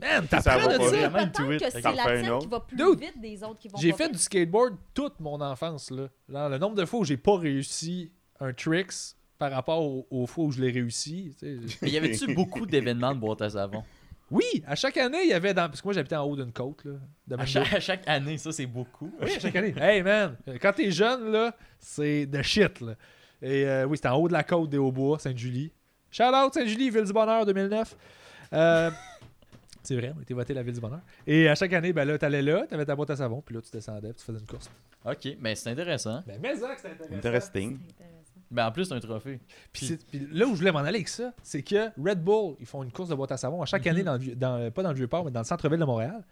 Man, va t'apprends pas de vite. ça. vraiment Peut-être intuit. que Fait c'est que- la Parfait, un tienne qui autre. va plus Dude, vite des autres qui vont J'ai pas fait vite. du skateboard toute mon enfance, là. Genre, le nombre de fois où j'ai pas réussi un tricks par rapport au- aux, fois où je l'ai réussi. tu sais. Mais y avait-tu beaucoup d'événements de boîte à savon Oui, à chaque année, il y avait dans. Parce que moi, j'habitais en haut d'une côte, là. de à Magneau. chaque, à chaque année, ça, c'est beaucoup. Oui, à chaque année. Hey, man, quand t'es jeune, là, c'est de shit, là. Et euh, oui, c'était en haut de la côte des Hauts-Bois, Sainte-Julie. Shout out Sainte-Julie, Ville du Bonheur 2009. Euh, c'est vrai, on était voté la Ville du Bonheur. Et à chaque année, ben là, t'allais là, t'avais ta boîte à savon, puis là, tu descendais, puis tu faisais une course. Ok, mais c'est intéressant. Ben, mais ça, que c'était intéressant. Interesting. C'est intéressant. Mais en plus, c'est un trophée. Puis, c'est- puis là où je voulais m'en aller avec ça, c'est que Red Bull, ils font une course de boîte à savon à chaque Mhm. année, dans le vieux- dans- pas dans le Vieux-Port, mais dans le centre-ville de Montréal.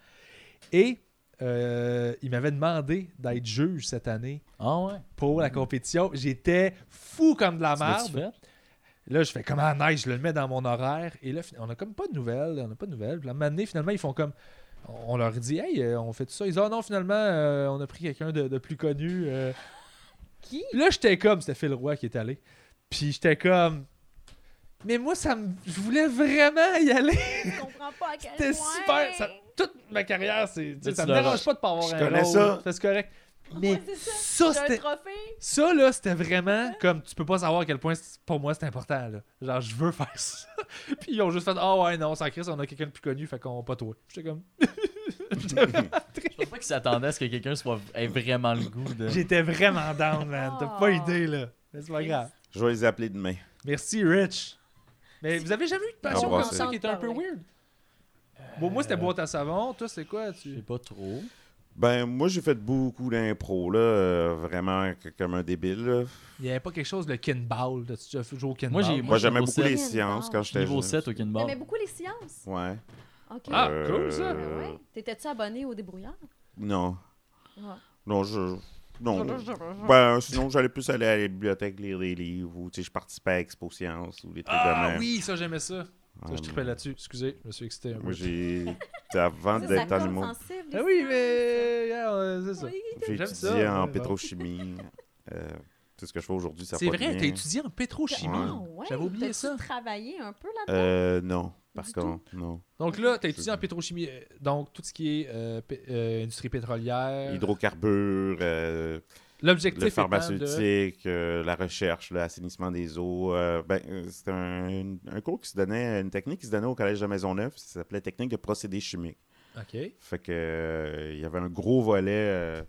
Et euh, ils m'avaient demandé d'être juge cette année Ah ouais. pour la compétition. J'étais fou comme de la Tu l'as-tu Ah, merde. fait? Là, je fais comme ah, nice, je le mets dans mon horaire. Et là, on a comme pas de nouvelles. On a pas de nouvelles. Puis la matinée, finalement, ils font comme. On leur dit, hey, euh, on fait tout ça. Ils disent, ah non, finalement, euh, on a pris quelqu'un de, de plus connu. euh. Qui? Puis là, j'étais comme, c'était Phil Roy qui est allé. Puis j'étais comme, mais moi, ça me. Je voulais vraiment y aller. Je comprends pas à quel point. C'était super. ça- toute ma carrière, c'est, tu sais, tu ça me l'auras. dérange pas de pas avoir Je un connais rôle. ça. C'est correct. Mais Ouais, c'est ça. ça, J'ai un c'était trophée. ça, là, c'était vraiment comme tu peux pas savoir à quel point c'est- pour moi c'est important. Là. Genre, je veux faire ça. Puis ils ont juste fait Ah ouais, non, sans crise, on a quelqu'un de plus connu, fait qu'on pas toi. J'étais comme. Je pense pas qu'ils s'attendaient à ce que quelqu'un soit ait vraiment le goût de. J'étais vraiment down, man. T'as pas Oh. idée, là. Mais c'est pas grave. Je vais les appeler demain. Merci, Rich. Mais vous avez jamais eu de passion Ah, bah, comme ça c'est- qui était un peu weird? Bon, Euh, moi, c'était boîte à savon. Toi, c'est quoi? Je sais Tu... pas trop. Ben, moi, j'ai fait beaucoup d'impro, là. euh, vraiment que- comme un débile, là. Il y avait pas quelque chose, le kinball. T'as-tu déjà joué au Moi, kinball? j'ai- Moi, j'aimais niveau beaucoup les sept. sciences quand j'étais Niveau jeune. 7 au T'aimais Kinball. beaucoup les sciences. Ouais. OK. Ah, Euh, cool, ça. Ah ouais? T'étais-tu abonné au débrouillard? Non. Ouais. Non, je... non. Ben, sinon, j'allais plus aller à la bibliothèque lire des livres ou tu sais, je participais à Expo Science ou des trucs de Ah même. oui, ça, j'aimais ça. Ah, Ça, je trippais là-dessus. Excusez, je me suis excité un Moi, peu. j'ai. Avant Ça, ça d'être compte animaux, sensible, les Ah oui, sciences. mais. regarde, euh, c'est ça. Oui. j'ai j'aime étudié ça, en ouais, pétrochimie. Euh, c'est ce que je fais aujourd'hui, ça a C'est pas de vrai, lien. t'as étudié en pétrochimie. Ouais. Ah ouais, J'avais oublié t'as-tu ça. travaillé un peu là-dedans? Euh, non, par Du contre, non. Donc là, t'as étudié C'est- en pétrochimie. euh, Donc, tout ce qui est euh, pé- euh, industrie pétrolière. Hydrocarbures, euh, L'objectif le étant de- pharmaceutique, euh, la recherche, l'assainissement des eaux. euh, ben, euh, c'est un, un cours qui se donnait, une technique qui se donnait au collège de Maisonneuve, ça s'appelait technique de procédés chimiques. OK. Fait que euh, il y avait un gros volet euh,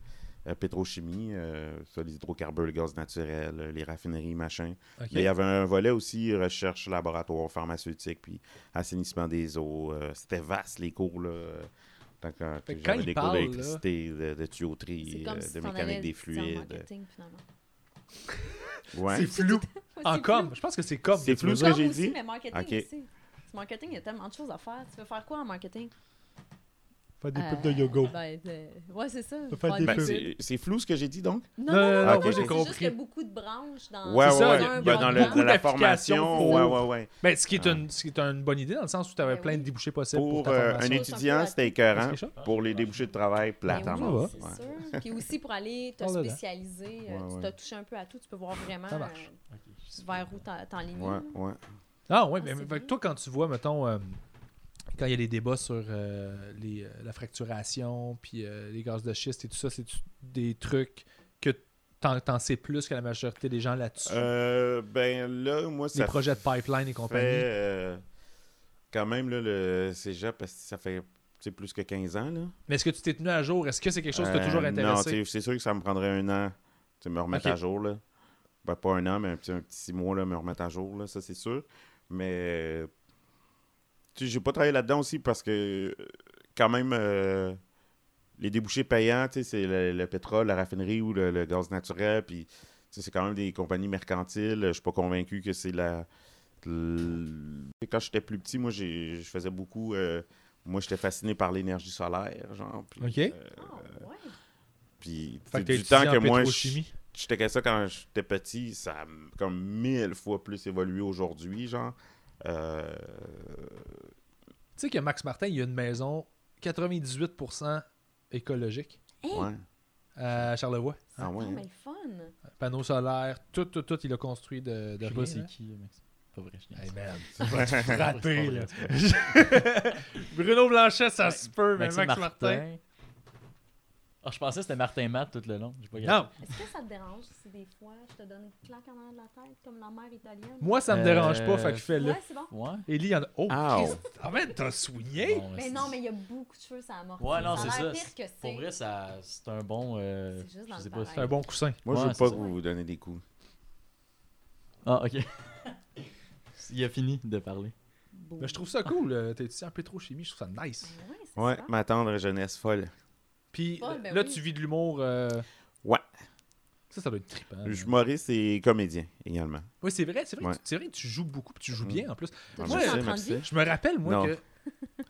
euh, pétrochimie, euh, ça, les hydrocarbures, le gaz naturel, euh, les raffineries, machin. OK. Mais euh, il y avait un volet aussi recherche laboratoire pharmaceutique, puis assainissement des eaux. euh, C'était vaste les cours là. euh, Tant que, Fait que quand j'avais il des cours parle, là- d'électricité, de, de tuyauterie, C'est comme euh, si de t'en mécanique allais des étudier en fluides. marketing, finalement. Ouais. C'est flou. Ouais, En c'est com. Je pense que c'est com. C'est flou, plus- ce que Com j'ai aussi, dit. mais marketing Ok. aussi. Le marketing, il y a tellement de choses à faire. Tu veux faire quoi en marketing? Pas des Euh, pubs de yoga. ben, euh, ouais, c'est ça. Faut faire des Ben, pubs. c'est- c'est flou ce que j'ai dit donc? Non, Non, non, non, non, non, non, moi, j'ai c'est compris. juste qu'il y a beaucoup de branches dans... Ouais, ouais, ça, ouais. il y un a Ben, bon dans le- plan. beaucoup dans la d'applications formation, pour- ouais, ouais, ouais. Mais ce qui est, Ah. une, ce qui est une bonne idée dans le sens où tu avais Ben plein de oui. débouchés possibles pour, Pour ta euh, un formation. étude étudiant, c'était Est-ce écœurant. que ça? Pour les débouchés de travail, plate Ben en oui, va. mort. c'est Ouais. sûr. Puis aussi pour aller te Parle dedans. spécialiser, euh, Ouais, tu ouais. t'as touché un peu à tout, tu peux voir vraiment Ça marche. Ok. euh, vers où t'en- t'enlignes. Ouais, là. ouais. Ah oui, Ah, mais c'est fait que bien. toi, quand tu vois, mettons, euh, quand il y a des débats sur euh, les, euh, la fracturation, puis euh, les gaz de schiste et tout ça, c'est des trucs que t'en, t'en sais plus que la majorité des gens là-dessus. Euh, ben là, moi, les ça projets de pipeline et fait compagnie. euh, quand même là, le cégep, parce que ça fait tu sais, plus que 15 ans. Là. Mais est-ce que tu t'es tenu à jour? Est-ce que c'est quelque chose qui t'a Euh, toujours Non, intéressé? tu sais, c'est sûr que ça me prendrait un an de me remettre Ok. à jour. Là. Ben, pas un an, mais un petit, un petit six mois, là, me remettre à jour, là, ça c'est sûr. Mais euh, tu sais, j'ai pas travaillé là-dedans aussi parce que euh, quand même euh, les débouchés payants, tu sais, c'est le, le pétrole, la raffinerie ou le, le gaz naturel, puis tu sais, c'est quand même des compagnies mercantiles. Je suis pas convaincu que c'est la. l- Quand j'étais plus petit, moi, j'ai- je faisais beaucoup. euh, moi, j'étais fasciné par l'énergie solaire, genre. puis, Ok. euh, Ah, ouais. puis Fait que tu t'as sais, du temps étudié en que moi, je pétrochimie. je checkais ça quand j'étais petit, ça a m- comme mille fois plus évolué aujourd'hui, genre. Euh, Tu sais que Max Martin, il y a une maison 98% écologique Hey, ouais. à Charlevoix. Ah ouais. non, hein. mais le fun. Panneaux solaires, tout, tout, tout, il a construit de, de Je sais rien, pas hein? c'est là. qui, mec. C'est Pas vrai, je hein? Hey niaise. man, C'est vrai, c'est pas vrai, frappé, c'est pas là. vrai, c'est pas vrai. Bruno Blanchet, ça Ouais. se peut, mais Max Maxime Martin. Ah, je pensais que c'était Martin Matt tout le long. J'ai pas gardé. Non, Est-ce que ça te dérange si des fois je te donne une claque en arrière de la tête comme la mère italienne? moi ça me Euh, dérange pas, fait que je fais là. Ouais, c'est bon. Ouais. Ellie, il y en a. Oh, Ow. Christ. Ah man, t'as soigné? Bon, Mais c'est- non, mais il y a beaucoup de cheveux, ça amortit. Ouais, non, c'est a l'air ça. pire que Pour vrai, c'est. ça, c'est un bon. euh, C'est juste dans je sais le pas. pareil. C'est un bon coussin. Moi, je Ouais, veux c'est pas ça. que vous vous donnez des coups. Ah, ok. il a fini de parler. Mais je trouve ça cool, euh, t'es étudiant en pétrochimie, je trouve ça nice. Ouais, c'est Ouais, ça. ma tendre jeunesse folle. Puis Ouais, ben là, oui. tu vis de l'humour. euh, Ouais. Ça, ça doit être trippant. Je suis humoriste et comédien également. Oui, c'est vrai, c'est vrai, que Ouais. tu- c'est vrai que tu joues beaucoup puis tu joues Mm. bien en plus. T'as Ah, toujours merci, entendu? merci. Je me rappelle, moi, Non. que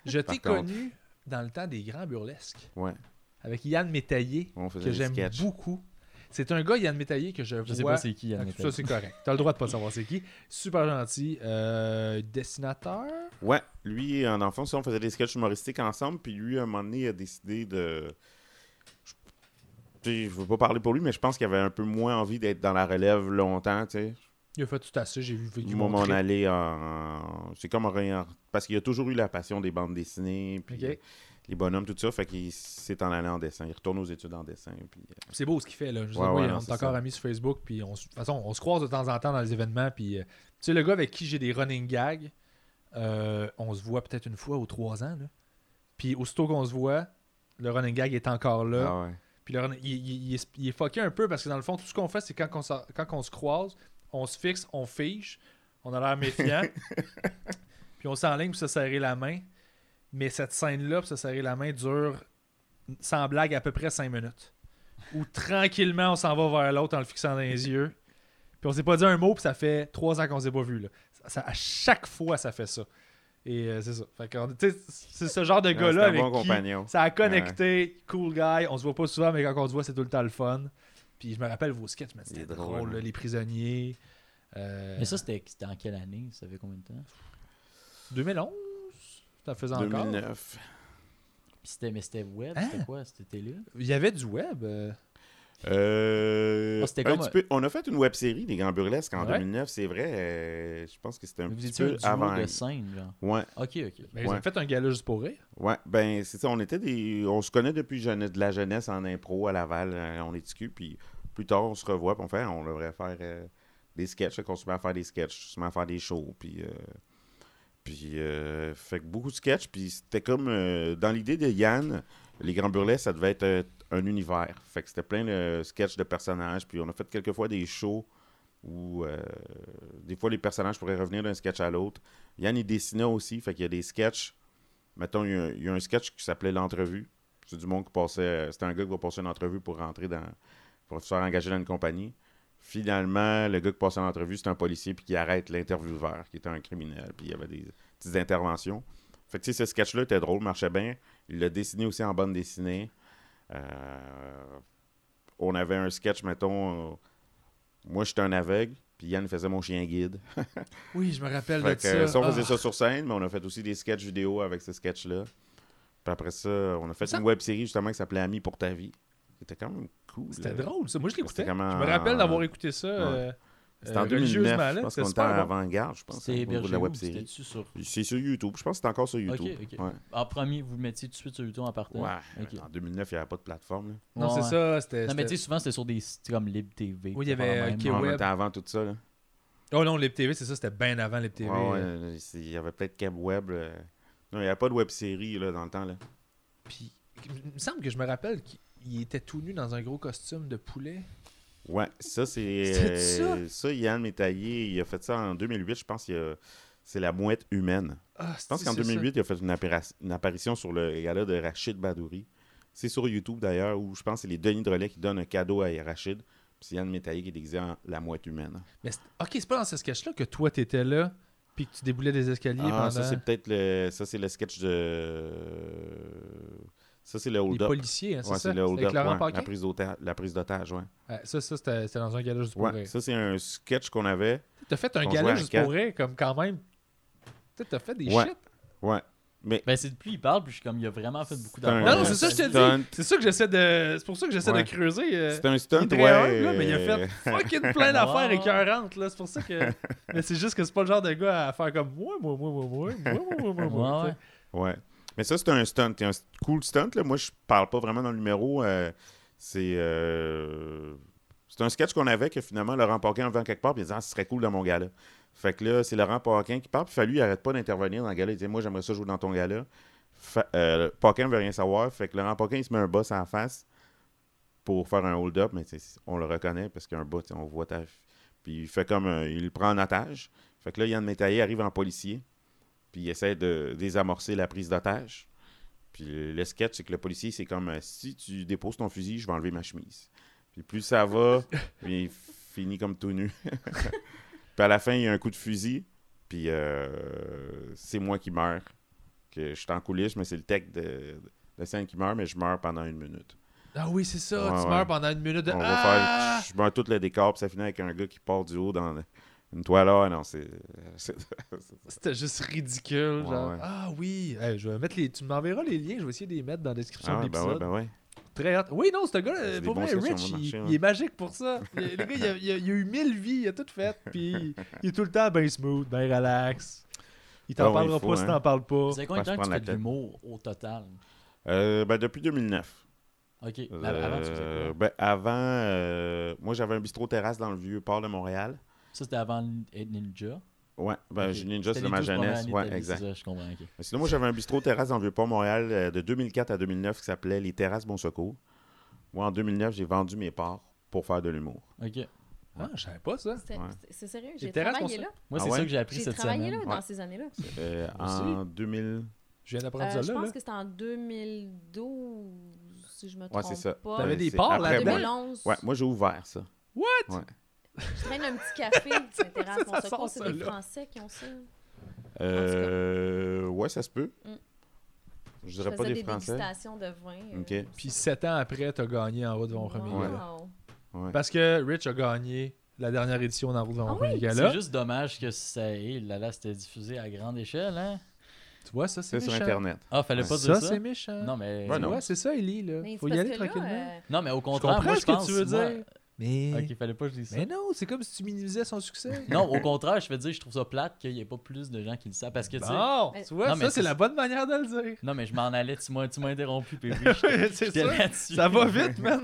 je t'ai Par contre. connu dans le temps des grands burlesques Ouais. avec Yann Métaillé, On faisait que des j'aime sketchs. beaucoup. C'est un gars, Yann Métaillé, que je, Je sais vois. pas c'est qui, Ah, Ok, Yann. ça, c'est correct. T'as le droit de pas savoir c'est qui. Super gentil. Euh, dessinateur. Ouais, lui, en enfance, on faisait des sketchs humoristiques ensemble, puis lui, à un moment donné, il a décidé de. Je- Tu sais, je veux pas parler pour lui, mais je pense qu'il avait un peu moins envie d'être dans la relève longtemps, tu sais. Il a fait tout à ça. J'ai vu. Du vécu moment mon aller en. C'est comme rien. Parce qu'il a toujours eu la passion des bandes dessinées, puis Ok. les bonhommes, tout ça. Fait qu'il s'est en allant en dessin. Il retourne aux études en dessin. Puis... C'est beau ce qu'il fait là. Je veux dire, Ouais, moi, ouais, on non, est c'est encore ça. amis sur Facebook. Puis on, se- de toute façon, on se croise de temps en temps dans les événements. Puis euh, tu sais, le gars avec qui j'ai des running gags, euh, on se voit peut-être une fois ou trois ans. Là. Puis aussitôt qu'on se voit, le running gag est encore là. Ah ouais. Puis le running- il, il- il est, il est fucké un peu parce que dans le fond, tout ce qu'on fait, c'est quand, on, s'a- quand on se croise, on se fixe, on fige, on a l'air méfiant, puis on s'enligne pour se serrer la main. Mais cette scène-là, pour se serrer la main, dure, sans blague, à peu près 5 minutes. Où tranquillement, on s'en va vers l'autre en le fixant dans les yeux. Puis on s'est pas dit un mot, puis ça fait 3 ans qu'on s'est pas vu. Là. Ça- ça- à chaque fois, ça fait ça. Et euh, c'est ça. Fait qu'on- tu sais, c'est ce genre de Ah, gars-là c'est un avec bon qui compagnon. ça a connecté, cool guy. On se voit pas souvent, mais quand on se voit, c'est tout le temps le fun. Puis je me rappelle vos sketchs, mais c'était C'est drôle, drôle, là, hein. les prisonniers. euh, Mais ça, c'était c'était en quelle année Ça fait combien de temps 2011 Ça faisait encore. 2009. Puis c'était- Mais c'était web, Hein? c'était quoi C'était télé Il y avait du web. euh, Euh, Ah, c'était un comme petit un- peu- On a fait une web série des Grands Burlesques en Ouais. 2009, c'est vrai. euh, je pense que c'était un Vous petit étiez un peu duo avant. de scène, genre. Ouais, Ok, ok. ben, Ils ont Ouais. fait un gala juste pour rire. ouais. Ben, c'est ça. On était des. On se connaît depuis jeune- de la jeunesse en impro à Laval. euh, On est TQ. Puis plus tard, on se revoit. Puis on fait, on devrait faire euh, des sketchs. On se met à faire des sketchs. On se met à faire des shows. Puis. euh, Puis, euh, fait que beaucoup de sketchs. Puis, c'était comme euh, dans l'idée de Yann, les Grands Burlesques, ça devait être euh, un univers. Fait que c'était plein de sketchs de personnages. Puis, on a fait quelques fois des shows où euh, des fois les personnages pourraient revenir d'un sketch à l'autre. Yann, il dessinait aussi. Fait qu'il y a des sketchs. Mettons, il y a, un- il y a un sketch qui s'appelait L'entrevue. C'est du monde qui passait. euh, C'était un gars qui va passer une entrevue pour rentrer dans. pour se faire engager dans une compagnie. Finalement, le gars qui passait l'entrevue, c'est un policier puis qui arrête l'intervieweur, qui était un criminel. Puis il y avait des petites interventions. Fait que tu sais, ce sketch-là était drôle, marchait bien. Il l'a dessiné aussi en bande dessinée. Euh, on avait un sketch, mettons. euh, moi, j'étais un aveugle, puis Yann faisait mon chien guide. Oui, je me rappelle Fait de que, euh, ça. ça, on faisait Ah. ça sur scène, mais on a fait aussi des sketchs vidéo avec ce sketch-là. Puis après ça, on a fait Ça- une web série justement qui s'appelait Amis pour ta vie. C'était quand même cool. euh, C'était là. drôle, ça. Moi, je l'écoutais. C'était comme Je en- me rappelle d'avoir écouté ça. euh, C'était en euh, 2009. religieusement, là, je pense c'était qu'on était super en bon. avant-garde, je pense, hein, au C'était niveau de hébergé la où web C'était série. dessus sur. C'est sur YouTube. Je pense que c'est encore sur YouTube. Ok, ok. Ouais. En premier, vous le mettiez tout de suite sur YouTube en partant. Ouais, Ok. En 2009, il n'y avait pas de plateforme. là. Non, c'est Ouais. ça. C'était. Non, mais tu c'était- sais, souvent c'était sur des sites comme Libre TV. Oui, il y avait, pas la euh, même. Ki- Ouais, on web. était avant tout ça. Là. Oh non, les TV, c'est ça. C'était bien avant les TV. Ouais, ouais, euh, c'est- il y avait peut-être Cab Web. là. Non, il n'y avait pas de web série là, dans le temps. Là. Puis, il me semble que je me rappelle qu'il était tout nu dans un gros costume de poulet. Ouais, ça, c'est. C'était euh, ça, Yann Métaillé, il a fait ça en 2008, je pense. il a- C'est la mouette humaine. Ah, Je pense qu'en 2008, il a fait une, appara- une apparition sur le gala de Rachid Badouri. C'est sur YouTube d'ailleurs, où je pense que c'est les Denis Drolet qui donnent un cadeau à Rachid. Puis c'est Yann Métaillé qui est déguisé en la mouette humaine. Mais c'est- ok, c'est pas dans ce sketch-là que toi t'étais là, puis que tu déboulais des escaliers Ah, pendant ça c'est peut-être le. Ça c'est le sketch de. Ça c'est les le hold-up. policiers, hein, c'est Ouais, ça. c'est le hold-up. Avec Laurent ouais, Paquin. la prise d'otage- la prise d'otage, ouais. Ah, ça, ça c'était c'était dans un gala juste pour Ouais, rire. Ça c'est un sketch qu'on avait. T'as fait un On gala jouait à juste quatre. pour rire, comme quand même. Tu sais, T'as fait des Ouais. shit. Ouais. Mais Ben, c'est depuis il parle, puis je suis comme, il a vraiment fait beaucoup C'est un- d'argent. Non, non, c'est ça que je te Stunt. dis. C'est ça que j'essaie de. C'est pour ça que j'essaie Ouais. de creuser. euh, c'est un stunt, il est ouais. très humble, là, mais il a fait fucking plein d'affaires Wow. écœurantes, là. C'est pour ça que. Mais c'est juste que c'est pas le genre de gars à faire comme moi, moi, moi, moi, moi, moi, moi, moi, Ouais, moi. tu ouais. sais. Ouais. Mais ça, c'est un stunt. C'est un st- cool stunt. Là. Moi, je parle pas vraiment dans le numéro. euh, c'est. euh, C'est un sketch qu'on avait que finalement, Laurent Paquin en vient quelque part et disant ah, ce serait cool dans mon gala. Fait que là, c'est Laurent Paquin qui parle. Puis lui, il arrête pas d'intervenir dans le gala. Il dit Moi, j'aimerais ça jouer dans ton gala. Fa- euh, Paquin veut rien savoir. Fait que Laurent Paquin, il se met un boss à la face pour faire un hold-up. Mais tu sais, on le reconnaît parce qu'un bas, tu sais, on voit ta. Puis il fait comme. un- il le prend en otage. Fait que là, Yann Métaillé arrive en policier. Puis il essaie de désamorcer la prise d'otage. Puis le le sketch, c'est que le policier, c'est comme euh, si tu déposes ton fusil, je vais enlever ma chemise. Puis plus ça va, puis il finit comme tout nu. puis à la fin, il y a un coup de fusil, puis euh, c'est moi qui meurs. Que je suis en coulisses, mais c'est le tech de, de scène qui meurt, mais je meurs pendant une minute. Ah oui, c'est ça. Ouais, tu ouais. meurs pendant une minute de. On va Ah! faire. Je meurs tout le décor, puis ça finit avec un gars qui part du haut dans une toile. Ah non, c'est. c'est- C'était juste ridicule. Ouais, genre, ouais. Ah oui, Hey, je vais mettre les... tu m'enverras les liens, je vais essayer de les mettre dans la description Ah, de ben l'épisode. ouais, ben ouais. Très hâte. Oui, non, ce gars, C'est euh, des pour bons vrai, sketchs Rich, sur le il, marché, il est ouais. magique pour ça. Le, le gars, il a, il a- il a eu mille vies, il a tout fait, puis il est tout le temps bien smooth, bien relax. Il t'en Ah ouais, parlera il faut, pas si hein. t'en parles pas. C'est combien de Je pense temps que tu prendre fais la de tête. l'humour au total Euh, ben depuis 2009. Ok. mais Avant, tu faisais Euh, quoi ben, avant, euh, moi j'avais un bistrot terrasse dans le vieux port de Montréal. Ça, c'était avant Ed Ninja. Ouais, ben Ok. j'ai Ninja C'était c'est les de ma deux premières jeunesse. années de ta Ouais, vie, exact. c'est ça, je comprends. ok. Mais Sinon, moi j'avais un bistrot terrasse dans le vieux port de Montréal euh, de 2004 à 2009 qui s'appelait les terrasses Bon Secours. Moi en 2009, j'ai vendu mes parts pour faire de l'humour. Ok. Ah, je savais pas ça. C'était- Ouais. c'est- C'est sérieux, Les j'ai terrasses, travaillé on là. Moi, Ah c'est ouais? ça que j'ai appris J'ai cette travaillé là semaine. Ouais. dans ces années-là. Euh, Aussi. en 2000, Je viens d'apprendre Euh, ça Je là. pense là. que c'était en 2012, si je me ouais trompe c'est ça. pas. T'avais Ouais, des c'est parts après- là-dedans? Ouais, 2011. Ouais, moi j'ai ouvert ça. Je traîne un petit café, c'est terrasse. Ça On sort, se compte, c'est ça, des là. Français qui ont ça. Euh, ouais, ça se peut. Mm. Je Je dirais faisais pas des des Français. dégustations de vin. euh, Ok. Puis sept ans après, t'as gagné en haut de mon premier. Ouais. gala. Wow. Ouais. Parce que Rich a gagné la dernière édition dans Route Ah Vampire oui? C'est Gala. juste dommage que ça ait, là, là, c'était diffusé à grande échelle, hein? Tu vois, ça, c'est C'est sur méchant. Internet. Ah, fallait pas Ça, dire ça? c'est méchant. Non, mais... Ouais, Tu non. vois, c'est ça, Ellie. Là. Mais c'est Faut y parce aller que là, tranquillement. euh, non, mais au Je contraire, comprends moi, je ce que pense... tu veux moi- dire. Mais... Ok, fallait pas que je dise ça. mais non, c'est comme si tu minimisais son succès. Non, au contraire, je veux dire, je trouve ça plate qu'il n'y ait pas plus de gens qui le savent. Parce que, tu sais... Bon, Mais- tu vois, Non, mais ça, c'est c'est- la bonne manière de le dire. Non, mais je m'en allais, tu m'as tu m'as interrompu, puis oui, j'étais- c'est j'étais ça. là-dessus. Ça va vite, man.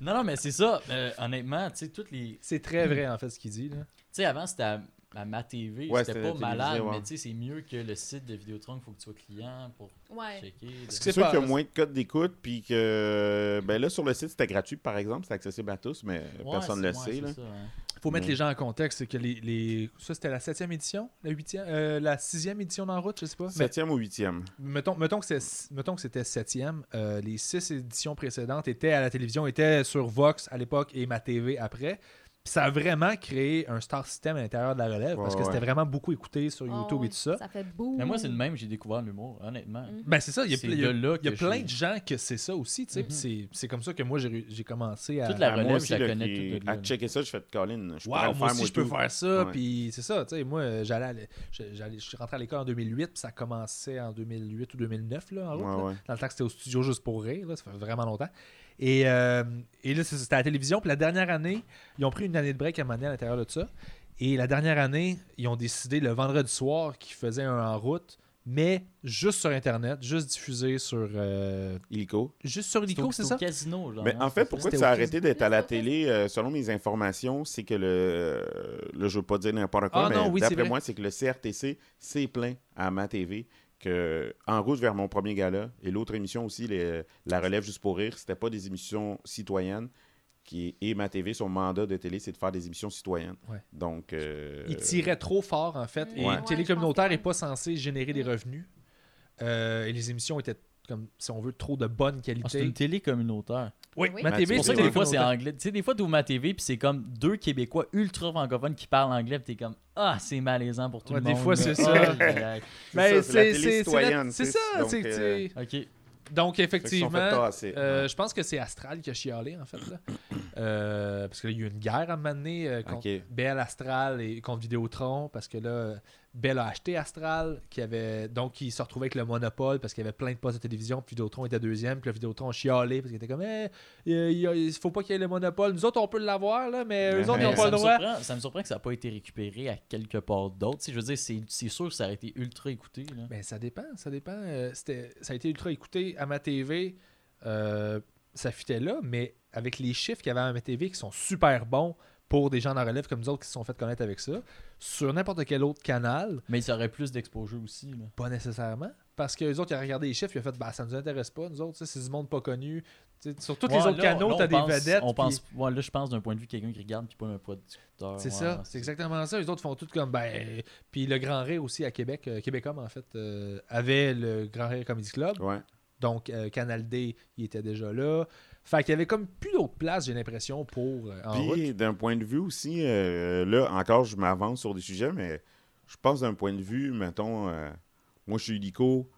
Non, non, mais c'est ça. euh, honnêtement, tu sais, toutes les... Tu C'est très vrai, en fait, ce qu'il dit. Là. sais, avant, c'était à, à ma TV, Ouais, c'était c'était pas la malade, télévision, ouais. mais tu sais, c'est mieux que le site de Vidéotron, il faut que tu sois client pour ouais. checker. Parce que C'est C'est sûr pas- qu'il y a moins de codes d'écoute, puis que. Ben là, sur le site, c'était gratuit, par exemple, c'est accessible à tous, mais Ouais, personne ne le c'est- ouais, sait. c'est là. ça, hein. Faut mettre Mais- les gens en contexte. c'est que les, les- Ça, c'était la 7e édition La 8e euh, La 6e édition d'En route, je sais pas. Mais Septième ou huitième. mettons, mettons que c'est- mettons que c'était 7e. euh, les 6 éditions précédentes étaient à la télévision, étaient sur Vox à l'époque et ma TV après. Puis ça a vraiment créé un star system à l'intérieur de la relève parce Ouais, que c'était ouais. vraiment beaucoup écouté sur Ah, YouTube ouais. et tout ça. Ça fait beau. Mais moi, c'est le même, j'ai découvert l'humour, honnêtement. Mm. Ben, c'est ça. Il y a, C'est ple- il y a- de là il y a que plein j'ai- de gens que c'est ça aussi. tu sais, puis c'est- C'est comme ça que moi, j'ai ré- j'ai commencé à. Toute la Ah, moi relève, aussi, je la là, connais qui- toute de là, À là. checker ça, je fais de Colin. Je pourrais Waouh, le moi faire, aussi je peux tout. faire ça. Ouais. Puis c'est ça, tu sais, moi euh, j'allais, à l'é- je- j'allais- je suis rentré à l'école en 2008, puis ça commençait en 2008 ou 2009 là, en route, Ouais, là. ouais. Dans le temps que c'était au studio juste pour rire, là, ça fait vraiment longtemps. Et, euh, et là c'est- c'était à la télévision. Puis la dernière année, ils ont pris une année de break à un moment donné à l'intérieur de ça. Et la dernière année, ils ont décidé le vendredi soir qu'ils faisaient un en route, mais juste sur internet, juste diffusé sur euh, Illico. juste sur C'est Lico, au- c'est au ça. casino, genre. Mais hein, en fait, c'est ça. pourquoi C'était tu as au arrêté d'être à la Christ- télé, euh, selon mes informations, c'est que le. Là, je veux pas dire n'importe quoi, Ah mais non, oui, c'est d'après vrai. moi, c'est que le CRTC s'est plaint à ma TV que En route vers mon premier gala et l'autre émission aussi, les- euh, La Relève juste pour rire, c'était pas des émissions citoyennes. Qui, et ma TV, son mandat de télé, c'est de faire des émissions citoyennes. Ouais. Donc. euh, Il tirait trop fort, en fait. Mm. Et Ouais. une Ouais, télé je pense communautaire que n'est oui. pas censée générer des Mm. revenus. Euh, et les émissions étaient, comme si on veut, trop de bonne Ah, c'est une qualité. télé communautaire. oui, Oui. ma Ben, TV, C'est Mais pour ça c'est que une des fois, c'est télé communautaire. anglais. Tu sais, des fois, tu ma TV, puis c'est comme deux Québécois ultra francophones qui parlent anglais, puis t'es comme Ah, c'est malaisant pour tout Ouais, le des monde. fois, c'est là. Ah, ça. Aïe, aïe, aïe. Ben, ça, c'est la c'est- télé c'est- c'est la- citoyenne, c'est tu ça. sais, donc, c'est que euh, c'est- Ok. Donc, fait qu'ils sont fait effectivement, tasser. euh, je pense que c'est Astral qui a chialé, en fait. là. Euh, parce qu'il y a eu une guerre à un moment donné euh, contre Ok. Bell, Astral et contre Vidéotron. Parce que là, Bell a acheté Astral, qui avait donc il se retrouvait avec le monopole parce qu'il y avait plein de postes de télévision. Puis Vidéotron était deuxième. Puis le Vidéotron chialait parce qu'il était comme Eh, il il- il faut pas qu'il y ait le monopole. Nous autres, on peut l'avoir, là, mais eux autres, ils n'ont Mais pas ça, le me droit. surprend, ça me surprend que ça n'a pas été récupéré à quelque part d'autre. Tu sais, Je veux dire, c'est c'est sûr que ça aurait été ultra écouté. là. Ben, ça dépend, ça dépend. Euh, c'était, ça a été ultra écouté à ma TV. euh, ça fitait là, mais avec les chiffres qu'il y avait à ma TV qui sont super bons pour des gens dans la relève comme nous autres qui se sont fait connaître avec ça, sur n'importe quel autre canal, Mais ça aurait plus d'exposure aussi. là. pas nécessairement. Parce que les autres, ils ont regardé les chiffres, ils ont fait, bah, ça nous intéresse pas, nous autres, ça, c'est du monde pas connu. Tu sais, sur tous Ouais, les autres là, canaux, là, on t'as des pense- vedettes. On puis- pense, ouais, là, je pense d'un point de vue quelqu'un qui regarde, puis pas d'un producteur. C'est Ouais, ça, c'est exactement ça. Les autres font tout comme. Ben... Puis le Grand Rire aussi à Québec, euh, Québécois, en fait, euh, avait le Grand Rire Comedy Club. Ouais. Donc, euh, Canal D, il était déjà là. Fait qu'il y avait comme plus d'autres places, j'ai l'impression, pour euh, en route. Puis d'un point de vue aussi, euh, là encore, je m'avance sur des sujets, mais je pense d'un point de vue, mettons, euh, moi je suis illico,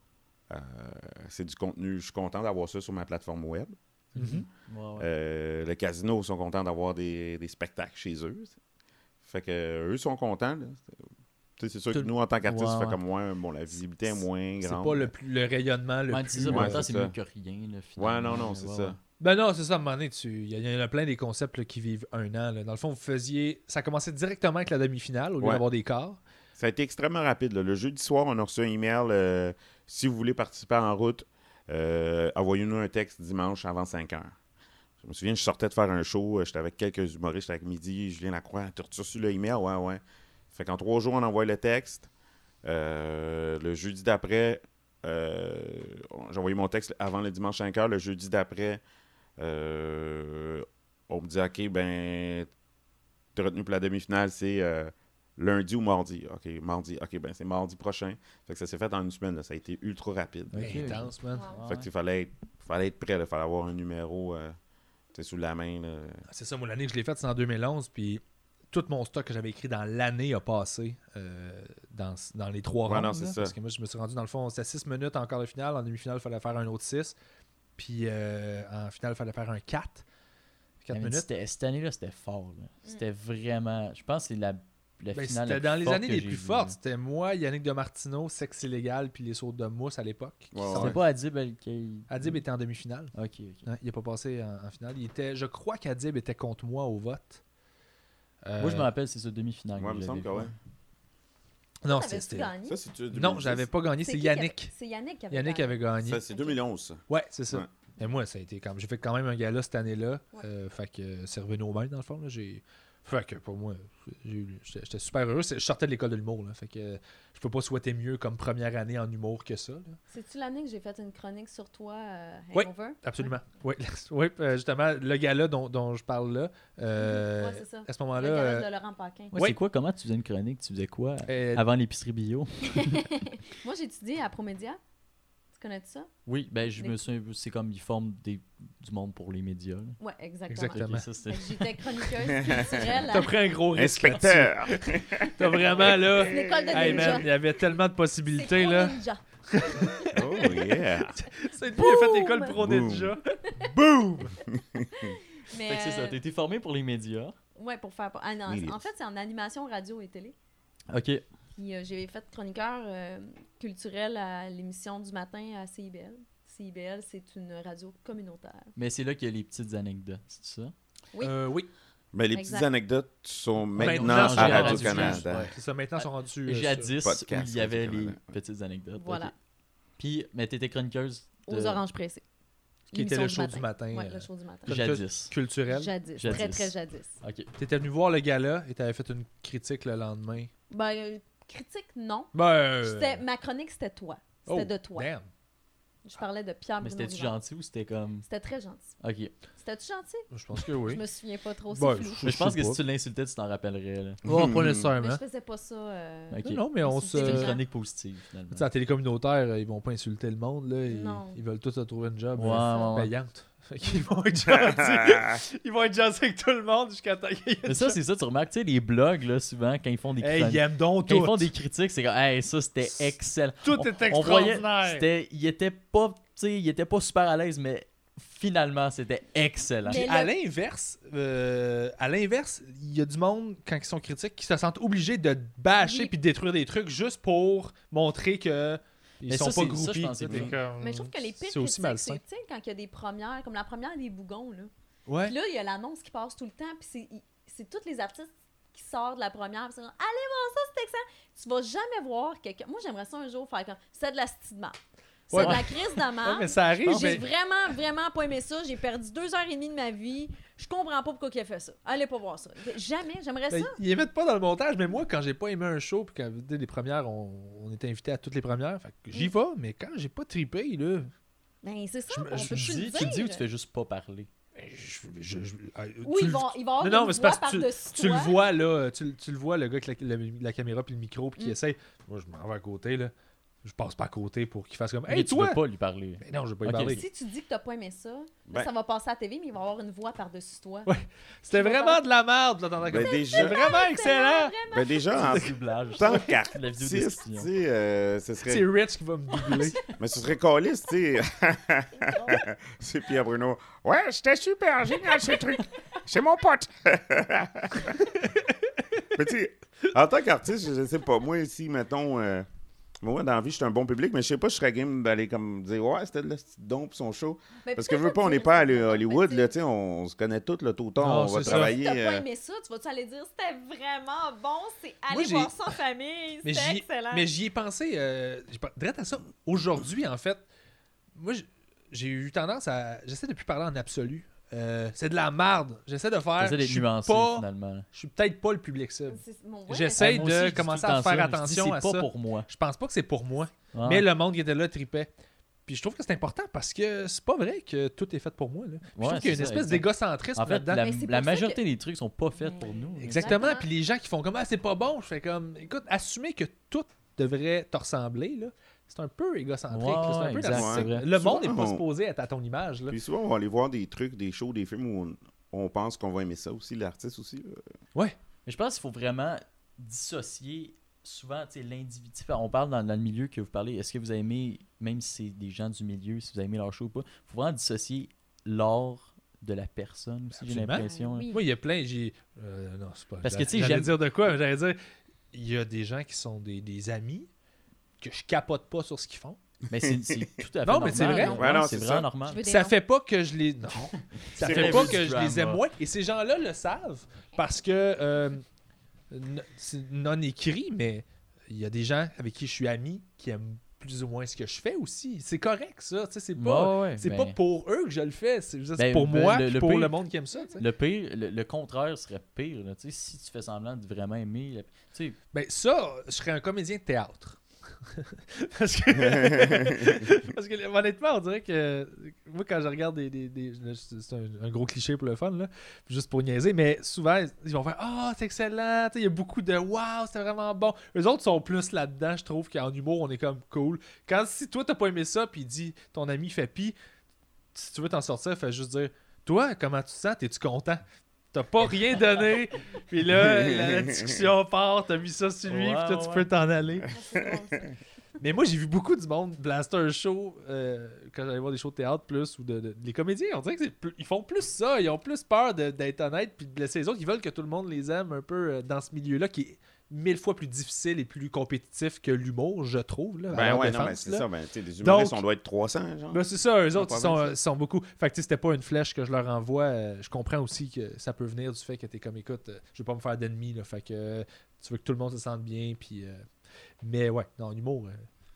euh, c'est du contenu, je suis content d'avoir ça sur ma plateforme web. Mhm. Ouais, ouais. Euh, le casino sont contents d'avoir des, des spectacles chez eux. Fait que eux sont contents. là. Tu sais, C'est sûr que Tout- nous, en tant qu'artistes, ça Ouais, fait ouais. comme moins, bon, la visibilité est C'est- moins grande. C'est pas le, plus- le rayonnement le Ouais, plus. c'est ça, mais en ouais, même temps, c'est c'est mieux ça. que rien. là, Ouais, non, finalement, non, c'est ouais, ça. ouais. Ben non, c'est ça, à un moment donné, tu- il y, a- il y en a plein des concepts là, qui vivent un an. là. Dans le fond, vous faisiez. Ça commençait directement avec la demi-finale au lieu Ouais. d'avoir des quarts. Ça a été extrêmement rapide. là. Le jeudi soir, on a reçu un email. euh, si vous voulez participer en route, euh, envoyez-nous un texte dimanche avant 5 heures. Je me souviens, je sortais de faire un show. euh, J'étais avec quelques humoristes avec midi. Julien Lacroix, tu as reçu le email? Ouais, ouais. Fait qu'en trois jours, on envoie le texte. Euh, le jeudi d'après, euh, on- j'ai envoyé mon texte avant le dimanche 5 heures. Le jeudi d'après, euh, on me dit OK, ben, t'es retenu pour la demi-finale, c'est euh, lundi ou mardi. OK, mardi. OK, ben, c'est mardi prochain. Fait que ça s'est fait en une semaine. là. Ça a été ultra rapide. Ok. Intense, man. Wow. Ah Ouais, Fait qu'il fallait être, fallait être prêt. Il fallait avoir un numéro euh, tu sais, sous la main. là. C'est ça, moi, l'année que je l'ai faite, c'est en 2011. Puis tout mon stock que j'avais écrit dans l'année a passé euh, dans, dans les trois Ouais, rounds. non, c'est là, ça. Parce que moi, je me suis rendu dans le fond, c'était 6 minutes en quart de finale. En demi-finale, il fallait faire un autre 6. Puis euh, en finale, il fallait faire un 4. 4 Mais minutes. Mm. c'était- Cette année-là, c'était fort. là. C'était vraiment. Je pense que c'est la, la Ben, finale. la c'était plus dans les forte années que les j'ai plus vue, fortes. là. C'était moi, Yannick Demartino, Sexe illégal, puis les sautes de mousse à l'époque. qui Ouais, sont- ouais. C'était pas Adib El Khaï- Adib était en demi-finale. Ok, ok. Hein, il n'est pas passé en, en finale. Il était, je crois qu'Adib était contre moi au vote. Euh, Moi, je me rappelle, c'est ce demi-finale. Moi, il me semble que j'avais ouais. vu. Non, T'avais-tu c'était. gagné? Ça, c'est Non, j'avais pas gagné. C'est qui qui avait- Yannick. C'est Yannick qui avait Yannick gagné. avait gagné. Ça, c'est Ok. 2011. ça. Ouais, c'est ça. Ouais. Et moi, ça a été comme. J'ai fait quand même un gala cette année-là. Ouais. Euh, fait que euh, c'est revenu au bain, dans le fond. là. J'ai. Fait que pour moi, j'ai eu- j'étais j'étais super heureux. C'est- Je sortais de l'école de l'humour. là. Fait que euh, je peux pas souhaiter mieux comme première année en humour que ça. là. C'est-tu l'année que j'ai fait une chronique sur toi, euh, Oui, Hangover? Absolument. Oui, oui euh, justement, le gala dont, dont je parle là. euh, Mhm. Ouais, c'est ça. À ce Le moment-là. gala euh, de Ah. Laurent Paquin. Ouais, Oui. C'est quoi Comment tu faisais une chronique Tu faisais quoi euh, Avant l'épicerie bio Moi, j'ai étudié à Promédia. Tu connais ça? Oui, ben, je Des- me souviens. C'est comme ils forment des... du monde pour les médias. là. Ouais, exactement. Ok, Exactement. ça, c'était- Fait que J'étais chroniqueuse culturelle. T'as pris un gros risque. là-dessus. Inspecteur! T'as vraiment là. C'est l'école de Hey ninja. man, il y avait tellement de C'est possibilités pro là. ninja. oh, yeah! C'est lui qui a fait l'école Boum! pro Boum. ninja. Boum! Mais, Fait que c'est ça. euh, T'as été formé pour les médias. ouais, pour faire. ah, non, Oui. en fait, c'est en animation radio et télé. Ok. Puis euh, j'ai fait chroniqueur euh, culturel à l'émission du matin à CIBL. CIBL, c'est une radio communautaire. Mais c'est là qu'il y a les petites anecdotes, c'est ça Oui. Euh, oui. Mais Ben, les Exact. petites anecdotes sont maintenant, Maintenant, sur Ben, j'ai rendu Radio-Canada. Ouais, C'est ça, maintenant, ils sont rendus. euh, sur- Jadis, où podcast, il y avait les Canada, ouais. petites anecdotes. Voilà. ok. Puis, mais t'étais chroniqueuse de- Aux Oranges Pressées. Qui était le L'émission show du matin, Ouais, euh, le show du matin. Jadis. Culturel. Jadis. Jadis. Très, très jadis. Ok. T'étais venu voir le gala et t'avais fait une critique le lendemain. Ben, euh, critique, non. Ben. euh, C'était- Ma chronique, c'était toi. C'était oh, de toi. Damn. Je parlais de Pierre Mais Bruno c'était-tu Rivard. gentil ou c'était comme. C'était très gentil. Ok. C'était-tu gentil? Je pense que Je oui. me souviens pas trop, Ben, c'est flou. Mais je pense sais que si pas. tu l'insultais, tu t'en rappellerais. Là. Oh, pas Mais je nécessairement. faisais pas ça. euh, Ok. Non, non, mais on C'est se. C'était une Euh, chronique positive, finalement. Tu sais, en télé communautaire, euh, ils vont pas insulter le monde, là. Ils, Non. ils veulent tous se trouver une job Ouais, euh, ouais, ouais. payante. Fait qu'ils vont être gentils. ils vont être gentils avec tout le monde jusqu'à temps qu'il y ait une Mais ça, job. c'est ça, tu remarques, tu sais, les blogs, là, souvent, quand ils font des Hey, critiques. ils aiment donc Quand ils font tout. des critiques, c'est comme, hey, ça c'était excellent. Tout On- est on voyait- extraordinaire. c'était- Il était pas, tu sais, il était pas super à l'aise, mais finalement c'était excellent. Mais- Puis le- à l'inverse, euh, à l'inverse, il y a du monde quand ils sont critiques qui se sentent obligés de bâcher Oui. puis de détruire des trucs juste pour montrer que ils Mais ça, sont pas c'est- ça, je groupies. pense que c'est T'es bien. comme- Mais je trouve que les pires c'est aussi critiques, malsain. c'est tu sais, quand il y a des premières, comme la première des bougons, là. Ouais. Puis là, il y a l'annonce qui passe tout le temps, puis c'est- il- c'est tous les artistes qui sortent de la première, puis c'est comme, allez voir ça, c'est excellent. Tu vas jamais voir quelqu'un. Moi, j'aimerais ça un jour faire comme, c'est de la stie de merde. C'est Ouais. de la crise de Ouais, merde. mais ça arrive. mais- J'ai vraiment, vraiment pas aimé ça. J'ai perdu deux heures et demie de ma vie. Je comprends pas pourquoi il a fait ça. Allez pas voir ça. Jamais, j'aimerais ça. Ben, ils les mettent pas dans le montage, mais moi, quand j'ai pas aimé un show, puis quand dès les premières, on, on était invité à toutes les premières, fait que j'y Mm. vais, mais quand j'ai pas tripé, là, Ben, c'est ça. Je me- on je peut Tu plus dis, le tu dis ou dire. tu fais juste pas parler? ben, je- je- je- ah, Oui, tu il le- va, il va avoir Non, non, une mais c'est voix parce que par-dessus Tu le toi. vois là, tu, tu le vois le gars avec la, la- la caméra puis le micro puis qui Mm. essaye. Moi je m'en vais à côté là, je passe pas à côté pour qu'il fasse comme. mais Hey tu toi. veux pas lui parler. Ben non je vais pas y Ok. parler. Si tu dis que t'as pas aimé ça, là, Ben. ça va passer à la TV, mais il va avoir une voix par-dessus toi. Ouais, C'était Tu vas vraiment parler. de la merde là, t'entends comme. Ben, C'est déjà, vraiment excellent. ben, déjà, en Le doublage. tant La vidéo qu'artiste, tu description. sais, euh, ce C'est serait... Rich qui va me doubler. Mais ce serait caliste, tu sais. C'est Pierre Bruno. Ouais, c'était super, génial ce truc. C'est mon pote. mais tu sais, en tant qu'artiste, je, je sais pas. Moi, ici, mettons. euh, moi, dans la vie, je suis un bon public, mais je sais pas, je serais game d'aller comme dire Ouais, c'était de la petite don pis son show. Ben, Parce que peut-être je veux pas, on dire n'est pas à ça, mais Hollywood, tu là, sais, tu sais, on, on se connaît tous, là, tout le temps, Non, on va c'est ça. Si travailler. t'as pas euh, aimé ça, tu vas-tu aller dire c'était vraiment bon, c'est Moi, aller j'ai- voir ça en famille, Mais c'était j'y, excellent. mais j'y ai pensé, euh, j'ai pas- direct à ça, aujourd'hui, en fait, moi, j'- j'ai eu tendance à... J'essaie de plus parler en absolu. Euh, c'est de la marde. J'essaie de faire... T'essaies Je d'être suis nuancé pas- finalement. je suis peut-être pas le public cible. C'est- bon, ouais, mais J'essaie. Essaye Ah, moi aussi, de je dis commencer tout le à temps faire ça. Je dis, attention à C'est ça. pas pour moi. Je pense pas que c'est pour moi, Ah. mais le monde qui était là tripait. Puis je trouve que c'est important parce que c'est pas vrai que tout est fait pour moi. là. Puis je Ouais, trouve qu'il y a c'est une ça, espèce exact. d'égocentrisme En fait, là-dedans. la, Mais c'est la pour ça majorité des trucs sont pas faits Mais- pour nous. là. Exactement. Exactement. Puis les gens qui font comme Ah, c'est pas bon, je fais comme écoute, assumer que tout devrait te ressembler, là, c'est un peu égocentrique. là, c'est un Ouais, peu exact, narcissique. c'est vrai. Le monde n'est Souvent, pas on- supposé être à ton image. Là. Puis souvent, on va aller voir des trucs, des shows, des films où on, on pense qu'on va aimer ça aussi, l'artiste aussi. là. Mais je pense qu'il faut vraiment dissocier souvent tu sais, l'individu. Enfin, On parle dans, dans le milieu que vous parlez. Est-ce que vous aimez, même si c'est des gens du milieu, si vous aimez leur show ou pas, il faut vraiment dissocier l'art de la personne aussi, j'ai Absolument. l'impression. Oui. Moi, il y a plein. J'ai. euh, non, c'est pas. Parce que, tu sais, j'allais j'aime- dire de quoi mais J'allais dire, il y a des gens qui sont des, des amis que je capote pas sur ce qu'ils font. Mais c'est c'est tout à fait Non, normal. mais c'est vrai. Ouais, non, c'est c'est vraiment ça. normal. Je veux des Ça noms. fait pas que je les. Non. ça C'est fait vrai, pas du que je les aime drama. moins. Et ces gens-là le savent parce que. euh, n- c'est non écrit, mais il y a des gens avec qui je suis ami qui aiment plus ou moins ce que je fais aussi. C'est correct, ça. Tu sais, c'est pas. Ben, Ouais, ouais, C'est mais pas pour eux que je le fais, c'est juste Ben, pour ben, moi, le- puis le pour pire- le monde qui aime ça. tu sais. Le pire, le, le contraire serait pire. là, tu sais, si tu fais semblant de vraiment aimer. la- tu sais, Ben ça, je serais un comédien de théâtre. parce que, parce que honnêtement, on dirait que moi quand je regarde des, des- des- là, c'est c'est un, un gros cliché pour le fun là, juste pour niaiser, mais souvent ils vont faire ah c'est excellent, Tu sais, il y a beaucoup de waouh c'est vraiment bon. Les autres sont plus là-dedans, je trouve qu'en humour on est comme cool. Quand si toi t'as pas aimé ça puis il dit ton ami fait pis, si tu veux t'en sortir, fais juste dire toi comment tu te sens, t'es tu content? T'as pas rien donné, puis là, la, la discussion part, t'as mis ça sur lui, Ouais, puis toi, tu ouais. peux t'en aller. Ah, c'est drôle, ça. Mais moi, j'ai vu beaucoup du monde blaster un show euh, quand j'allais voir des shows de théâtre plus ou de, de- les comédiens. On dirait qu'ils font plus ça. Ils ont plus peur de- d'être honnêtes puis de blesser les autres. Ils veulent que tout le monde les aime un peu euh, dans ce milieu-là qui est mille fois plus difficile et plus compétitif que l'humour, je trouve. Là, à Ben leur ouais, non, défense, mais c'est là. ça. Ben, tu sais, des humoristes, Donc- on doit être 300, genre. Ben, c'est ça, eux Non, autres, pas ils sont, mal, ça. euh, sont beaucoup. Fait que tu sais, c'était pas une flèche que je leur envoie. euh, je comprends aussi que ça peut venir du fait que t'es comme, écoute, euh, je veux pas me faire d'ennemis, là. Fait que euh, tu veux que tout le monde se sente bien, puis. euh, Mais ouais, dans l'humour. euh,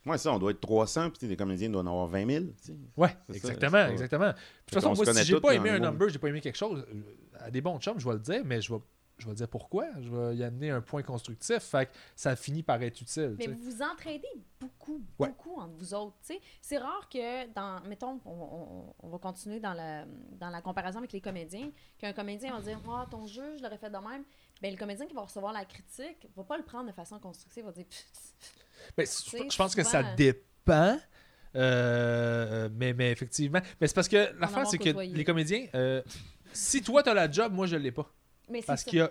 Moi, ça, on doit être 300, puis tu sais, les comédiens doivent en avoir 20 000. tu sais. Ouais, C'est ça, exactement, c'est pas- exactement. Puis, De toute Fait façon, qu'on moi, se si connaît j'ai tous pas dans aimé un l'humour. number, j'ai pas aimé quelque chose, euh, à des bons chums, je vais le dire, mais je vais, je vais le dire pourquoi. Je vais y amener un point constructif. Fait que ça finit par être utile. Mais tu sais. vous vous entraidez beaucoup, Ouais. beaucoup entre vous autres. tu sais. C'est rare que, dans, mettons, on, on- on va continuer dans la, dans la comparaison avec les comédiens, qu'un comédien va dire Ah, ton jeu, je l'aurais fait de même. Ben, le comédien qui va recevoir la critique va pas le prendre de façon constructive, va dire Pff, pff, Ben, Tu je sais, je pense que ça souvent- dépend. Euh, mais, mais effectivement. Mais c'est parce que l'affaire, avoir c'est que côtoyé. les comédiens, euh, si toi, t'as la job, moi, je l'ai pas. Mais c'est Parce ça. qu'il y a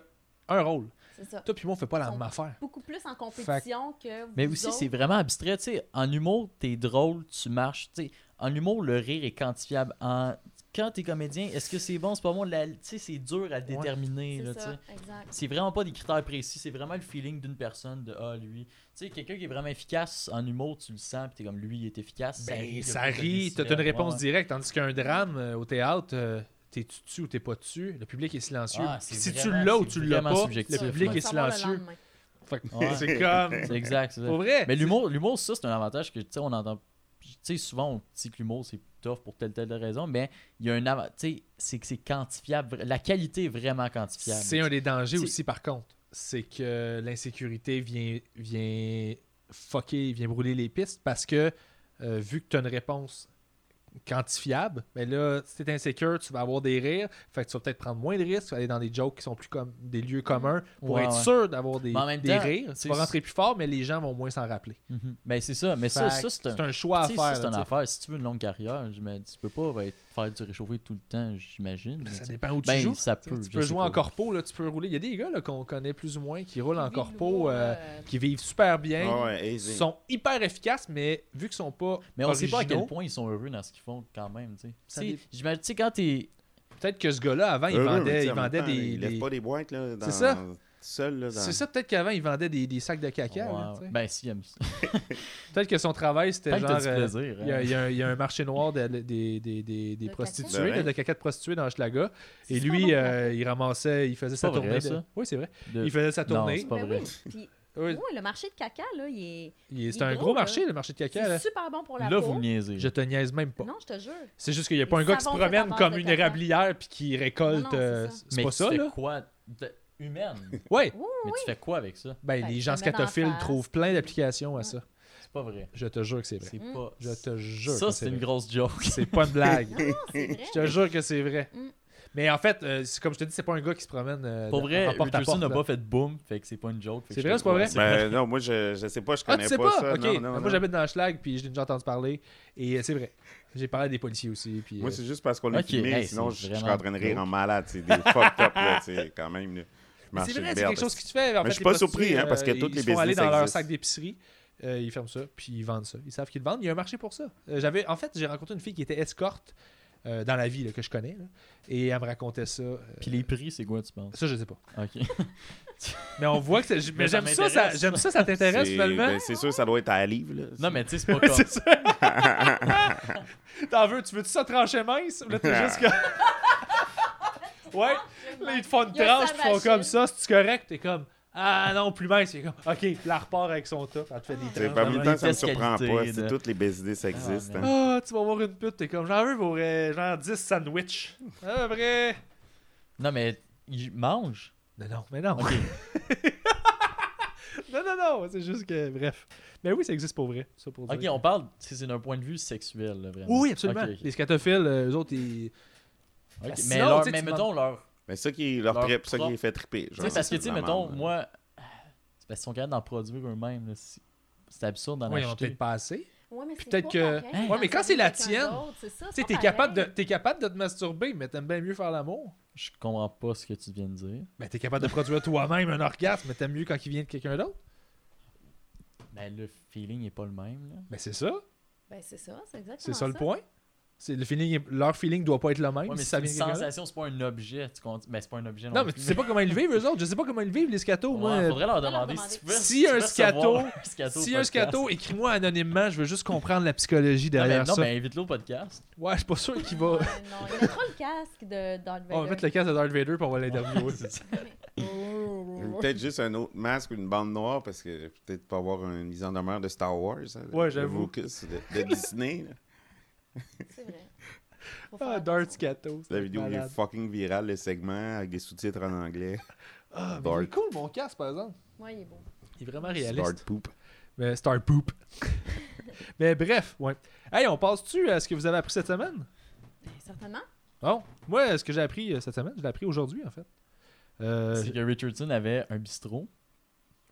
un rôle. C'est ça. Toi, puis moi, on fait pas la Son- même affaire. Beaucoup plus en compétition que vous. Mais aussi, autres. c'est vraiment abstrait. Tu sais, en humour, t'es drôle, tu marches. Tu sais, en humour, le rire est quantifiable. En... Quand t'es comédien, est-ce que c'est bon, c'est pas bon? La- Tu sais, c'est dur à déterminer. C'est là, tu ça, sais. exact. C'est vraiment pas des critères précis, c'est vraiment le feeling d'une personne de Ah, lui. Tu sais, quelqu'un qui est vraiment efficace en humour, tu le sens, puis t'es comme lui, il est efficace. Ben, il a ça plus de rit, t'as décibels. t'as une réponse Ouais, directe, tandis qu'un drame euh, au théâtre, euh, t'es-tu dessus ou t'es pas dessus, le public est silencieux. Ah, c'est si tu vraiment- l'as ou c'est tu l'as vraiment pas, subjectif, le ouais. public est Faut savoir le silencieux. lendemain. Fait que Ouais. C'est comme... ouais. C'est exact, c'est ça. Pour vrai. Mais l'humour, l'humour, ça, c'est un avantage que, tu sais, on entend. Tu sais, souvent, on dit que l'humour, c'est tough pour telle telle raison, mais il y a un avantage. Tu sais, c'est que c'est quantifiable. vra- La qualité est vraiment quantifiable. C'est un des dangers C'est- aussi, par contre. C'est que l'insécurité vient, vient fucker, vient brûler les pistes parce que euh, vu que tu as une réponse quantifiable, mais là, si tu insécure, tu vas avoir des rires. Fait que tu vas peut-être prendre moins de risques, aller dans des jokes qui sont plus comme des lieux communs pour Ouais, être ouais. sûr d'avoir des, Mais en même des temps, rires. c'est- Tu vas rentrer plus fort, mais les gens vont moins s'en rappeler. Mhm. Ben, c'est ça. Mais ça, Fait ça que c'est un. choix à tu sais, ça, faire. c'est là, une tu sais. affaire. Si tu veux une longue carrière, je me- tu peux pas ben, faire du réchauffé tout le temps, j'imagine. mais Ça tu- dépend où tu Ben, joues. ça Tu sais, peut. tu je peux sais jouer pas. en corpo, là, tu peux rouler. Il y a des gars là, qu'on connaît plus ou moins qui roulent en Vivre corpo, l'humour, euh, euh, qui vivent super bien. Ah ouais, Ils easy. sont hyper efficaces, mais vu qu'ils sont pas Mais on sait pas à originaux, quel point ils sont heureux dans ce qu'ils font quand même. tu sais. Ça Tu sais, dépend. j'imagine- tu sais, quand t'es. peut-être que ce gars-là, avant, il Heureux, mais Euh, tu vendait, sais, il en même vendait temps, des... Ils lèvent des- pas des boîtes, là. dans- C'est ça. tout Seul, là. dans- C'est ça, peut-être qu'avant, il vendait des, des sacs de caca. Ouais, là, tu sais. ben, si, aime ça. Peut-être que son travail, c'était Peut-être que genre... t'as du euh, plaisir. il y, a, hein. il y a un- il y a un marché noir de- de- des, des- des- des De prostituées, caca. Ben ouais. là, de caca de prostituées dans Hochelaga. c'est Et pas lui, bon. euh, il ramassait, il faisait sa pas vrai, tournée. de- ça. Oui, c'est vrai. De- Il faisait sa Non, tournée. c'est pas Ben vrai. oui, puis- Oui, ouais, le marché de caca, là, il est, il- il C'est est un gros, gros là. marché, le marché de caca. là. c'est super bon pour la Là, peau. vous me niaisez. Je te niaise même pas. Non, je te jure. C'est juste qu'il n'y a pas un Les gars qui se savons promène faits à comme base une de caca. érablière puis qui récolte. c'est euh, ça. C'est pas tu ça, fais là? quoi de- Humaine. Ouais. Mais tu fais quoi avec ça? Ben, Ben, les tu gens te mets dans la scatophiles face. trouvent plein d'applications à ça. C'est pas vrai. Je te jure que c'est vrai. C'est Mm. pas. Je te jure ça, que c'est une vrai. grosse joke. C'est pas une blague. Non, non, c'est vrai. je te jure que c'est vrai. Mm. Mais en fait, euh, c'est- comme je te dis, c'est pas un gars qui se promène. euh, Pour dans- vrai, en porte à Richardson porte, n'a là. pas fait de boom, fait que c'est pas une joke. fait que C'est je vrai, te c'est pas crois. vrai? Ben, non, moi, je, je sais pas, je Ah, connais tu sais pas, pas? ça. ok. Non, non, moi, non. j'habite dans Schlag puis j'ai déjà entendu parler. Et euh, c'est vrai. J'ai parlé à des policiers aussi. Puis, Moi, euh, c'est juste parce qu'on l'a Ok, filmé, hey, sinon c'est je je serais vraiment en train de rire en malade. C'est des fucked up, là, tu sais, quand même. là. Mais c'est Marché vrai, de c'est merde. quelque chose que tu fais. En fait, Mais je suis les pas surpris, prostituées, hein, parce que euh, toutes ils les se font aller business dans leur existent. sac d'épicerie, euh, ils ferment ça, puis ils vendent ça. Ils savent qu'ils le vendent. Il y a un marché pour ça. Euh, J'avais, en fait, j'ai rencontré une fille qui était escorte euh, dans la vie là, que je connais. là. Et elle me racontait ça. euh, Puis les prix, c'est quoi, tu penses? Ça, je sais pas. Ok. Mais on voit que. c'est- Mais ça j'aime ça, ça, m'intéresse. j'aime ça, ça t'intéresse C'est- finalement. ben, c'est sûr, ça doit être à la livre. Là. Non, mais tu sais, c'est pas Ouais, comme. c'est ça. T'en veux, tu veux-tu ça trancher mince? Ou là, t'es juste comme. ouais, là, ils te font une Il y a tranche, sa ils font machine. comme ça, c'est-tu correct? T'es comme. Ah non, plus mince. Il est comme. Ok, puis là, elle repart avec son top. Elle te fait des C'est tranches. pas le Des temps, ça me tests surprend qualité pas. de- C'est toutes les baises idées, ça existe. man. hein. Ah, tu vas voir une pute, t'es comme. J'en veux pour euh, genre 10 sandwichs. Ah, vrai. Non, mais ils mangent. Non, non, mais non. Ok. Non, non, non. C'est juste que. Bref. Mais oui, ça existe pour vrai. Ça pour Ok, dire. on parle, c'est c'est d'un point de vue sexuel, là, vraiment. Oui, oui, absolument. Ok, ok. Les scatophiles, euh, eux autres, ils. Ok, Sinon, Mais, leur, tu sais, mais tu mettons leur. Mais ça qui leur Leur trip, ça qui propre- les fait triper. Tu sais, parce que, tu sais, mettons, moi moi. C'est parce qu'ils sont capables d'en produire eux-mêmes. là, C'est c'est absurde d'en Oui, on acheter. peut-être pas assez. Ouais, mais Puis c'est peut-être pas que- Ouais, pareil quand mais ça quand c'est vient la de quelqu'un tienne, d'autre, c'est ça, Tu c'est sais, t'es pas capable, de, pareil. t'es capable de te masturber, mais t'aimes bien mieux faire l'amour. Je comprends pas ce que tu viens de dire. Ben, t'es capable de produire toi-même un orgasme, mais t'aimes mieux quand il vient de quelqu'un d'autre. Mais le feeling est pas le même, là. Ben, c'est ça. Ben, c'est ça, c'est exactement C'est ça, le point. C'est, le feeling, est- leur feeling doit pas être le Ouais, même mais si c'est ça une vient de quelqu'un d'autre. sensation, c'est pas un objet. Tu comprends? Mais c'est pas un objet. Non, mais tu sais pas comment ils le vivent, eux autres. Je sais pas comment ils le vivent, les scatos. Ouais, Moi, euh, faudrait leur Faudrait leur demander si tu veux. demander. Si tu un veux recevoir scato- un scato. si un scato, écris-moi anonymement, je veux juste comprendre la psychologie Non, mais, derrière non, ça. Euh, mais invite-le au podcast. Ouais, je suis pas sûr qu'il va. Ouais, non, il a trop le casque de Darth Vader. On va mettre le casque de Darth Vader puis on va l'interviewer. Ou Peut-être juste un autre masque ou une bande noire parce que je vais peut-être pas avoir une mise en demeure de Star Wars. hein, de- Ouais, de j'avoue. Lucas, de, de Disney. là. C'est vrai. Faut faire ah, Darth Scato. c'est La vidéo qui est malade. fucking virale, le segment, avec des sous-titres en anglais. Ah, mais il Darth. est cool, mon casque, par exemple. attention. Ouais, il est beau. Il est vraiment Star réaliste. Poop. Mais Star Poop. Mais bref, ouais. Hey, on passe-tu à ce que vous avez appris cette semaine? Ben, certainement. Bon, moi, ce que j'ai appris euh, cette semaine, je l'ai appris aujourd'hui, en fait. Euh, C'est que Richardson avait un bistrot.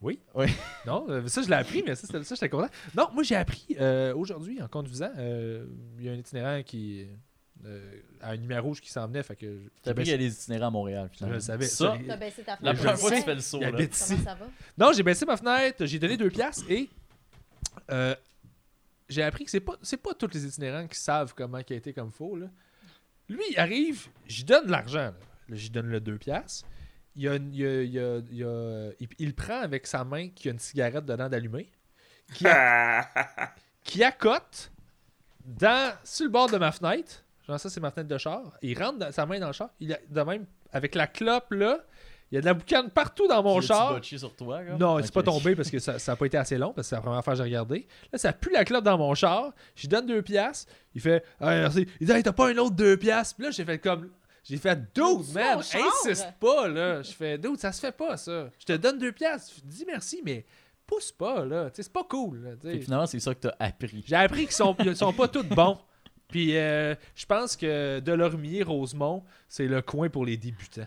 Oui. Oui. non, euh, ça, je l'ai appris, mais ça, c'était ça, j'étais content. Non, moi, j'ai appris euh, aujourd'hui, en conduisant, euh, il y a un itinérant qui euh, a une lumière rouge qui s'en venait, fait que... je- T'as appris qu'il y a des itinérants à Montréal. finalement. Je le savais, Ça, ça, il- T'as baissé ta la je première le fois que sais. tu fais le saut, Il là. habite ici. Comment ça va? Non, j'ai baissé ma fenêtre, j'ai donné deux piastres et euh, j'ai appris que c'est pas c'est pas tous les itinérants qui savent comment il a été comme faux. Là. Lui, il arrive, j'y donne de l'argent. Là. Là, j'y donne le deux piastres. Il, a une- il, a- il a- il a- il- il prend avec sa main qui a une cigarette dedans d'allumer, qui, a- qui accote dans, sur le bord de ma fenêtre. Genre, ça, c'est ma fenêtre de char. Il rentre dans- sa main dans le char. Il a- de même, avec la clope, là, il y a de la boucane partout dans mon Tu char. botché sur toi, là? Non, Ok. c'est pas tombé parce que ça n'a pas été assez long, parce que c'est la première fois que j'ai regardé. Là, ça pue la clope dans mon char. Je lui donne deux piastres. Il fait Ah, merci. Il dit Hey, t'as pas un autre deux piastres. Puis là, j'ai fait comme. J'ai fait Dude, Tu man, au char? insiste pas, là. Je fais Dude, ça se fait pas, ça. Je te donne deux piastres. Dis merci, mais pousse pas, là. Tu sais, c'est pas cool. là. Tu sais. Et finalement, c'est ça que t'as appris. J'ai appris qu'ils sont, ils sont pas tous bons. Puis euh, je pense que Delormier, Rosemont, c'est le coin pour les débutants.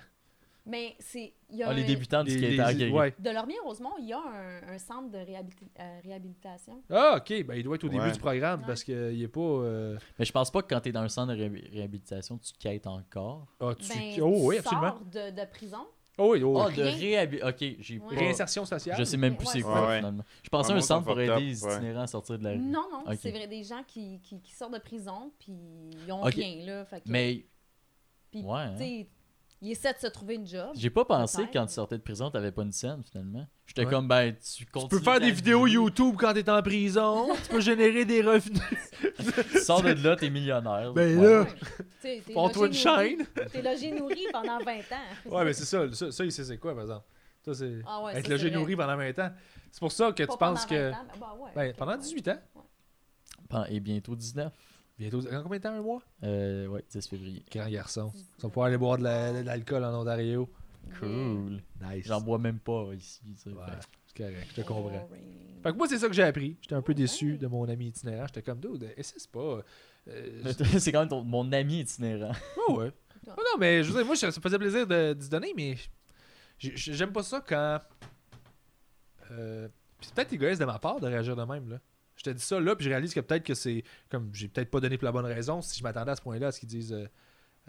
Mais c'est. il y a Ah, les un- débutants du Les- skate. les- ah, ok, ok. ouais. De Lormier Rosemont, il y a un, un centre de réhabili- euh, réhabilitation. Ah, ok. Ben, il doit être au début Ouais. du programme Ouais. parce qu'il est pas. euh, Mais je pense pas que quand t'es dans un centre de réha- réhabilitation, tu quêtes encore. Ah, tu... Ben, oh, oui, tu sors absolument. de, de prison. Oh, oui, oh, Ah, oui. de Rien. réhabilitation. Ok, j'ai Oh, Ouais. pas- Réinsertion sociale. Je sais même plus Ouais, c'est c'est quoi ça. Ouais. finalement. Je pensais à Ouais, un moi, centre pour Comfort aider Top, les ouais. itinérants à sortir de Euh, la rue. Non, non, Ok. c'est vrai. Des gens qui, qui, qui sortent de prison, puis ils ont Ok. rien, là. Fait que, Mais Puis, ouais, hein. tu sais, ils essaient de se trouver une job. j'ai pas pensé que Peut-être. quand tu sortais de prison, t'avais pas une scène finalement. J'étais Ouais. comme ben tu Tu continues. peux faire ta des vie, vidéos YouTube quand t'es en prison. tu peux générer des revenus. Tu sors de là, t'es millionnaire. Ben Ouais. là. T'sais, t'es Prends-toi logé une nourri- T'es logé nourri pendant 20 ans. Ouais, mais c'est ça. Ça, ça, il sait c'est quoi, par exemple. Ça, c'est Ah ouais, être ça, logé c'est vrai. nourri pendant 20 ans. C'est pour ça que Pas tu penses pendant que. 20 ans, mais bah ouais, Ben, ok, pendant ouais. 18 ans. Pen- Et bientôt 19. Bientôt. En combien de temps, un mois Euh, ouais, 10 février. Grand garçon. Tu vas pouvoir aller boire de la- de l'alcool en Ontario. Cool. Nice. J'en bois même pas ici. tu sais. Ouais, Fait- c'est correct. Je te comprends. Boring. Fait que moi, c'est ça que j'ai appris. J'étais un peu déçu de mon ami itinérant. J'étais comme, dude, essaie c'est pas. euh, Mais t- c'est quand même ton- mon ami itinérant. Ouais, ouais. Non, non, mais je veux dire, moi, ça me faisait plaisir de, de se donner, mais j'ai- j'ai- j'aime pas ça quand. Euh, puis c'est peut-être égoïste de ma part de réagir de même, là. Je te dis ça là, puis je réalise que peut-être que c'est. Comme j'ai peut-être pas donné pour la bonne raison, si je m'attendais à ce point-là à ce qu'ils disent euh,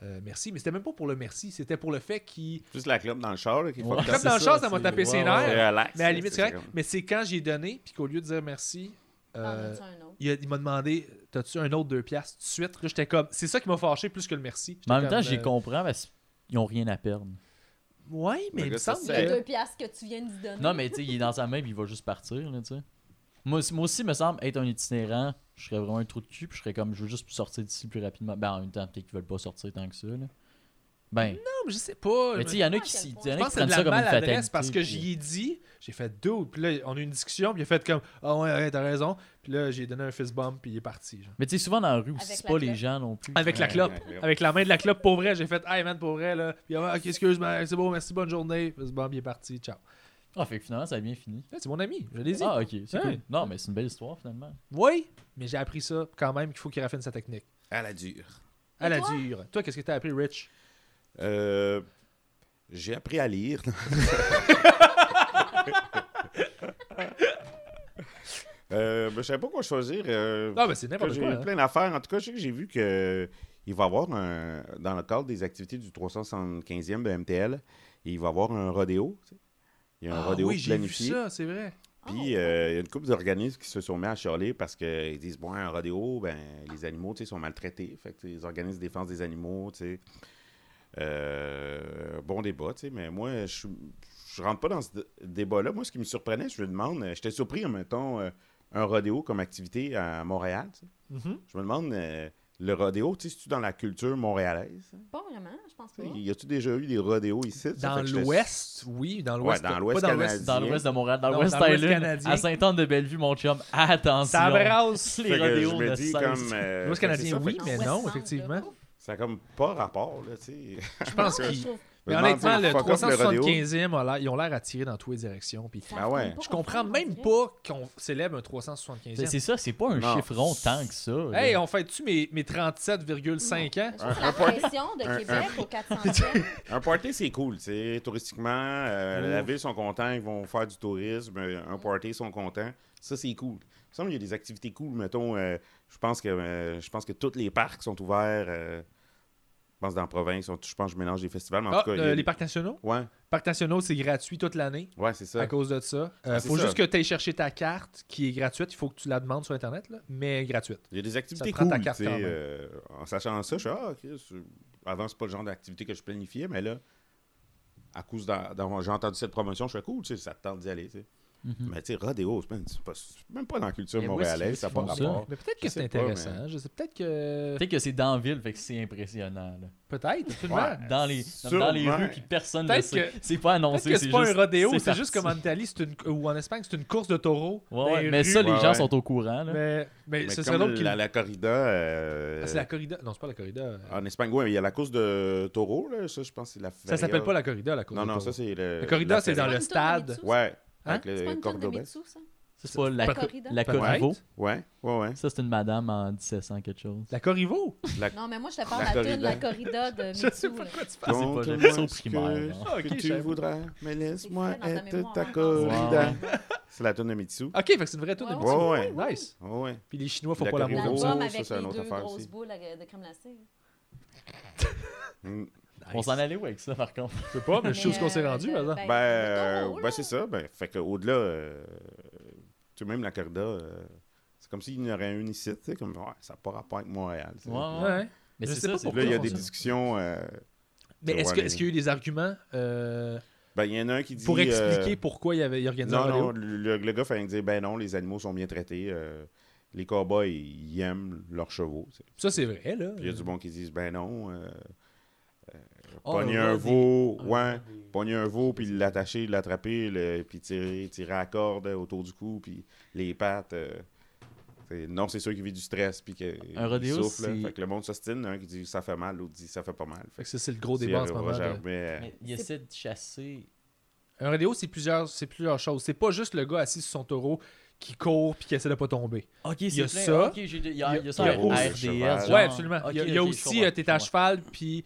euh, merci. Mais c'était même pas pour le merci, c'était pour le fait qu'ils. Juste la clope dans le char là, qui Ouais. fuck c'est Comme dans le ça, char, ça c'est- m'a tapé ses ouais, nerfs. ouais. Relax, Mais à la là, limite, c'est c'est correct. comme- Ah, Mais c'est quand j'ai donné, puis qu'au lieu de dire merci, T'en euh, as-tu un autre? il a- il m'a demandé t'as-tu un autre deux piastres tout de suite? Là, j'étais comme, c'est ça qui m'a fâché plus que le merci. J'étais Mais en même temps, comme, j'y euh, comprends parce qu'ils n'ont rien à perdre. Ouais, mais Le il me gars, ça semble se sait. Les que. deux piastres que tu viens de lui donner. Non, mais tu sais, il est dans sa main puis il va juste partir, là, tu sais. Moi, aussi- moi aussi, me semble, être un itinérant, je serais vraiment un trou de cul puis je serais comme, je veux juste sortir d'ici le plus rapidement. Ben, en même temps, peut-être qu'ils veulent pas sortir tant que ça, là. Ben, Non, mais je sais pas. mais je- tu sais, il y en a Je qui, sais s'y- pas à il y quel en a Je qui pense que c'est prennent de ça la comme une fatalité. maladresse parce que puis- j'y ai dit, j'ai fait deux, puis là, on a eu une discussion, puis il a fait comme, ah ouais, ouais, t'as raison, puis là, j'ai donné un fist bump, puis il est parti. genre. Mais tu sais, souvent dans la rue, Avec c'est la pas les clope. gens non plus. Avec la Ouais. clope, Avec la clope. avec la main de la clope, pour vrai, j'ai fait, hey man, pour vrai, là, puis il a fait, ok, excuse-moi, c'est bon, merci, bonne journée, fist bump, il est parti, ciao. Ah, fait que finalement, ça a bien fini. Là, C'est mon ami, je l'ai dit. Ah, ok, c'est Ouais. cool. Non, mais c'est une belle histoire finalement. Oui, mais j'ai appris ça quand même qu'il faut qu'il raffine sa technique. À la dure. À Et la toi? dure. Toi, qu'est-ce que t'as appris, Rich Euh, j'ai appris à lire. euh, ben, je savais pas quoi choisir. euh, Ah, ben c'est que n'importe j'ai quoi. eu hein. plein d'affaires. En tout cas, je sais que j'ai vu que il va y avoir, un- dans le cadre des activités du 375e de MTL, il va y avoir un rodéo. tu sais. Il y a un Ah rodéo oui, j'ai vu planifié. ça, c'est vrai. Puis, euh, il y a une couple d'organismes qui se sont mis à chialer parce qu'ils disent, bon, un rodéo, ben, les animaux, tu sais, sont maltraités. Fait que, tu sais, les organismes de défense des animaux, tu sais. Euh, bon débat, tu sais, mais moi, je ne rentre pas dans ce d- débat-là. Moi, ce qui me surprenait, je me demande, euh, j'étais surpris, mettons, euh, un rodéo comme activité à Montréal, tu sais. Mhm. Je me demande, euh, le rodéo, tu sais, c'est-tu dans la culture montréalaise? Pas vraiment, je pense pas. Tu sais, Y a-tu déjà eu des rodéos ici? ça? Dans Fait que j'étais- l'Ouest, oui, dans l'Ouest. Ouais, dans pas l'Ouest dans l'Ouest. canadien. Dans l'ouest de Montréal, dans Non, l'ouest dans l'Ouest Island, canadien. à Sainte-Anne-de-Bellevue, mon chum, attention. Ça brasse les Fait que rodéos je me de dis Sainte- comme, euh, L'Ouest fait que canadien, c'est ça, oui, fait que mais Dans non, West Centre, effectivement. là. Ouf, Ça a comme pas rapport, là, tu Je sais. pense qu'il. ça, je trouve- Mais Je me demande, honnêtement, le fuck off, rodéo. 375e, a l'air- ils ont l'air attirés dans toutes les directions. Puis ça Ben tombe ouais. pas je comprends contre même moi, pas qu'on célèbre un C'est 375e. c'est ça, c'est pas un Non. chiffre rond tant que ça. là. Hey, on fait-tu mes, mes 37,5 ans? Je trouve que c'est la pression de Québec au 400e. Un party, c'est cool, tu sais. Touristiquement, euh, Ouf. la ville sont contents, ils vont faire du tourisme. euh, Un party, ils sont contents. Ça, c'est cool. Il me semble qu'il y a des activités cool, mettons. euh, je pense que euh, je pense que tous les parcs sont ouverts. euh, je pense dans la province, on- je pense que je mélange les festivals, mais en Ah, tout cas. il y a euh, des- les parcs nationaux? Ouais, Parcs nationaux, c'est gratuit toute l'année ouais, c'est ça. à cause de ça. Euh, Ah, c'est faut ça. juste que tu ailles chercher ta carte qui est gratuite. Il faut que tu la demandes sur Internet, là, mais gratuite. Il y a des activités prend cool, ta carte tu sais, quand même. euh, en sachant ça, je suis ah, ok, c'est- avant c'est pas le genre d'activité que je planifiais, mais là, à cause d'en- d'en- j'ai entendu cette promotion, je suis cool, tu sais, ça te tente d'y aller, tu sais. Mm-hmm. Mhm. Mais tu sais, rodéo, c'est pas- c'est pas- c'est même pas dans la culture Mais où est-ce qu'ils montréalaise, ça n'a pas font ça? rapport. Mais peut-être Je que c'est sais pas, intéressant. mais- Je sais peut-être que. Peut-être que c'est dans la ville, fait que c'est impressionnant. là. Peut-être, absolument. Dans les, dans- dans les Sûrement. rues, puis personne ne Ben, Peut-être sait. que- C'est pas Peut-être annoncé, que c'est juste... c'est pas un rodéo, c'est parti. juste comme en Italie c'est une, ou en Espagne, c'est une course de taureaux. Ouais, dans ouais, les mais ça, rues. Ben, les Ouais, gens ouais. sont au courant. Là. Mais, mais Mais ce serait comme l'autre qui. la, la corrida, euh, Ah, c'est la corrida. Non, c'est pas la corrida. euh, en Espagne, ouais, il y a la course de taureau, là, ça, je pense que c'est la ça s'appelle pas la corrida, la course Non, de non, taureaux. ça, c'est le... La corrida, la c'est dans feria. le C'est pas une stade. Ben, tour de Mitsu, Hein? Ouais, avec C'est pas le une tonne de cordobès. Mitsu, ça? Ça, C'est pas la, La la, corrida? Peut-être. Corrivo. Ouais, ouais, ouais. Ça, c'est une madame en 1700 quelque chose. La corrivo. Non, mais moi, je te parle La de la corrida. toune, la corrida de Mitsu. Je sais pas là. de quoi tu Ah, parles. c'est pas Montre-moi le saut ce que- primaire, Ah, ok, que tu j'avais- voudras, mais laisse-moi C'est frais dans ta être mémoire, ta hein. corrida. Wow. C'est la tonne de Mitsu. Ok, fait que c'est une vraie tour de Ouais, Mitsu. ouais, ouais. Nice. Oh, ouais. Puis les Chinois, faut La pas la corrida. manger. L'album ça, avec c'est les une autre deux affaire grosses aussi. boules à- de crème glacée. Ben, Mm. On s'en allait où avec ça, par contre? Je sais pas, mais je sais où Mais, ce qu'on s'est euh, rendu, par exemple. Ben, le euh, taureau, ben là. c'est ça. Ben, fait que au-delà, euh, tu sais, même la corrida, euh, c'est comme s'il y en aurait une ici, tu sais, comme ouais, ça n'a pas rapport avec Montréal. tu sais. Ouais, ouais. Ouais. Mais Je c'est sais ça, pas c'est Puis Là, il y Pourquoi a des on fait ça? discussions. euh, Mais est-ce Ouais, que- les- est-ce qu'il y a eu des arguments euh, ben, il y en a un qui dit. pour euh, expliquer pourquoi il y avait il organisait un non, non, rodéo? le, le gars fait dire ben non, les animaux sont bien traités. euh, les cowboys, ils aiment leurs chevaux. tu sais. Ça, c'est vrai, là. Puis il y a du bon qui disent ben non. Euh, Oh, pogner un un rodé- veau, ouais. Pogner un veau, puis l'attacher, l'attraper, le- puis tirer, tirer à la corde autour du cou, puis les pattes. euh, c'est- non, c'est sûr qu'il vit du stress, puis que Un rodéo, il souffle. là. c'est- Fait que le monde s'ostine, un qui dit ça fait mal, l'autre dit ça fait pas mal. Fait Fait que ça, c'est le gros que débat en ce c'est- moment. là. genre, mais, euh, Mais il essaie de chasser. Un rodéo, c'est plusieurs, c'est plusieurs choses. C'est pas juste le gars assis sur son taureau qui court puis qui essaie de pas tomber. Ok, Il y a c'est plein. ça. Ok, j'ai- il y a, il y a ça Ah, Il y a en aussi- RDS. Ah, genre. ouais, absolument. Ok, il y a, il y a ok, je aussi, comprends, euh, t'es à je comprends. cheval puis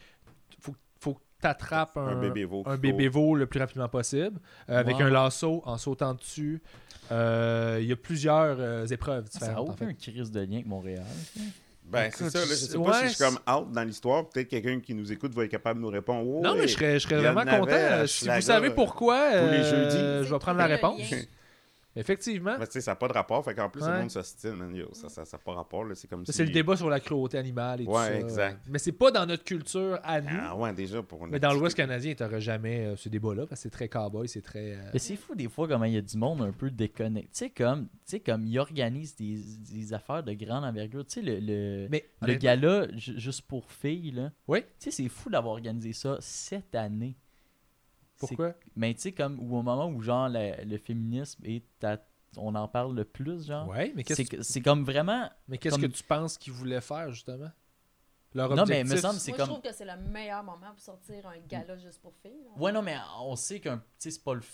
faut, faut que t'attrapes un, un bébé veau. un plutôt. bébé veau le plus rapidement possible euh, avec Wow. un lasso en sautant dessus. Euh, Il y a plusieurs euh, épreuves Ah, Ça n'a différentes. en fait. aucun crise de lien avec Montréal. Ben, c'est Écoute, ça, là, je sais ouais, pas si je suis c'est- comme out dans l'histoire. Peut-être quelqu'un qui nous écoute va être capable de nous répondre. Oh, Non, mais hey, je serais, je serais il y en vraiment avait content. à Si vous Schlager, savez euh, pourquoi, tous les euh, jeudis. je vais prendre la hein. C'est réponse. le lien. Effectivement. Mais tu sais, ça n'a pas de rapport. Fait qu'en plus, Ouais. le monde s'ostine. man, yo, ça n'a ça, ça a pas rapport. là, C'est comme Ça, si- C'est le débat sur la cruauté animale et tout Ouais, ça. exact. Mais c'est pas dans notre culture à nous. Ah ouais, déjà. Pour mais dans l'Ouest canadien, t'aurais jamais euh, ce débat-là parce que c'est très cowboy, c'est très. euh, Mais c'est fou des fois comment il y a du monde un peu déconnecté. Tu sais, comme, tu sais, comme ils organisent des, des affaires de grande envergure. Tu sais, le, le, Mais le honnêtement, gala ju- juste pour filles, là. Oui. Tu sais, c'est fou d'avoir organisé ça cette année. C'est- pourquoi Mais tu sais, comme ou au moment où, genre, la- le féminisme est à- On en parle le plus, genre. Ouais, mais qu'est-ce c'est que- c'est comme vraiment. mais qu'est-ce comme- que tu penses qu'ils voulaient faire justement Leur Non, mais objectif. me semble- Moi, C'est je comme- trouve que c'est le meilleur moment pour sortir un gala juste pour filles. là. Ouais, non, mais on sait qu'un. Tu sais, c'est pas le. f- tu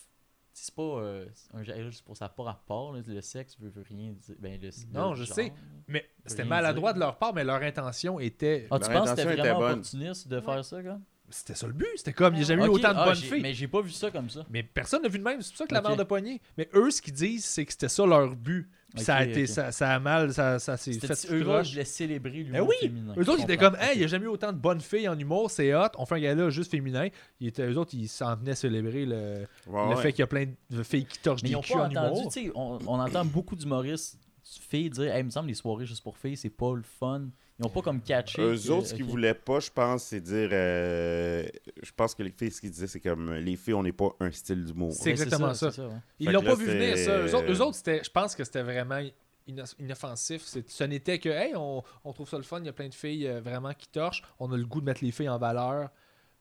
sais, C'est pas euh, un gel juste pour ça, pas rapport. là. le sexe veut, veut rien dire. Ben, le, Non, le je genre. sais. Mais c'était Rien maladroit dire. de leur part, mais leur intention était. Ah, tu Leur penses que intention c'était était vraiment bonne. opportuniste de faire ça, gars? C'était ça le but. C'était comme, il n'y a jamais Ok, eu autant de ah, bonnes j'ai- filles. Mais... Mais j'ai pas vu ça comme ça. personne n'a vu de même. C'est pour ça que la Ok. merde de poignée. Mais eux, ce qu'ils disent, c'est que c'était ça leur but. Puis ça a Ok, été, ok. ça, ça a mal, ça, ça s'est fait C'était tout eux autres, croche. je l'ai célébré lui Ben oui, Eux autres, ils étaient comme, hey, il n'y a jamais eu autant de bonnes filles en humour, c'est hot, on fait un gala juste féminin. Ils étaient, eux autres, ils s'en venaient célébrer le, Ah le fait qu'il y a plein de filles qui torchent Mais ils des ont culs pas en entendu, humour. tu sais, on, on entend beaucoup d'humoristes filles dire, hey, il me semble les soirées juste pour filles, c'est pas le fun. Ils ont pas comme catché. Eux que- euh, autres, ce qu'ils ok. voulaient pas, je pense, c'est dire. euh, Je pense que les filles, ce qu'ils disaient, c'est comme euh, les filles, on n'est pas un style d'humour. C'est- Ouais, exactement ça. c'est ouais. Ils Fait l'ont que pas là, vu c'est- euh, venir, ça. Eux autres, eux autres, c'était- je pense que c'était vraiment ino- inoffensif. C'est- Ce n'était que, hey, on, on trouve ça le fun, il y a plein de filles euh, vraiment qui torchent, on a le goût de mettre les filles en valeur,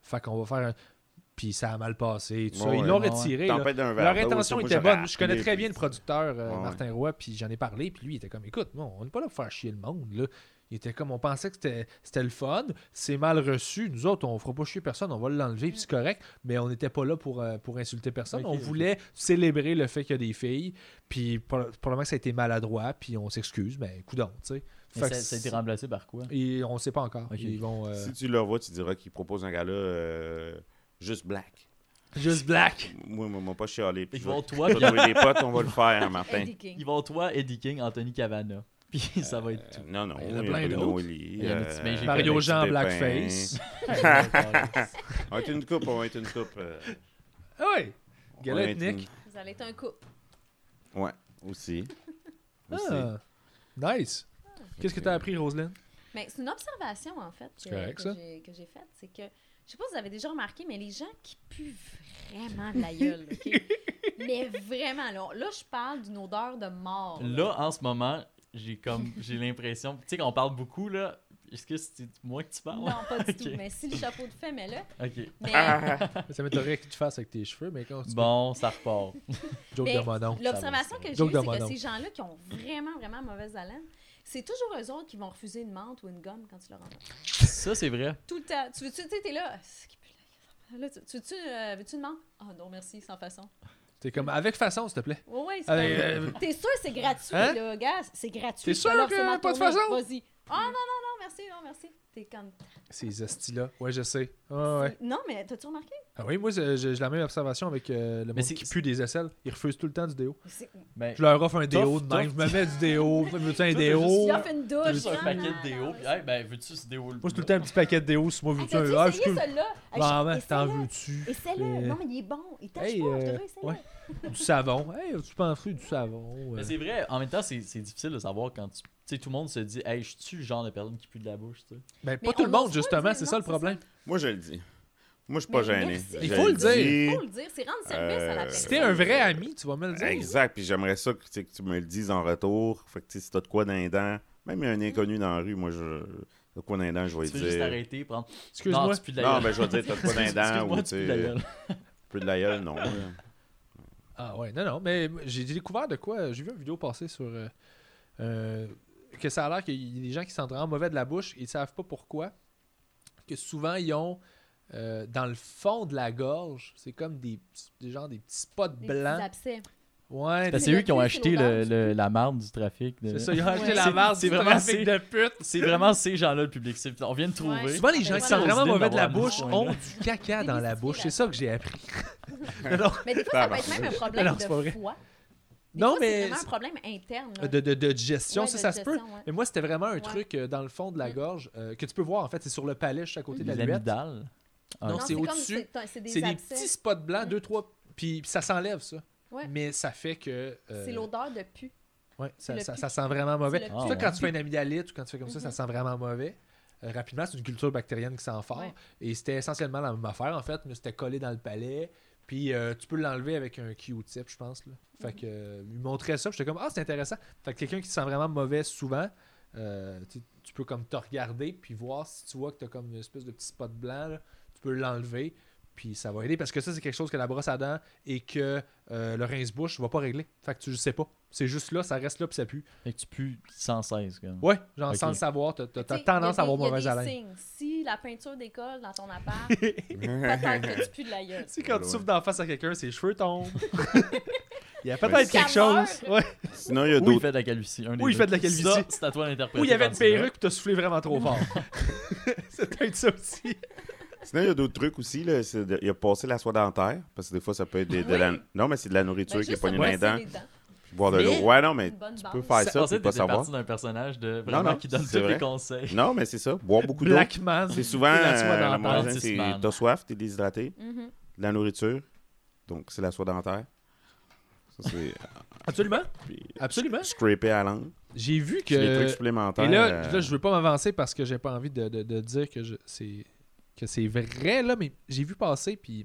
fait qu'on va faire un... Puis ça a mal passé, tout ça. Ouais, Ils ouais, l'ont ouais, ouais. retiré. là. Tempête d'un verre Leur d'eau, intention ça, moi, était j'aurais bonne. Je connais appelé, très puis- bien le producteur euh, Ouais, ouais. Martin Roy, puis j'en ai parlé, puis lui, il était comme, écoute, moi, on n'est pas là pour faire chier le monde, là. Il était comme, on pensait que c'était- c'était le fun, c'est mal reçu, nous autres, on fera pas chier personne, on va l'enlever, puis c'est correct, mais on n'était pas là pour, euh, pour insulter personne. Ok, on ok. voulait célébrer le fait qu'il y a des filles, puis pour- probablement que ça a été maladroit, puis on s'excuse, mais coudonc, tu sais. Mais Fait ça, que ça a été remplacé par quoi? Et on sait pas encore. Ok. Ils vont... euh, Si tu le vois, tu diras qu'ils proposent un gala euh, juste black. Just black! Moi, moi, moi, pas chialé. Puis Ils je vais vont toi, je vais trouver des potes, on va le faire un matin. Eddie King. ils vont toi, Eddie King, Anthony Cavana. Puis ça va être tout. Non, non, Il y en a il y a plein Bruno d'autres. Elie, Il y en a- euh, mais j'ai Mario Collectif Jean Pépin. Blackface. On va être une coupe, on va être une coupe. euh, Ah ouais! on Gala va être ethnique. Vous allez être un couple. une- Ouais, aussi. Aussi. Ah, nice. Qu'est-ce que tu as appris, Roselyne? Mais c'est une observation, en fait, que, C'est correct, que ça. j'ai, que j'ai faite. C'est que, je sais pas si vous avez déjà remarqué, mais les gens qui puent vraiment de la gueule, OK? mais vraiment, là, là, je parle d'une odeur de Euh, mort. Là, en ce moment, j'ai comme j'ai l'impression. Tu sais, qu'on parle beaucoup, là. Est-ce que c'est moi que tu Bah parles? Non, pas du Ok. tout. Mais si le chapeau de femme est là, Ok. mais Ah, Ça m'étonnerait que tu fasses avec tes cheveux, mais quand tu Bon, ça repart. joke Mais de mon oncle. ça L'observation va, que j'ai Joke eue, de c'est que mono. ces gens-là qui ont vraiment, vraiment mauvaise haleine, c'est toujours eux autres qui vont refuser une menthe ou une gomme quand tu leur en offres. ça, c'est vrai. Tout le temps. Tu veux-tu, tu sais, t'es là. Ah, c'est qui pue la gueule. Là, tu veux-tu euh, veux-tu une menthe? Ah non, merci, sans façon. T'es comme avec façon, s'il te plaît. Oui, oui, c'est Avec, pas- euh, T'es sûr que c'est gratuit, Hein? là, gars? C'est gratuit. T'es je te sûr l'offre, que c'est ma pas de tournée. façon? Vas-y. Ah non, non, non, merci, non, merci. T'es comme. Ces hosties-là. Ouais, je sais. Ah, ouais. Non, mais t'as-tu remarqué? ah oui, moi, j'ai j'ai la même observation avec euh, le monde c'est- qui pue des aisselles. Ils refusent tout le temps du déo. C'est- Ben, Je leur offre un déo de Tough, même. Je tough. me mets du déo. Veux-tu un Toi, t'as déo? juste- Tu Moi, offres une t'as douche. juste un non, paquet non, de non, déo. non, Puis, hey, ben, veux-tu ce déo c'est tout le temps un petit paquet de déo. Si moi, Ah, veux-tu T'as-tu un. Ah, je essayé peux. celui-là? Hey, Bah, je- ben, t'en essaie-le. veux-tu? Essaie-le. Euh, Non, mais il est bon. Il tâche Hey, pas. Je te euh, jure, essaie-le. ouais. Du savon. Hey, tu penses du savon? Mais euh. c'est vrai, en même temps, c'est c'est difficile de savoir quand tu. Tu sais, tout le monde se dit, hey, je suis le genre de personne qui pue de la bouche, tu sais. Ben, Mais pas tout on le n'ose monde, pas justement. dire C'est non, ça le c'est ça. problème. Moi, je le dis. Moi, je suis pas Mais gêné. merci. Je Il faut le dire. faut le dire, c'est rendre service à la Euh, personne. Si t'es un vrai ami, tu vas me le dire. Exact, puis j'aimerais ça que, tu sais, que tu me le dises en retour. Fait que tu sais, si t'as de quoi dans les dents, même un inconnu dans la rue, moi, je... t'as de quoi dans les dents, je vais Tu lui peux juste dire. arrêter, prendre. Excuse-moi. Non, tu pues de la Non, gueule. ben je vais dire, t'as de quoi dans les dents, Excuse-moi, ou tu tu pues de la sais, gueule. peu de la gueule, non. là. Ah ouais, non, non, mais j'ai découvert de quoi. J'ai vu une vidéo passer sur. euh, euh, que ça a l'air qu'il y a des gens qui sentent vraiment mauvais de la bouche, ils savent pas pourquoi. Que souvent, ils ont. euh, dans le fond de la gorge, c'est comme des, des gens des petits spots Des blancs. petits abcès. Ouais, Parce des- que c'est eux qui ont C'est acheté le- le- la marde du trafic. de- c'est ça, ils ont acheté Ouais. la C'est- marde c'est du vraiment- trafic c'est- de pute. C'est vraiment ces gens-là le public cible. On vient de trouver. Ouais. Souvent, les gens qui sentent vraiment Sensible mauvais de la d'avoir bouche un ont point, du caca dans la bouche. C'est ça que j'ai appris. non, Mais des fois, ça Ah, peut bah, être même un non, problème c'est pas vrai. de foie. Des non fois, C'est mais. Euh, vraiment un problème interne. là. De, de, de digestion, Ouais, ça, de ça se peut. digestion, ouais. Mais moi, c'était vraiment un Ouais. truc euh, dans le fond de la Mm. gorge euh, que tu peux voir, en fait. C'est sur le palais, juste à côté de la Les Ah, luette. amygdales. Non, Non, c'est comme- au-dessus. c'est- C'est C'est des des petits abcès. spots blancs, Mm. deux, trois. Puis, puis ça s'enlève, ça. Ouais. mais ça fait que. euh, C'est l'odeur de pu. ouais, ça, le ça- pu. ça sent vraiment mauvais. C'est C'est le Ah, ça, ouais. quand tu fais une amygdalite ou quand tu fais comme ça, Mhm. ça sent vraiment mauvais. Euh, rapidement, c'est une culture bactérienne qui sent fort. Ouais. Et c'était essentiellement la même affaire, en fait, mais c'était collé dans le palais. Puis euh, tu peux l'enlever avec un Q-tip, je pense. Là. Mhm. Fait que, euh, il montrait ça, puis j'étais comme, ah, c'est intéressant. Fait que quelqu'un qui sent vraiment mauvais souvent, euh, tu, tu peux comme te regarder, puis voir si tu vois que t'as comme une espèce de petit spot blanc, là, tu peux l'enlever, puis ça va aider. Parce que ça, c'est quelque chose que la brosse à dents et que euh, le rince-bouche va pas régler. Fait que tu le sais pas. C'est juste là, ça reste là, puis ça pue. Fait que tu pues sans cesse, quand même. Ouais, genre Ok. sans le savoir, t'as, t'as- t'as Tu sais, tendance à il y a avoir des- il y a mauvaise des haleine. signes. Si la peinture décolle dans ton appart, peut-être que tu pues de la gueule. Tu sais, quand tu Ouais. souffles d'en face à quelqu'un, ses cheveux tombent. il y a Ouais. peut-être quelque chose. Ouais. Sinon, il y a Ou il d'autres. fait de la calvitie. un des Ou il deux. fait de la calvitie. Ça, c'est à toi d'interpréter. Ou il y avait une quand tu l'as. perruque, puis t'as soufflé vraiment trop fort. c'est peut-être ça aussi. Sinon, il y a d'autres trucs aussi. Là. C'est de- Il y a passé la soie dentaire. Parce que des fois, ça peut être des- de Oui. la. Non, mais c'est de la Ben, nourriture qui est juste pognée se dans les brosser dents. les dents. puis Boire de Mais- l'eau. Ouais, non, mais Une bonne tu base. peux faire Ça, ça pensais puis que t'étais pas savoir. parti d'un personnage de vraiment non, qui donne tous c'est les vrai. conseils. Non, mais c'est ça. Boire beaucoup d'eau. Blackman. C'est souvent. Et la soie euh, dentaire. le matin, c'est- Antisman. T'as soif, t'es déshydraté. Mhm. De la nourriture. Donc, c'est la soie dentaire. Ça, c'est. Absolument. puis, Absolument. Scraper à la langue. J'ai vu que. C'est des trucs supplémentaires. Et là, euh, là, je veux pas m'avancer parce que j'ai pas envie de, de- de dire que je- c'est que c'est vrai là, mais j'ai vu passer puis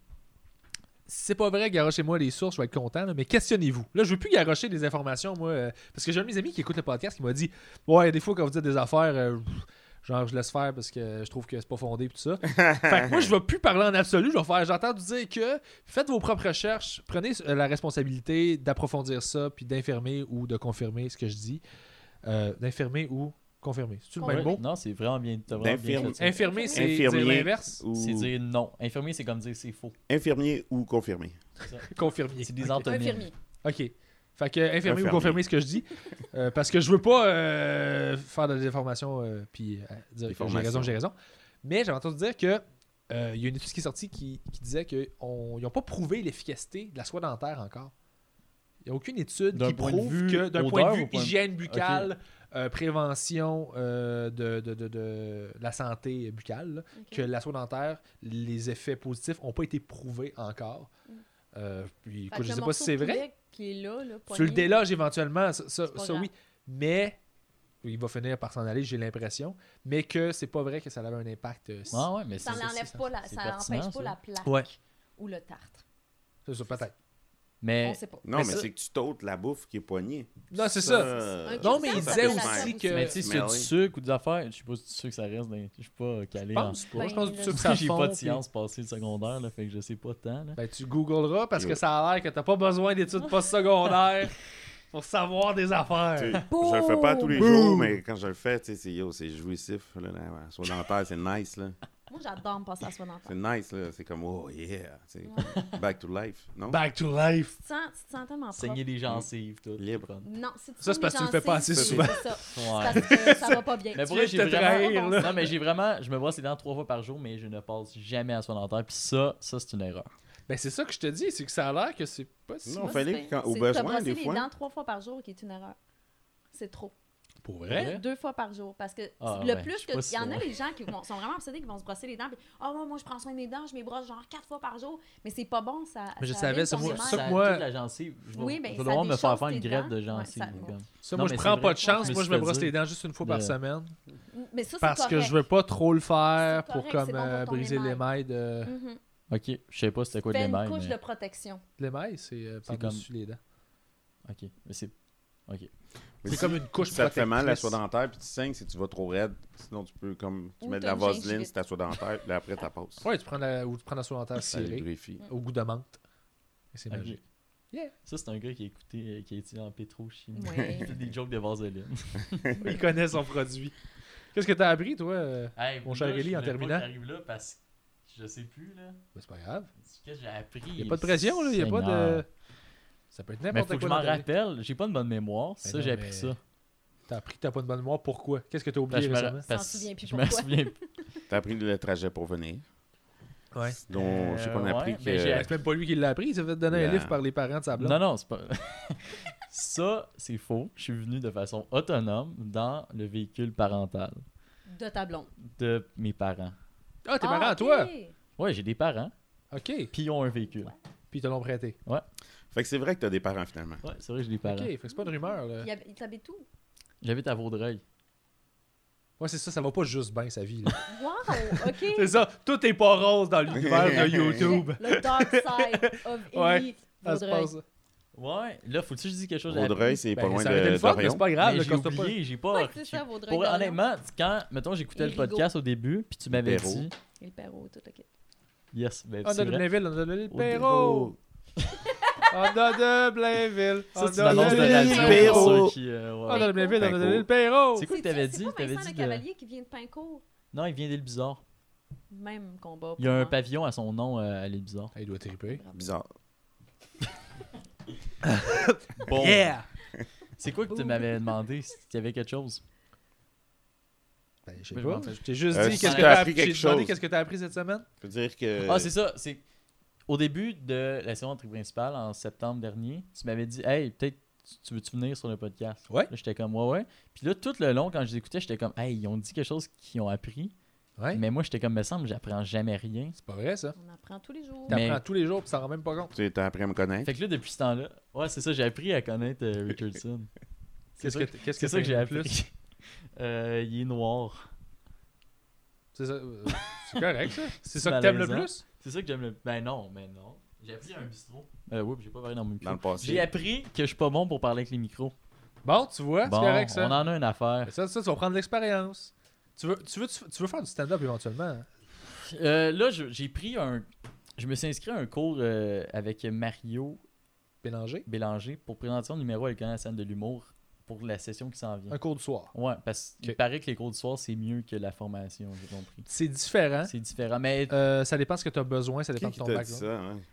si c'est pas vrai, garochez-moi les sources, je vais être content, là, mais questionnez-vous. Là, je veux plus garocher des informations, moi, euh, parce que j'ai un de mes amis qui écoute le podcast qui m'a dit Ouais, des fois, quand vous dites des affaires, euh, pff, genre, je laisse faire parce que je trouve que c'est pas fondé, pis tout ça. fait que moi, je vais plus parler en absolu, je vais faire J'entends vous dire que faites vos propres recherches, prenez euh, la responsabilité d'approfondir ça, puis d'infirmer ou de confirmer ce que je dis. Euh, d'infirmer ou confirmer. C'est-tu le Ouais. même mot Non, c'est vraiment bien. t'as vraiment bien D'infirme. fait ça. Infirmer, c'est dire Infirmier. l'inverse. ou- C'est dire non. Infirmier, c'est comme dire c'est faux. Infirmier ou confirmé. Confirmer. C'est des Ok. antonymes. Infirmier. OK. Fait que euh, infirmer Infirmier. ou confirmer ce que je dis. euh, parce que je veux pas euh, faire de la déformation euh, puis euh, dire que j'ai Déformation. raison, j'ai raison. Mais j'avais entendu dire que euh, il y a une étude qui est sortie qui, qui disait qu'ils n'ont pas prouvé l'efficacité de la soie dentaire encore. Il n'y a aucune étude D'un qui point de prouve vue que d'un odeur point de ou vue point de- hygiène buccale, euh, prévention euh, de, de- de- de la santé buccale, là, Ok. que la soie dentaire, les effets positifs n'ont pas été prouvés encore. Mm. Euh, puis, Fait écoute, que je le sais pas si morceau c'est de vrai. poulet Qui est là, là, Tu le poigné, déloges éventuellement, ça, ça- C'est pas ça, grave. oui. Mais il va finir par s'en aller, j'ai l'impression. Mais que c'est pas vrai que ça avait un impact. euh, si- Ah ouais, mais Ça c'est- c'est- n'enlève c'est- pas, la, c'est ça pertinent, n'empêche ça. pas la plaque Ouais. ou le tartre. C'est ça, peut-être. Mais On sait pas. Non, Mais mais, ça- c'est que tu t'ôtes la bouffe qui est poignée. Non, c'est ça. Un Non, cul- mais ça, il ça disait fait la aussi bouffe. que. Mais tu sais, si c'est du Smelly. sucre ou des affaires, je sais pas si tu sais que ça reste dans. Je suis pas calé Je en pense Ben, pas. sport. Je pense que tu sais que ça J'ai pas fond, de science passée le secondaire, là, fait que je sais pas tant. Là. puis- Ben, tu googleras parce que Yeah. ça a l'air que t'as pas besoin d'études postsecondaires pour savoir des Tu sais, affaires. Je le fais pas tous les Boum. jours, mais quand je le fais, tu sais, c'est yo, c'est jouissif. Là, la soie dentaire, c'est nice. là. Moi, j'adore me passer à soi dentaire. C'est nice. là. C'est comme, oh yeah. tu sais. Back to life. Non? Back to life. Tu te sens, tu te sens tellement propre. Saigner les gencives, tout. Libre. tout le fun. Non, si tu Ça, c'est sens parce que tu le fais pas assez les gencives, souvent. C'est ça. Ouais. Parce que ça va pas bien. Mais pour viens vrai, de j'ai te vraiment... trahir, là. Non, mais j'ai vraiment... Je me brosse les dents trois fois par jour, mais je ne passe jamais à soin dentaire. Puis ça, ça, c'est une erreur. Ben, c'est ça que je te dis, c'est que ça a l'air que c'est pas si. Non, Moi, fallait c'est- quand- au c'est- t'as besoin, brossé des les fois. dents trois fois par jour qui est une erreur. C'est trop. Pour vrai? Deux fois par jour. Parce que Ah, le ouais, je plus sais que. pas Il si y en c'est a vrai. les gens qui vont, sont vraiment obsédés qui vont se brosser les dents. Puis, ah, ouais, moi, je prends soin de mes dents, je mes brosse genre quatre fois par jour. Mais c'est pas bon, ça. Mais je ça savais, ruine ça, ton moi- émail. ça- moi- toute la gencive. Je vais, Oui, ben, je vais ça devoir me faire déchausse faire une tes greffe dents. de Ouais, gencive. ça- comme. Ça, Non, moi, je mais prends c'est pas vrai. de chance. Mais Moi, tu je me te brosse dis- les dents juste une fois par Le- semaine Mais ça, c'est parce que correct. je veux pas trop le faire C'est pour correct, comme c'est bon pour euh, ton briser émail. l'émail de. Mhm. Ok, je sais pas c'était quoi de Fais l'émail, une couche mais... de protection. L'émail, c'est euh, C'est par-dessus les dents. Ok, mais c'est... Ok. C'est Mais si comme une couche ça te fait mal la soie protectrice. dentaire, puis tu saignes si tu vas trop raide. Sinon, tu peux comme. Tu Ou mets de t'as la une vaseline gingivite. sur ta soie dentaire, puis après, ça passe. Ouais, tu prends la, ou tu prends la soie Ah, dentaire Ça le cirée durifie. au goût de menthe. Et c'est Ok. magique. Yeah. Ça, c'est un gars qui a écouté, euh, qui a étudié en pétrochimie. Ouais. Il fait des jokes de vaseline. Il connaît son produit. Qu'est-ce que t'as appris, toi euh? Hey, Mon cher là, je Élie, en voulais pas terminant. que J'arrive là parce que je sais plus, là. Ben, c'est pas grave. Qu'est-ce que j'ai appris? Il n'y a pas de pression, là. Il n'y a pas de. Seigneur. Ça peut être Mais faut n'importe quoi. que je m'en dans ta vie. rappelle. J'ai pas de bonne mémoire. Mais Ça, non, j'ai mais- appris ça. T'as appris que t'as pas de bonne mémoire. Pourquoi Qu'est-ce que t'as Parce oublié que Ben, je me- récemment parce T'en souviens plus je me pourquoi. souviens plus. T'as pris le trajet pour venir. Ouais. Donc, je sais Euh, qu'on a ouais, appris mais j'ai que. appris- C'est même pas lui qui l'a appris. Il s'est fait donner un Yeah. livre par les parents de sa blonde. Non, non, c'est pas. ça, c'est faux. Je suis venu de façon autonome dans le véhicule parental De ta blonde. de mes parents. Ah, tes Ah, parents, ok. toi Ouais, j'ai des parents, Ok. puis ils ont un véhicule. Puis ils te l'ont prêté. Fait que c'est vrai que t'as des parents finalement. Ouais, c'est vrai, j'ai des Ok, parents. fait que c'est pas une rumeur. Là. Il, hab- il t'habite où? J'habite à Vaudreuil. Ouais, c'est ça, ça va pas juste bien sa vie. là. Wow, OK. c'est ça, tout est pas rose dans l'univers de YouTube. Le dark side of Ouais, Ellie Ça se Vaudreuil. passe. Ouais, là, faut-tu que je dise quelque chose à Vaudreuil, c'est pas Ben, loin ça aurait été de le fun, mais d'Orion. c'est pas grave. Mais là, j'ai quand t'as pas- oublié, j'ai pas. Ouais, c'est ça, j'ai- Vaudreuil. Pour d'Orient. honnêtement, quand, mettons, j'écoutais le Érigot. podcast au début, puis tu m'avais Perrault. dit. Et le Perrault, tout, OK. Yes, ben, On Ah, a c'est de vrai. Blainville, on a de l'île Au Perrault. On a de Blainville. Ça, c'est on une a annonce de l'île radio Perrault. pour ceux qui. euh, On Ah, ouais. a de Blainville, on a de l'île Pincourt. Perrault. C'est quoi que C'est- t'avais c'est dit? pas T'avais Vincent dit le de- cavalier qui vient de Pincourt. Non, il vient d'Île Bizarre. Même combat. Il y a pour un moi. pavillon à son nom euh, à l'Île Bizarre. Il doit triper. Bizarre. Bon. Yeah! C'est quoi que tu m'avais demandé s'il y avait quelque chose? Ben, je sais Mais pas. je m'en- Je t'ai juste Euh, dit si qu'est-ce que t'as t'as appris appris. J'ai quelque demandé chose. qu'est-ce que t'as appris cette semaine. Je veux dire que. Ah, c'est ça. C'est au début de la saison tri principale, en septembre dernier, tu m'avais dit, hey, peut-être tu- tu veux-tu venir sur le podcast? Ouais. Là, j'étais comme, ouais, ouais. Puis là, tout le long, quand je les écoutais, j'étais comme, hey, ils ont dit quelque chose qu'ils ont appris. Ouais. Mais moi, j'étais comme, me semble, j'apprends jamais rien. C'est pas vrai, ça. On apprend tous les jours. Mais- T'apprends tous les jours pis t'en rends même pas compte. Tu t'as appris à me connaître. Fait que là, depuis ce temps-là, ouais, c'est ça, j'ai appris à connaître euh, Richardson. C'est Qu'est-ce ça que que, t- qu'est-ce c'est ça que j'ai t'as appris. Euh, il est noir. C'est ça. euh, C'est correct, ça. C'est C'est ça que t'aimes le malaisant. plus? C'est ça que j'aime le. Ben non, mais non. J'ai appris à un bistrot. Euh, oui, j'ai pas parlé dans mon micro. Dans le passé. J'ai appris que je suis pas bon pour parler avec les micros. Bon, tu vois, Bon, Ah, c'est correct, on ça. en a une affaire. Mais Ça, ça, tu vas prendre de l'expérience. Tu veux, tu, veux, tu veux- tu veux faire du stand-up éventuellement. hein? Euh, là, je- j'ai pris un. Je me suis inscrit à un cours euh, avec Mario Bélanger. Bélanger pour présenter son numéro à l'école nationale de l'humour pour la session qui s'en vient. Un cours du soir. Ouais, parce qu'il Ok. paraît que les cours du soir, c'est mieux que la formation, j'ai compris. C'est différent. C'est différent. Mais Hein? Euh, ça dépend ce que t'as besoin, ça dépend Qui de qui ton t'a dit background. ça? ouais?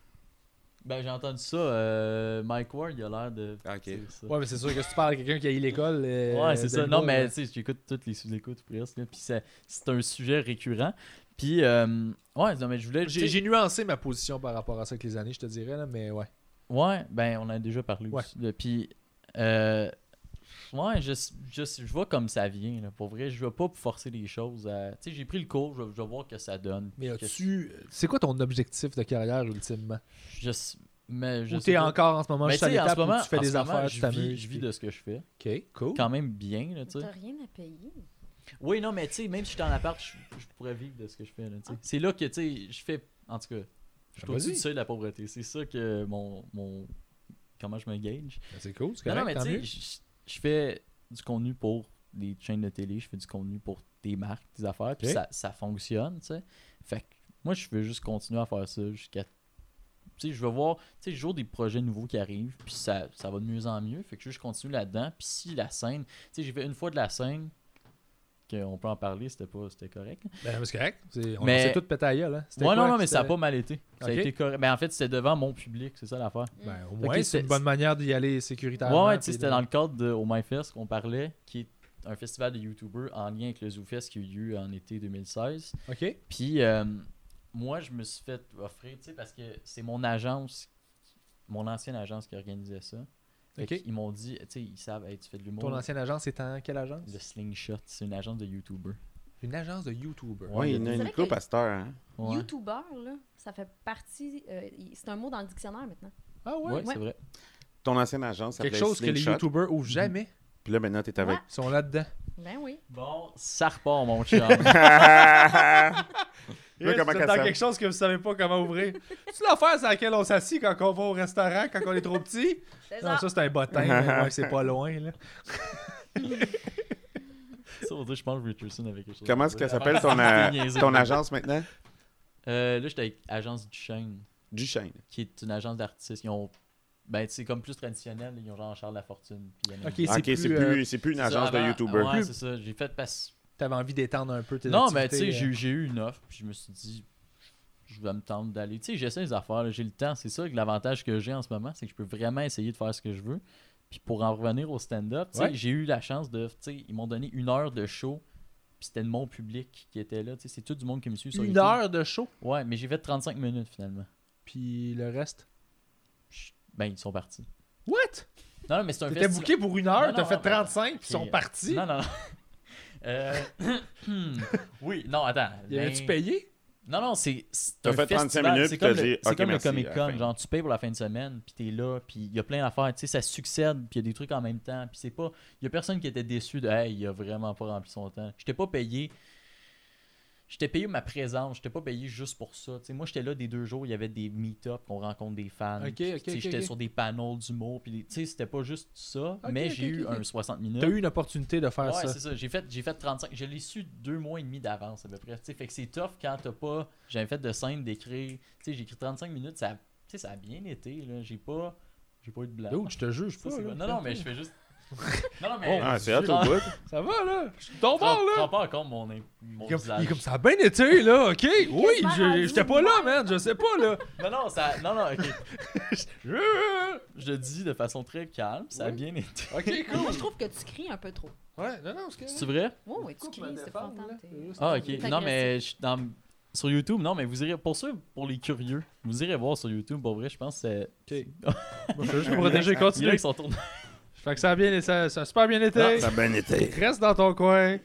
ben, j'ai entendu ça. euh, Mike Ward, il a l'air de. Ah, ok. dire ça. Ouais, mais c'est sûr que si tu parles à quelqu'un qui a eu l'école. euh, Ouais, c'est de ça. l'humour, Non, mais euh, tu sais, j'écoute toutes les sous-écoutes presque. là, Puis ça- c'est un sujet récurrent. Puis, euh, ouais, non, mais je voulais. J'ai j'ai nuancé ma position par rapport à ça avec les années, je te dirais, là, mais ouais. Ouais, ben, on en a déjà parlé Ouais. aussi. là, Puis, euh, ouais, je, je, je vois comme ça vient. là, pour vrai, je veux pas forcer les choses. à- Tu sais, j'ai pris le cours, je, vais- je vais voir que ça donne. Mais Que- as-tu. C'est quoi ton objectif de carrière ultimement Je, s- mais je Ou sais t'es pas. encore en ce moment Mais juste à tu sais, en l'étape ce moment, où tu fais en ce des moment, affaires, tu je vis, t'amuses. je vis de ce que je fais. Ok, cool. Quand même bien, là, tu sais. T'as rien à payer. Oui, non, mais tu sais, même si je suis en appart, je, je pourrais vivre de ce que je fais. là, tu sais. C'est là que, tu sais, je fais. En tout cas, je Ah, trouve vas-y. au-dessus du seuil de la pauvreté. C'est ça que mon. mon comment je me gage. Ben, C'est cool, c'est Non, non, correct, mais tant tu sais, mieux. je- je fais du contenu pour des chaînes de télé, je fais du contenu pour des marques, des affaires, puis Ok. ça, ça fonctionne, tu sais. Fait que moi, je veux juste continuer à faire ça jusqu'à. Tu sais, je veux voir, tu sais, je vois des projets nouveaux qui arrivent, puis ça, ça va de mieux en mieux. Fait que je continue là-dedans, puis si la scène. Tu sais, j'ai fait une fois de la scène, qu'on peut en parler, c'était pas c'était correct. Ben, mais c'est correct. C'est- On Mais- s'est tout pété à la gueule, hein. C'était Moi, quoi non, non, que mais ça a c'était- pas mal été. Ça Ok. a été correct. Mais en fait, c'était devant mon public, c'est ça l'affaire. Ben, Fait au moins, que c'est c'était- une bonne manière d'y aller Ouais, sécuritairement. ouais, tu sais, puis c'était de- dans le cadre de Au MyFest qu'on parlait, qui est un festival de YouTubers en lien avec le ZooFest qui a eu lieu en été 2016. Ok. Puis, euh, moi, je me suis fait offrir, tu sais, parce que c'est mon agence, mon ancienne agence qui organisait ça. Ok. Ils m'ont dit, tu sais, ils savent, Hey, tu fais de l'humour. Ton ancienne agence est en quelle agence Le Slingshot, c'est une agence de YouTubers. Une agence de YouTuber. Ouais. Ouais, il y en a C'est une vrai que- coupe à cette heure. hein? Ouais, YouTuber, là, ça fait partie. euh, y- c'est un mot dans le dictionnaire maintenant. Ah ouais? Ouais, Ouais. c'est vrai. Ton ancienne agence s'appelait Quelque chose que les Ah. Slingshot. YouTubers ouvrent jamais. Puis là, maintenant, t'es avec. Ils sont là-dedans. Ben oui. Bon, ça repart, mon chum. Là, comment vous qu'elle êtes dans s'appelle? quelque chose que vous savez pas comment ouvrir. C'est l'affaire sur laquelle on s'assit quand on va au restaurant, quand on est trop petit. C'est Non, ça ça. c'est un bottin, mais ouais, c'est pas loin. Là. ça, on dirait, je pense, Richardson avec quelque chose. Comment est-ce qu'elle s'appelle ton, euh, ton agence maintenant? Euh, là, j'étais avec Agence Duchesne. Duchesne. qui est une agence d'artistes. Ils ont. Ben, c'est comme plus traditionnel, ils ont genre Charles Lafortune. Puis Yannick. Ok, C'est c'est Ok, c'est plus. plus, euh, c'est plus une ça, agence de avant- YouTuber. Ouais, c'est ça. J'ai fait parce. T'avais envie d'étendre un peu tes Non, mais tu sais, activités, j'ai euh. eu- j'ai eu une offre, puis je me suis dit, je vais me tenter d'aller. Tu sais, j'essaie les affaires, là, j'ai le temps. C'est ça que l'avantage que j'ai en ce moment, c'est que je peux vraiment essayer de faire ce que je veux. Puis pour en revenir au stand-up, tu sais, Ouais. j'ai eu la chance de. Tu sais, ils m'ont donné une heure de show, puis c'était de mon public qui était là. Tu sais, c'est tout du monde qui me suit sur une YouTube. heure de show, Ouais, mais j'ai fait 35 minutes finalement. puis le reste. Je- Ben, ils sont partis. What? Non, non, mais c'est un T'étais festival- booké pour une Non, heure, t'as non, fait non, non. 35, puis ils Ok, sont euh, partis. Non, non, non. Euh, hmm. oui, non, attends. Y avait-tu Ben, payé? Non, non, c'est c'est T'as un fait 35 festival. minutes, C'est puis comme, t'as le, dit, c'est OK, comme le merci, à la Comic-Con. fin. Genre, tu payes pour la fin de semaine, puis t'es là, puis il y a plein d'affaires. Tu sais, ça succède, puis il y a des trucs en même temps. Puis c'est pas... Il y a personne qui était déçu de « Hey, il a vraiment pas rempli son temps. » J'étais pas payé... J'étais payé ma présence, j'étais pas payé juste pour ça. Tu sais, moi, j'étais là des deux jours, il y avait des meet-up, qu'on rencontre des fans. puis, Ok, tu ok, sais, ok, j'étais ok. sur des panels d'humour, puis des- tu sais, c'était pas juste ça, Ok, mais ok, j'ai eu ok, ok. un 60 minutes. T'as eu une opportunité de faire Ouais, ça. c'est ça. J'ai fait, j'ai fait 35. Je l'ai su deux mois et demi d'avance, à peu près. Tu sais, fait que c'est tough quand t'as pas. J'avais fait de scène d'écrire. Tu sais, j'ai écrit 35 minutes. Ça, tu sais, ça a bien été. là. J'ai pas. J'ai pas eu de blague. Dude, je te juge Ça, pas. c'est là. bon. Non, non, mais je fais juste. non, non, mais. Ah, c'est hot Prends- au bout. Ça va, là. Je suis ton prends, bord, là. prends pas encore mon, im- mon Il est comme- visage. il est comme ça a bien été, là, ok? Oui, quasiment je- rendu j'étais pas là, man, je sais pas, là. Non, non, ça. Non, non, ok. Je- Je le dis de façon très calme. Ça a Oui. bien été. Ok, Mais Moi, je cool. trouve que tu cries un peu trop. Ouais, non, non, c'est C'est vrai? Oui, oui, tu cries, c'est content. t'es- Ah, ok. T'es Non, agressif. mais je suis dans- sur YouTube, non, mais vous irez. Pour ceux, pour les curieux, vous irez voir sur YouTube. Pour vrai, je pense que c'est. Moi, je veux juste me protéger, Il y en a continue. qui sont tournés. Fait que ça a bien, ça, ça a super bien été. Ah, Ça a bien été. Reste dans ton coin.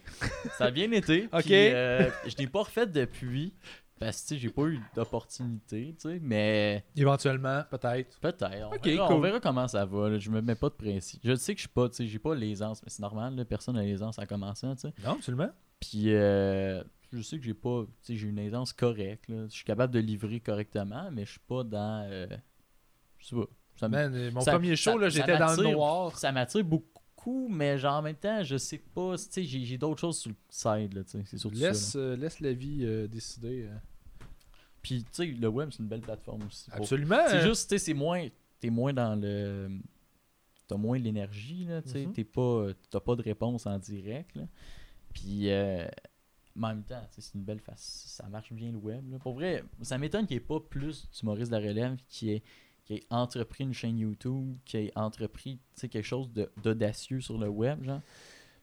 Ça a bien été. Ok. puis, euh, je n'ai pas refait depuis parce que tu sais, j'ai pas eu d'opportunité, tu sais, mais Éventuellement, peut-être. peut-être. On, Ok, verra, on cool. verra comment ça va. là. Je me mets pas de principe. Je sais que je suis pas, tu sais, j'ai pas l'aisance, mais c'est normal, là, personne n'a l'aisance en commençant, tu sais. Non, absolument. Puis euh, je sais que j'ai pas, tu sais, j'ai une aisance correcte. là. Je suis capable de livrer correctement, mais je suis pas dans, euh, je sais pas. Ça me- Man, euh, mon Ça- premier show, ça- là, ça j'étais dans le m'attire. noir. ça m'attire beaucoup, mais genre en même temps, je sais pas, tu sais, j'ai j'ai d'autres choses sur le side, là, tu sais, c'est surtout ça, là. Laisse, euh, laisse la vie euh, décider. euh. Puis, tu sais, le web, c'est une belle plateforme aussi. pour- Absolument. C'est juste, tu sais, c'est moins. T'es moins dans le. T'as moins l'énergie, là. Tu sais, Mhm. t'es pas. T'as pas de réponse en direct, là. Puis, euh, mais en même temps, tu sais, c'est une belle face. Ça marche bien le web, là. Pour vrai, ça m'étonne qu'il n'y ait pas plus d'humoristes de la relève qui ait, qui ait entrepris une chaîne YouTube, qui ait entrepris, tu sais, quelque chose de- d'audacieux sur le web, genre.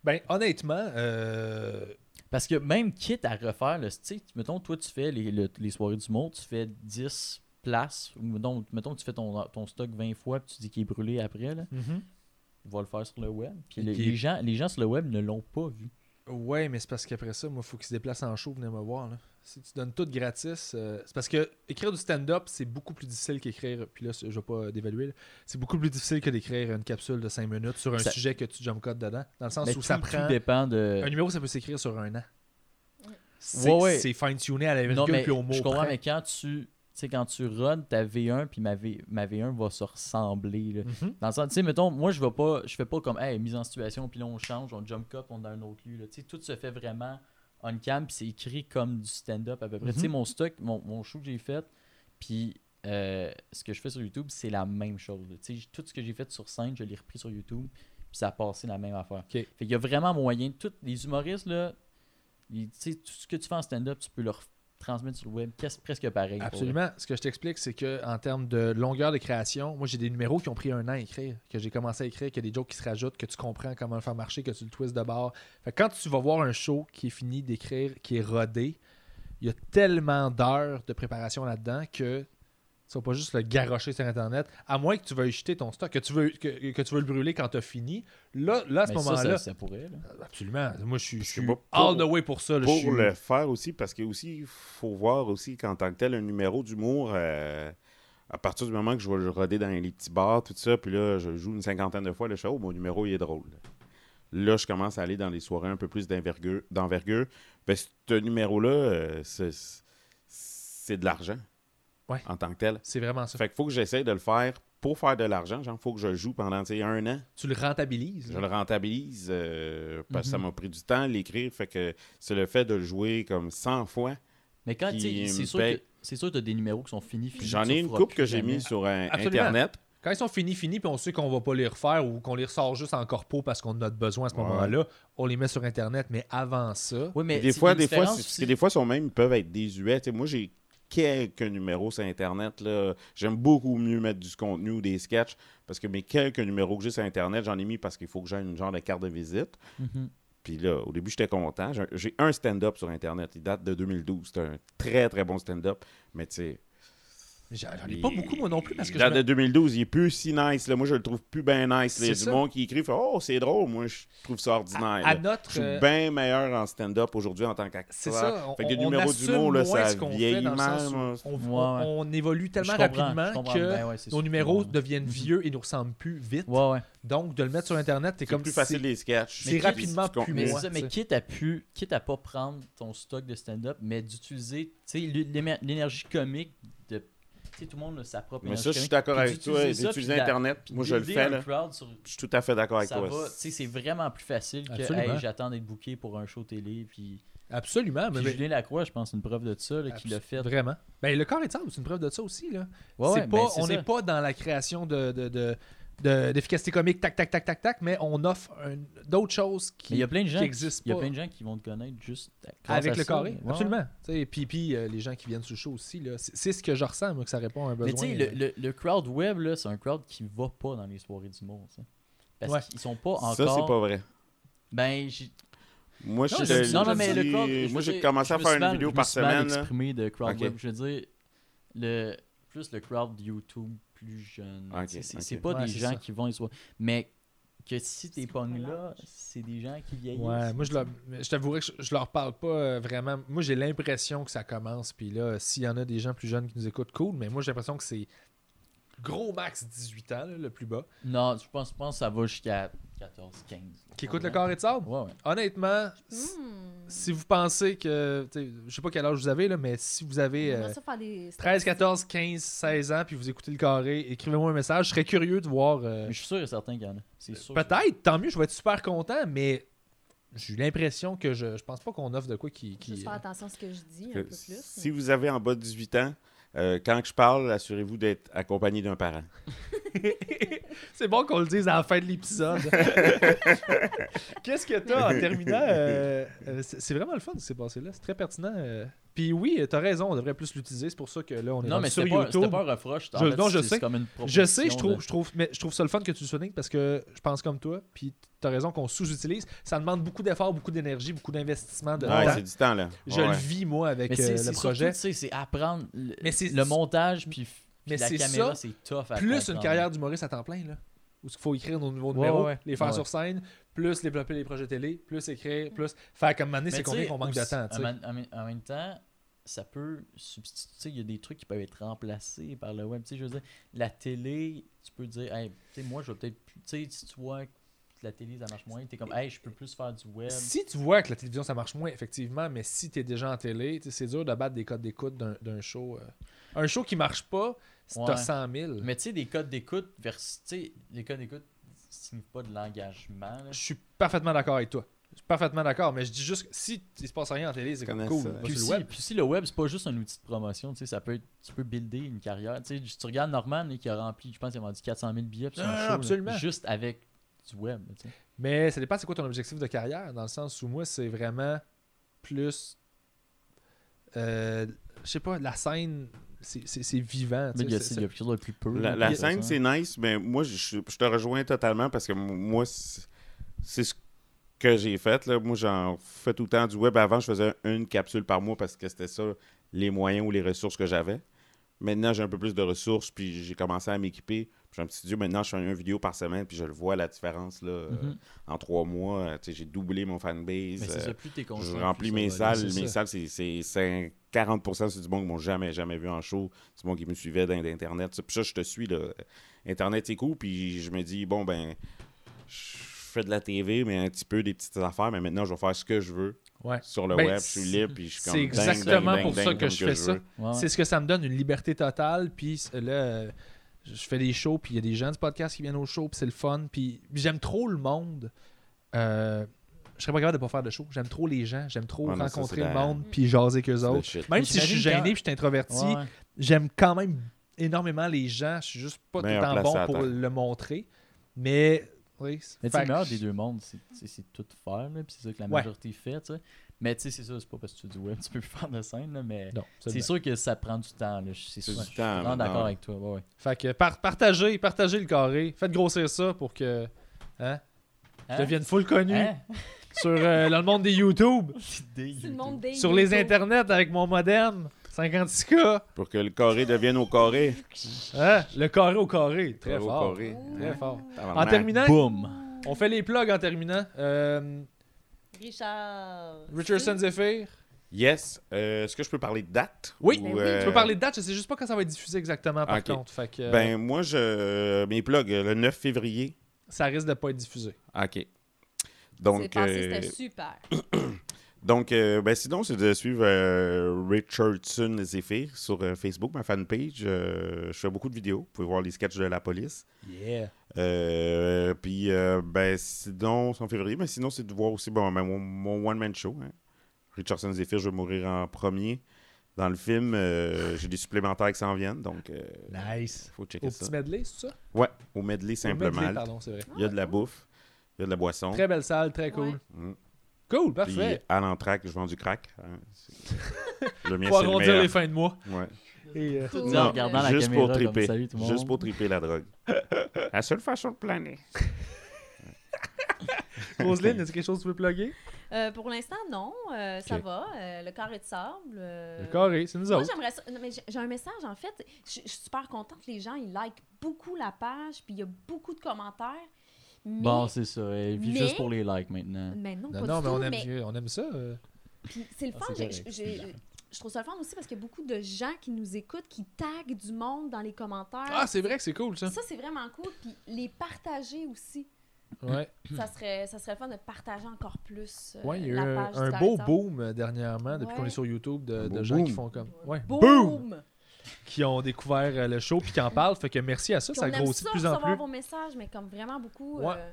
Ben, honnêtement, euh, Parce que même quitte à refaire, le, tu sais, mettons, toi, tu fais les, le- les soirées du monde, tu fais 10 places, ou mettons, mettons tu fais ton, ton stock 20 fois, puis tu dis qu'il est brûlé après, là, on va le faire sur le web. Puis le- Ok. les, gens, les gens sur le web ne l'ont pas vu. Ouais, mais c'est parce qu'après ça, moi, faut qu'ils se déplacent en show, venez me voir. Là. Si tu donnes tout gratis, euh, c'est parce que écrire du stand-up, c'est beaucoup plus difficile qu'écrire. Puis là, c'est- je vais pas euh, dévaluer. là. C'est beaucoup plus difficile que d'écrire une capsule de 5 minutes sur un Ça- sujet que tu jump codes dedans. Dans le sens Mais où tout, ça tout prend. dépend de. Un numéro, ça peut s'écrire sur un an. C'est Ouais, ouais. c'est fine-tuné à la Non, virgule mais puis au mot. je comprends, près. mais quand tu. Tu sais, quand tu runs ta V1, puis ma, v, ma V1 va se ressembler. là. Mhm. Dans le sens, tu sais, mettons, moi, je vais pas, je fais pas comme, hey, mise en situation, puis là, on change, on jump up, on est dans un autre lieu. là. Tu sais, tout se fait vraiment on cam, puis c'est écrit comme du stand-up à peu près. Mhm. Tu sais, mon stock, mon, mon show que j'ai fait, puis euh, ce que je fais sur YouTube, c'est la même chose. là. Tu sais, tout ce que j'ai fait sur scène, je l'ai repris sur YouTube, puis ça a passé la même affaire. Ok. Fait qu'il y a vraiment moyen. Tous les humoristes, là, ils- tu sais, tout ce que tu fais en stand-up, tu peux leur transmettre sur le web, qu'est-ce presque pareil. pour vrai. Absolument. Ce que je t'explique, c'est que en termes de longueur de création, moi j'ai des numéros qui ont pris un an à écrire, que j'ai commencé à écrire, qu'il y a des jokes qui se rajoutent, que tu comprends comment le faire marcher, que tu le twists de bord. Fait que quand tu vas voir un show qui est fini d'écrire, qui est rodé, il y a tellement d'heures de préparation là-dedans que tu vas pas juste le garrocher sur Internet, à moins que tu veuilles jeter ton stock, que tu veux, que, que tu veux le brûler quand tu as fini. Là, là à ce Mais ça, ça, moment-là, ça pourrait. là. absolument. Moi, je suis, je Parce que suis moi, all the pour- way pour ça. là. Je suis- Pour le faire aussi, parce que aussi, il faut voir aussi qu'en tant que tel, un numéro d'humour, euh, à partir du moment que je vais le roder dans les petits bars, tout ça, puis là, je joue une cinquantaine de fois le show, mon numéro, il est drôle. Là, je commence à aller dans les soirées un peu plus d'envergure. d'envergure. Ben, ce numéro-là, euh, c'est- c'est de l'argent Ouais. en tant que tel. C'est vraiment ça. Fait qu'il faut que j'essaie de le faire pour faire de l'argent. Genre, faut que je joue pendant tu sais, un an. Tu le rentabilises. Je le rentabilise euh, parce que ça Mhm. m'a pris du temps à l'écrire. Fait que c'est le fait de le jouer comme 100 fois. Mais quand tu sais, Qui c'est me sûr paye. que c'est sûr que t'as des numéros qui sont finis, Puis finis euh, ben, J'en tu ai une referas coupe plus que j'ai jamais. mise sur euh, Absolument. Internet. Quand ils sont finis, finis, puis on sait qu'on va pas les refaire ou qu'on les ressort juste en corpo parce qu'on en a de besoin à ce Ouais. moment-là, on les met sur Internet, mais avant ça. Oui, mais Des c'est- fois, il y a des une fois, différence c'est- aussi. des fois, sont même ils peuvent être désuets. Tu sais, moi, j'ai quelques numéros sur Internet. là. J'aime beaucoup mieux mettre du contenu ou des sketchs parce que mes quelques numéros que j'ai sur Internet, j'en ai mis parce qu'il faut que j'ai une genre de carte de visite. Mhm. Puis là, au début, j'étais content. J'ai- J'ai un stand-up sur Internet. Il date de 2012. C'est un très, très bon stand-up. Mais tu sais, J'en j'en ai pas beaucoup, moi non plus, parce que je Date me- de 2012, il est plus si nice. Là. Moi, je le trouve plus bien nice. là. Il y a C'est du ça. monde qui écrit fait, Oh, c'est drôle. Moi, je trouve ça ordinaire. à, à là. je notre. suis euh, bien meilleur en stand-up aujourd'hui en tant qu'acteur. C'est ça. On, Fait que les on numéros assume d'humour, là, moins ça ce qu'on fait vieillit dans le sens où mal, On, moi. on- Ouais, ouais. on évolue tellement Je comprends, je rapidement comprends. que Ben ouais, c'est nos sûr. numéros Ouais. Mhm. deviennent vieux et nous ressemblent plus vite. Ouais, ouais. Donc, de le mettre sur Internet, t'es C'est comme plus si- facile les sketchs. c'est Puis, rapidement tu comprends- plus Mais, Ouais, ça, mais t'sais. quitte à pu, quitte à pas prendre ton stock de stand-up, mais d'utiliser, tu sais, l'é- l'émer- l'énergie comique de, tu sais, tout le monde a sa propre Mais énergie ça, je suis comique, d'accord puis avec toi. d'utiliser ça, D'utiliser puis la- Internet, puis moi, je le builder fais. un là. crowd sur- Je suis tout à fait d'accord avec ça toi. va, tu sais, c'est vraiment plus facile que Absolument. hey, j'attends d'être booké pour un show télé. Puis, Absolument. puis Mais, Julien Lacroix, je pense, c'est une preuve de ça là, qui l'a fait. Vraiment. Ben, le corps est sable, c'est une preuve de ça aussi. Là. Ouais, C'est ouais, pas- ben, c'est on ça. n'est pas dans la création de, de, de- de- d'efficacité comique, tac, tac, tac, tac, tac, mais on offre un- d'autres choses Mais il qui y a plein de gens qui n'existent Il y a pas plein de gens qui vont te connaître juste grâce à avec ça, le carré. là. Ouais, ouais. Absolument. Tu sais, Et puis, puis euh, les gens qui viennent sur le show aussi, là, c'est, c'est ce que je ressens, moi, que ça répond à un Mais besoin. tu sais, euh, le, le, le crowd web, là, c'est un crowd qui va pas dans les soirées du monde. ça. Parce Ouais. qu'ils sont pas Ça, encore. c'est pas vrai. Ben, j'ai- Moi, je Non, te je- le non, non, mais le dis, crowd, je veux Moi, j'ai dire, commencé à je me faire suis une mal- vidéo je me par suis mal semaine. là. exprimé de crowd Ok. web. Je veux dire, le, plus le crowd YouTube plus jeune. Ok, Tu sais, C'est ok. c'est pas Ouais, des c'est gens ça. qui vont. ils sont- Mais que si t'es C'est pas pas là, large. c'est des gens qui vieillissent. Ouais, moi je, leur- je t'avouerai que je, je leur parle pas euh, vraiment. Moi j'ai l'impression que ça commence. Puis là, s'il y en a des gens plus jeunes qui nous écoutent, cool. Mais moi j'ai l'impression que c'est gros max 18 ans, là, le plus bas, Non, je pense, je pense que ça va jusqu'à 14, 15. qui écoute le corps et de sable. Ouais, ouais. Honnêtement, si- Hmm. si vous pensez que. tu sais, Je sais pas quel âge vous avez, là, mais si vous avez. euh, J'aimerais ça faire des 13, 14, 15, 16 ans, puis vous écoutez le carré, écrivez-moi un message. Je serais curieux de voir. euh, Mais je suis sûr et certain qu'il y en a. C'est sûr. Peut-être, tant mieux, je vais être super content, mais j'ai eu l'impression que je, je pense pas qu'on offre de quoi qui. qui- euh, Juste faire attention à ce que je dis un peu Que plus. Si vous avez en bas de 18 ans, euh, quand que je parle, assurez-vous d'être accompagné d'un parent. C'est bon qu'on le dise à la fin de l'épisode. Qu'est-ce que t'as en terminant euh, euh, C'est c'est vraiment le fun ce qui s'est passé là. C'est très pertinent. euh. Puis oui, euh, t'as raison, on devrait plus l'utiliser. C'est pour ça que là, on est Non, rendu mais sur c'était pas, YouTube. c'était pas un reproche. en Je- fait, non, je c'est sais. comme une Je sais, je proposition trouve, de- je trouve, mais je trouve ça le fun que tu le soulignes parce que je pense comme toi. Puis t'as raison qu'on sous-utilise. Ça demande beaucoup d'efforts, beaucoup d'énergie, beaucoup d'investissement, de Ouais, temps. Ah, c'est du temps, là. Je Ouais. le vis moi avec Mais c'est euh, c'est le surtout, projet. tu sais, c'est apprendre le, Mais c'est- le montage puis, f- puis mais la c'est caméra, ça, c'est tough à plus une comprendre. carrière d'humoriste à temps plein, là. Où il faut écrire nos nouveaux Ouais, numéros, ouais. les faire Ouais. sur scène, plus développer les projets télé, plus écrire, plus faire comme mané, Mais c'est tu combien sais, qu'on manque de aussi, temps, tu en sais. même- En, même- en même temps, ça peut substituer. tu sais, Il y a des trucs qui peuvent être remplacés par le web. Tu sais, je veux dire, la télé, tu peux dire, hey, tu sais, moi, je vais peut-être. plus- Tu sais, si tu vois que la télé, ça marche moins, t'es comme, hey, je peux plus faire du web. Si tu vois que la télévision ça marche moins, effectivement, mais si t'es déjà en télé, tu sais, c'est dur de battre des codes d'écoute d'un d'un show. euh. Un show qui marche pas, si Ouais. t'as 100 000. Mais tu sais, des codes d'écoute versus. Tu sais, les codes d'écoute signifient pas de l'engagement. là. Je suis parfaitement d'accord avec toi. Je suis parfaitement d'accord, mais je dis juste que si t- il se passe rien en télé, c'est Je comme connais cool. ça. pas Puis sur si, le web. puis si le web, c'est pas juste un outil de promotion, tu sais, ça peut être, tu peux builder une carrière. Tu sais, tu regardes Norman là, qui a rempli, je pense, il a vendu 400 000 billets sur un Non, non, show, là, Ah, absolument. Ah, juste avec du web. là, tu sais. Mais ça dépend c'est quoi ton objectif de carrière, dans le sens où moi, c'est vraiment plus. euh, je sais pas, la scène, c'est- c'est c'est vivant. tu Mais sais, il y a c'est- il y a quelque chose de plus peu. La, là, la que ça. scène, c'est nice, mais moi, je, je- je te rejoins totalement parce que m- moi, c'est c'est ce que j'ai fait. Là. Moi, j'en fais tout le temps du web. Avant, je faisais une capsule par mois parce que c'était ça, les moyens ou les ressources que j'avais. Maintenant, j'ai un peu plus de ressources, puis j'ai commencé à m'équiper. Puis J'ai un petit dieu, maintenant, je fais une vidéo par semaine, puis je le vois, la différence, là, euh, Mm-hmm. Mhm. en trois mois. euh, tu sais, J'ai doublé mon Ben, fanbase. Mais c'est euh, ça, plus t'es conscient, je plus remplis ça mes va aller. salles. c'est Mes salles, c'est- c'est c'est 40 c'est du monde qui m'ont jamais, jamais vu en show. C'est du monde qui me suivait dans- d'Internet. Ça, Puis ça, je te suis. Là. Internet, c'est cool. Puis je me dis, bon, ben, je fais de la TV, mais un petit peu des petites affaires. Mais maintenant, je vais faire ce que je veux Ouais. sur le Ben, web. Je suis c'est- libre. Puis je suis comme c'est dingue, dingue, exactement dingue, pour ça dingue, que comme je fais ça. veux. Ouais, ouais. C'est ce que ça me donne, une liberté totale. Puis euh, là, euh, je fais des shows, puis il y a des gens du podcast qui viennent au show, puis c'est le fun. Puis puis j'aime trop le monde. Euh, je serais pas capable de pas faire de show. J'aime trop les gens. J'aime trop Ouais, non, ça, rencontrer c'est le la- monde, puis jaser avec eux C'est le autres. shit. Même Mais si je suis j'imagine gêné, quand- puis je suis introverti, Ouais, ouais. j'aime quand même énormément les gens. Je suis juste pas tout le Meilleur temps placé à bon la pour terre. le montrer. Mais oui, c'est- Mais tu sais, fait le meilleur que- des deux mondes, c'est- c'est c'est tout faire, là, puis c'est ça que la Ouais. majorité fait, tu sais. Mais tu sais, c'est ça, c'est pas parce que tu fais du web, tu peux plus faire de scène, là, mais Non, c'est absolument. sûr que ça prend du temps, là. Je- C'est C'est sûr, du je suis temps, vraiment maintenant, d'accord ouais. avec toi, ouais, ouais. Fait que par- partagez, partagez le carré. Faites grossir ça pour que hein, je Hein? devienne full connu Hein? sur euh, dans le monde des YouTube, L'idée, C'est le monde des sur les YouTube. internets avec mon modem. 56K. Pour que le carré devienne au carré. Hein? Le carré au carré. Très Carré au fort. carré. Ah, Très fort. En Tabarnak. terminant, Boum. on fait les plugs en terminant. Euh, Richard. Richardson Zephyr. Yes. Euh, Est-ce que je peux parler de date? Oui, Ou, Ben oui. euh, Tu peux parler de date, je sais juste pas quand ça va être diffusé exactement par Ok. contre. Fait que, euh, Ben, moi, je mes plugs, euh, le 9 février. ça risque de pas être diffusé. OK. C'est Donc, passé, euh, c'était super. donc euh, ben, sinon, c'est de suivre euh, Richardson Zephyr sur euh, Facebook, ma fanpage. Euh, je fais beaucoup de vidéos. Vous pouvez voir les sketchs de la police. Yeah. Euh, puis, euh, ben, sinon, c'est en février, mais sinon, c'est de voir aussi bon, ben, mon, mon one-man show. hein. Richardson Zephyr, je vais mourir en premier. Dans le film, euh, j'ai des supplémentaires qui s'en viennent, donc euh, Nice. faut checker Au ça. petit medley, c'est ça? Ouais, au medley simple Au medley, malt. pardon, c'est vrai. Il y a de la bouffe, il y a de la boisson. Très belle salle, très cool. Mm. Cool, Puis parfait. à l'entracte, je vends du crack. hein. C'est- le mien, Faut c'est le arrondir meilleur. les fins de mois. Ouais. Et, euh, Tout Cool. dit en regardant la Juste caméra pour comme, triper. Salut tout le monde. Juste pour triper la drogue. la seule façon de planer. Roselyne, est-ce quelque chose que tu veux plugger? Euh, pour l'instant, non. euh, ça Ok. va. euh, le carré de sable. euh, Le carré, c'est nous Moi, autres. j'aimerais ça. non, mais j'ai j'ai un message, en fait. Je je suis super contente. Les gens, ils likent beaucoup la page, puis il y a beaucoup de commentaires. Mais, Bon, c'est ça. Elle vit Mais- juste pour les likes maintenant. mais non, Non, pas non, mais du tout. on aime, mais on aime ça. euh. puis c'est le Ah, fun. c'est j'ai- correct. j'ai- je trouve ça le fun aussi parce qu'il y a beaucoup de gens qui nous écoutent, qui taguent du monde dans les commentaires. Ah, c'est vrai que c'est cool, ça. ça, c'est vraiment cool. Puis les partager aussi. Ouais, ça, serait, ça serait le fun de partager encore plus euh, ouais il y a eu la un, page un du beau carré de sable. boom euh, dernièrement, depuis Ouais. qu'on est sur YouTube, de, Un de beau gens qui boom. font comme. Ouais, boom! Boom! Qui ont découvert euh, le show puis qui en parlent. Fait que merci à ça, Puis ça on aime grossit de ça plus en recevoir plus. vos messages, mais comme vraiment beaucoup. Ouais. euh,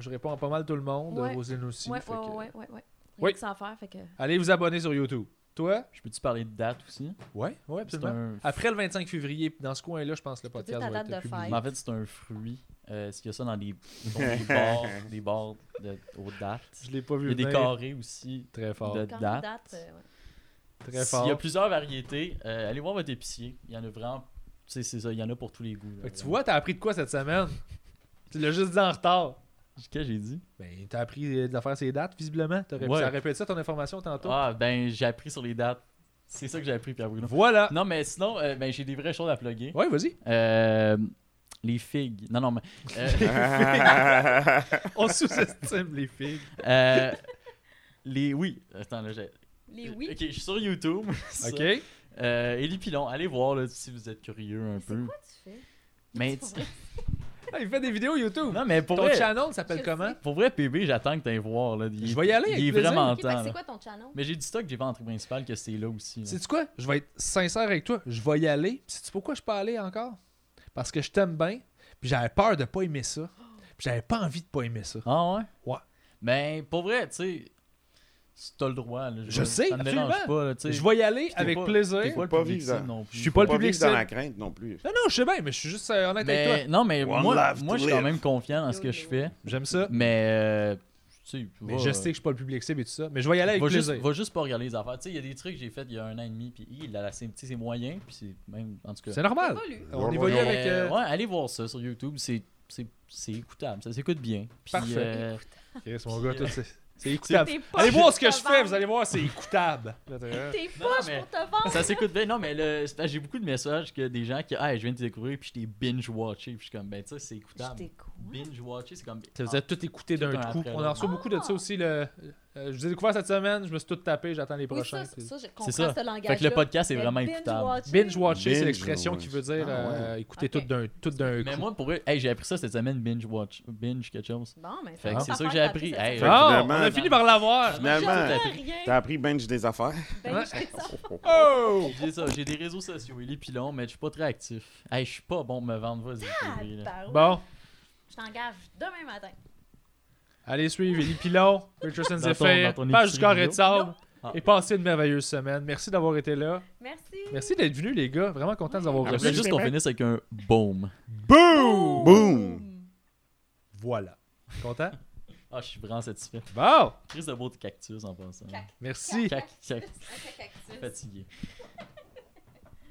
Je réponds à pas mal tout le monde, Ouais. Roselyne aussi. ouais, fait ouais, que- ouais, ouais, ouais. Il y a Oui. que ça à faire, fait que... Allez vous abonner sur YouTube. Toi? Je peux-tu parler de date aussi? Ouais, ouais, C'est absolument. un Après le 25 février, dans ce coin-là, je pense que le Peux-tu podcast dire ta va date être de publié. Mais en fait, c'est un fruit. Euh, Est-ce qu'il y a ça dans des, dans des bars, des bars de, aux dates? Je l'ai pas Il vu y a des venir. carrés aussi. Très fort, de Quand date. date, euh, ouais. très Il y a fort. plusieurs variétés. Euh, allez voir votre épicier. Il y en a vraiment. tu sais, C'est ça, il y en a pour tous les goûts. là, Fait que tu vraiment. vois, t'as appris de quoi cette semaine? Tu l'as juste dit en retard. Qu'est-ce que j'ai dit? Ben, t'as appris euh, de la faire ces dates, visiblement. T'aurais Ouais. pu ça répéter ça, ton information tantôt. Ah, ben, j'ai appris sur les dates. C'est ça que j'ai appris, Pierre Bruno. Voilà. Non, mais sinon, euh, ben, j'ai des vraies choses à plugger. Ouais, vas-y. Euh, les figues. Non, non, mais. euh, On sous-estime les filles. euh, les. Oui, attends, là, j'ai. Les oui. Ok, je suis sur YouTube. Ça. OK? Euh, Élie Pilon, allez voir là, si vous êtes curieux un Mais C'est peu. quoi tu fais? Mais C'est tu- pas Ah, il fait des vidéos YouTube. non, mais pour ton vrai, channel s'appelle Je comment? pour vrai, PB, j'attends que t'ailles voir. Là. Il- Je vais y aller, avec Il est plaisir. vraiment Ok, fait que temps. c'est là. quoi ton channel? Mais j'ai du stock que j'ai pas en entrée principale que c'est là aussi. là. Sais-tu quoi? Je vais être sincère avec toi. Je vais y aller. Puis sais-tu pourquoi je peux aller encore? Parce que je t'aime bien. Puis j'avais peur de pas aimer ça. Puis j'avais pas envie de pas aimer ça. Ah ouais? Ouais. Ben, pour vrai, tu sais, si t'as le droit. là, Je sais, ça me absolument. dérange pas. là, tu sais. Je vais y aller T'es avec pas- t'es plaisir. pas le Pas public vivant. cible non plus. Je suis pas le Pas public vivre dans la cible. crainte non plus. Non, non, je sais bien, mais je suis juste euh, honnête avec Mais- toi. non, mais One moi, life to moi je suis quand live. même confiant dans ce Yo, que je yo. fais. J'aime ça. Mais, euh, tu sais, Mais va- je sais que je suis pas le public cible et tout ça. Mais je vais y aller avec va juste, plaisir. va juste pas regarder les affaires. Tu sais, il y a des trucs que j'ai fait il y a un an et demi, puis il a la- c'est tu sais, c'est moyen, puis c'est même. En tout cas. C'est normal. Évolue. On Ouais, évolue Mais, avec. euh, Ouais, allez voir ça sur YouTube, c'est. c'est- C'est écoutable, ça s'écoute bien. Puis, Parfait. euh, Chris, mon gars, toi, c'est- c'est écoutable. T'es pas Allez pour voir ce que te je fais, vous vendre. allez voir, c'est écoutable. T'es Non, poche mais- pour te vendre. ça s'écoute bien. Non, mais le- c'est parce que j'ai beaucoup de messages que des gens qui. Ah, je viens de te découvrir, puis je t'ai binge-watché. Puis je suis comme, ben, ça, c'est écoutable. J'étais quoi? Binge-watché, c'est comme. Ah. Ça vous a tout écouté Tout d'un un coup. après On en l'autre. reçoit beaucoup de ça aussi. Le... euh, je vous ai découvert cette semaine, je me suis tout tapé, j'attends les Oui, prochains. ça, ça, je comprends C'est ça. ce langage Fait que le podcast est vraiment écoutable. Binge-watcher, c'est Binge, l'expression ouais. qui veut dire Ah, euh, écouter Ok. tout d'un tout d'un Mais coup. moi, pour eux, hey, j'ai appris ça cette semaine, binge-watch. Binge quelque chose. Bon, mais Fait que c'est ça que j'ai appris. Hey, Fait que Ah, on finalement- a fini par l'avoir. Finalement, J'ai t'as Rien. appris bench des affaires. Ben, je fais ça. Oh! J'ai ça, j'ai des réseaux sociaux, il est pilon, mais je suis pas très actif. Hey, je suis pas bon pour me vendre, vas-y. Thierry, là. Tabarouette. Bon, Je t'engage demain matin. allez suivre Élie Pilon, Richardson Dans ton- Zephyr, dans ton Page du épisode Carré vidéo. de Sable. Ah. Et passez une merveilleuse semaine. Merci d'avoir été là. Merci. Merci d'être venus, les gars. Vraiment content de vous avoir Je Merci. reçus. voulais Ah, juste qu'on finisse avec un boom. Boom! Boom! Voilà. Content? Ah, je suis vraiment satisfait. Bon! Chris de beau de cactus en passant. Cac- Merci. Cac, cac, Cactus. fatigué.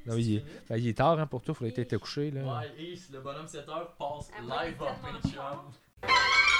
Non, il, est, ben, il est tard hein, pour toi, il faudrait peut-être te coucher. Là. Ouais, Ace, le bonhomme 7 heures passe Ah, moi, live c'est en tellement Patreon. fort.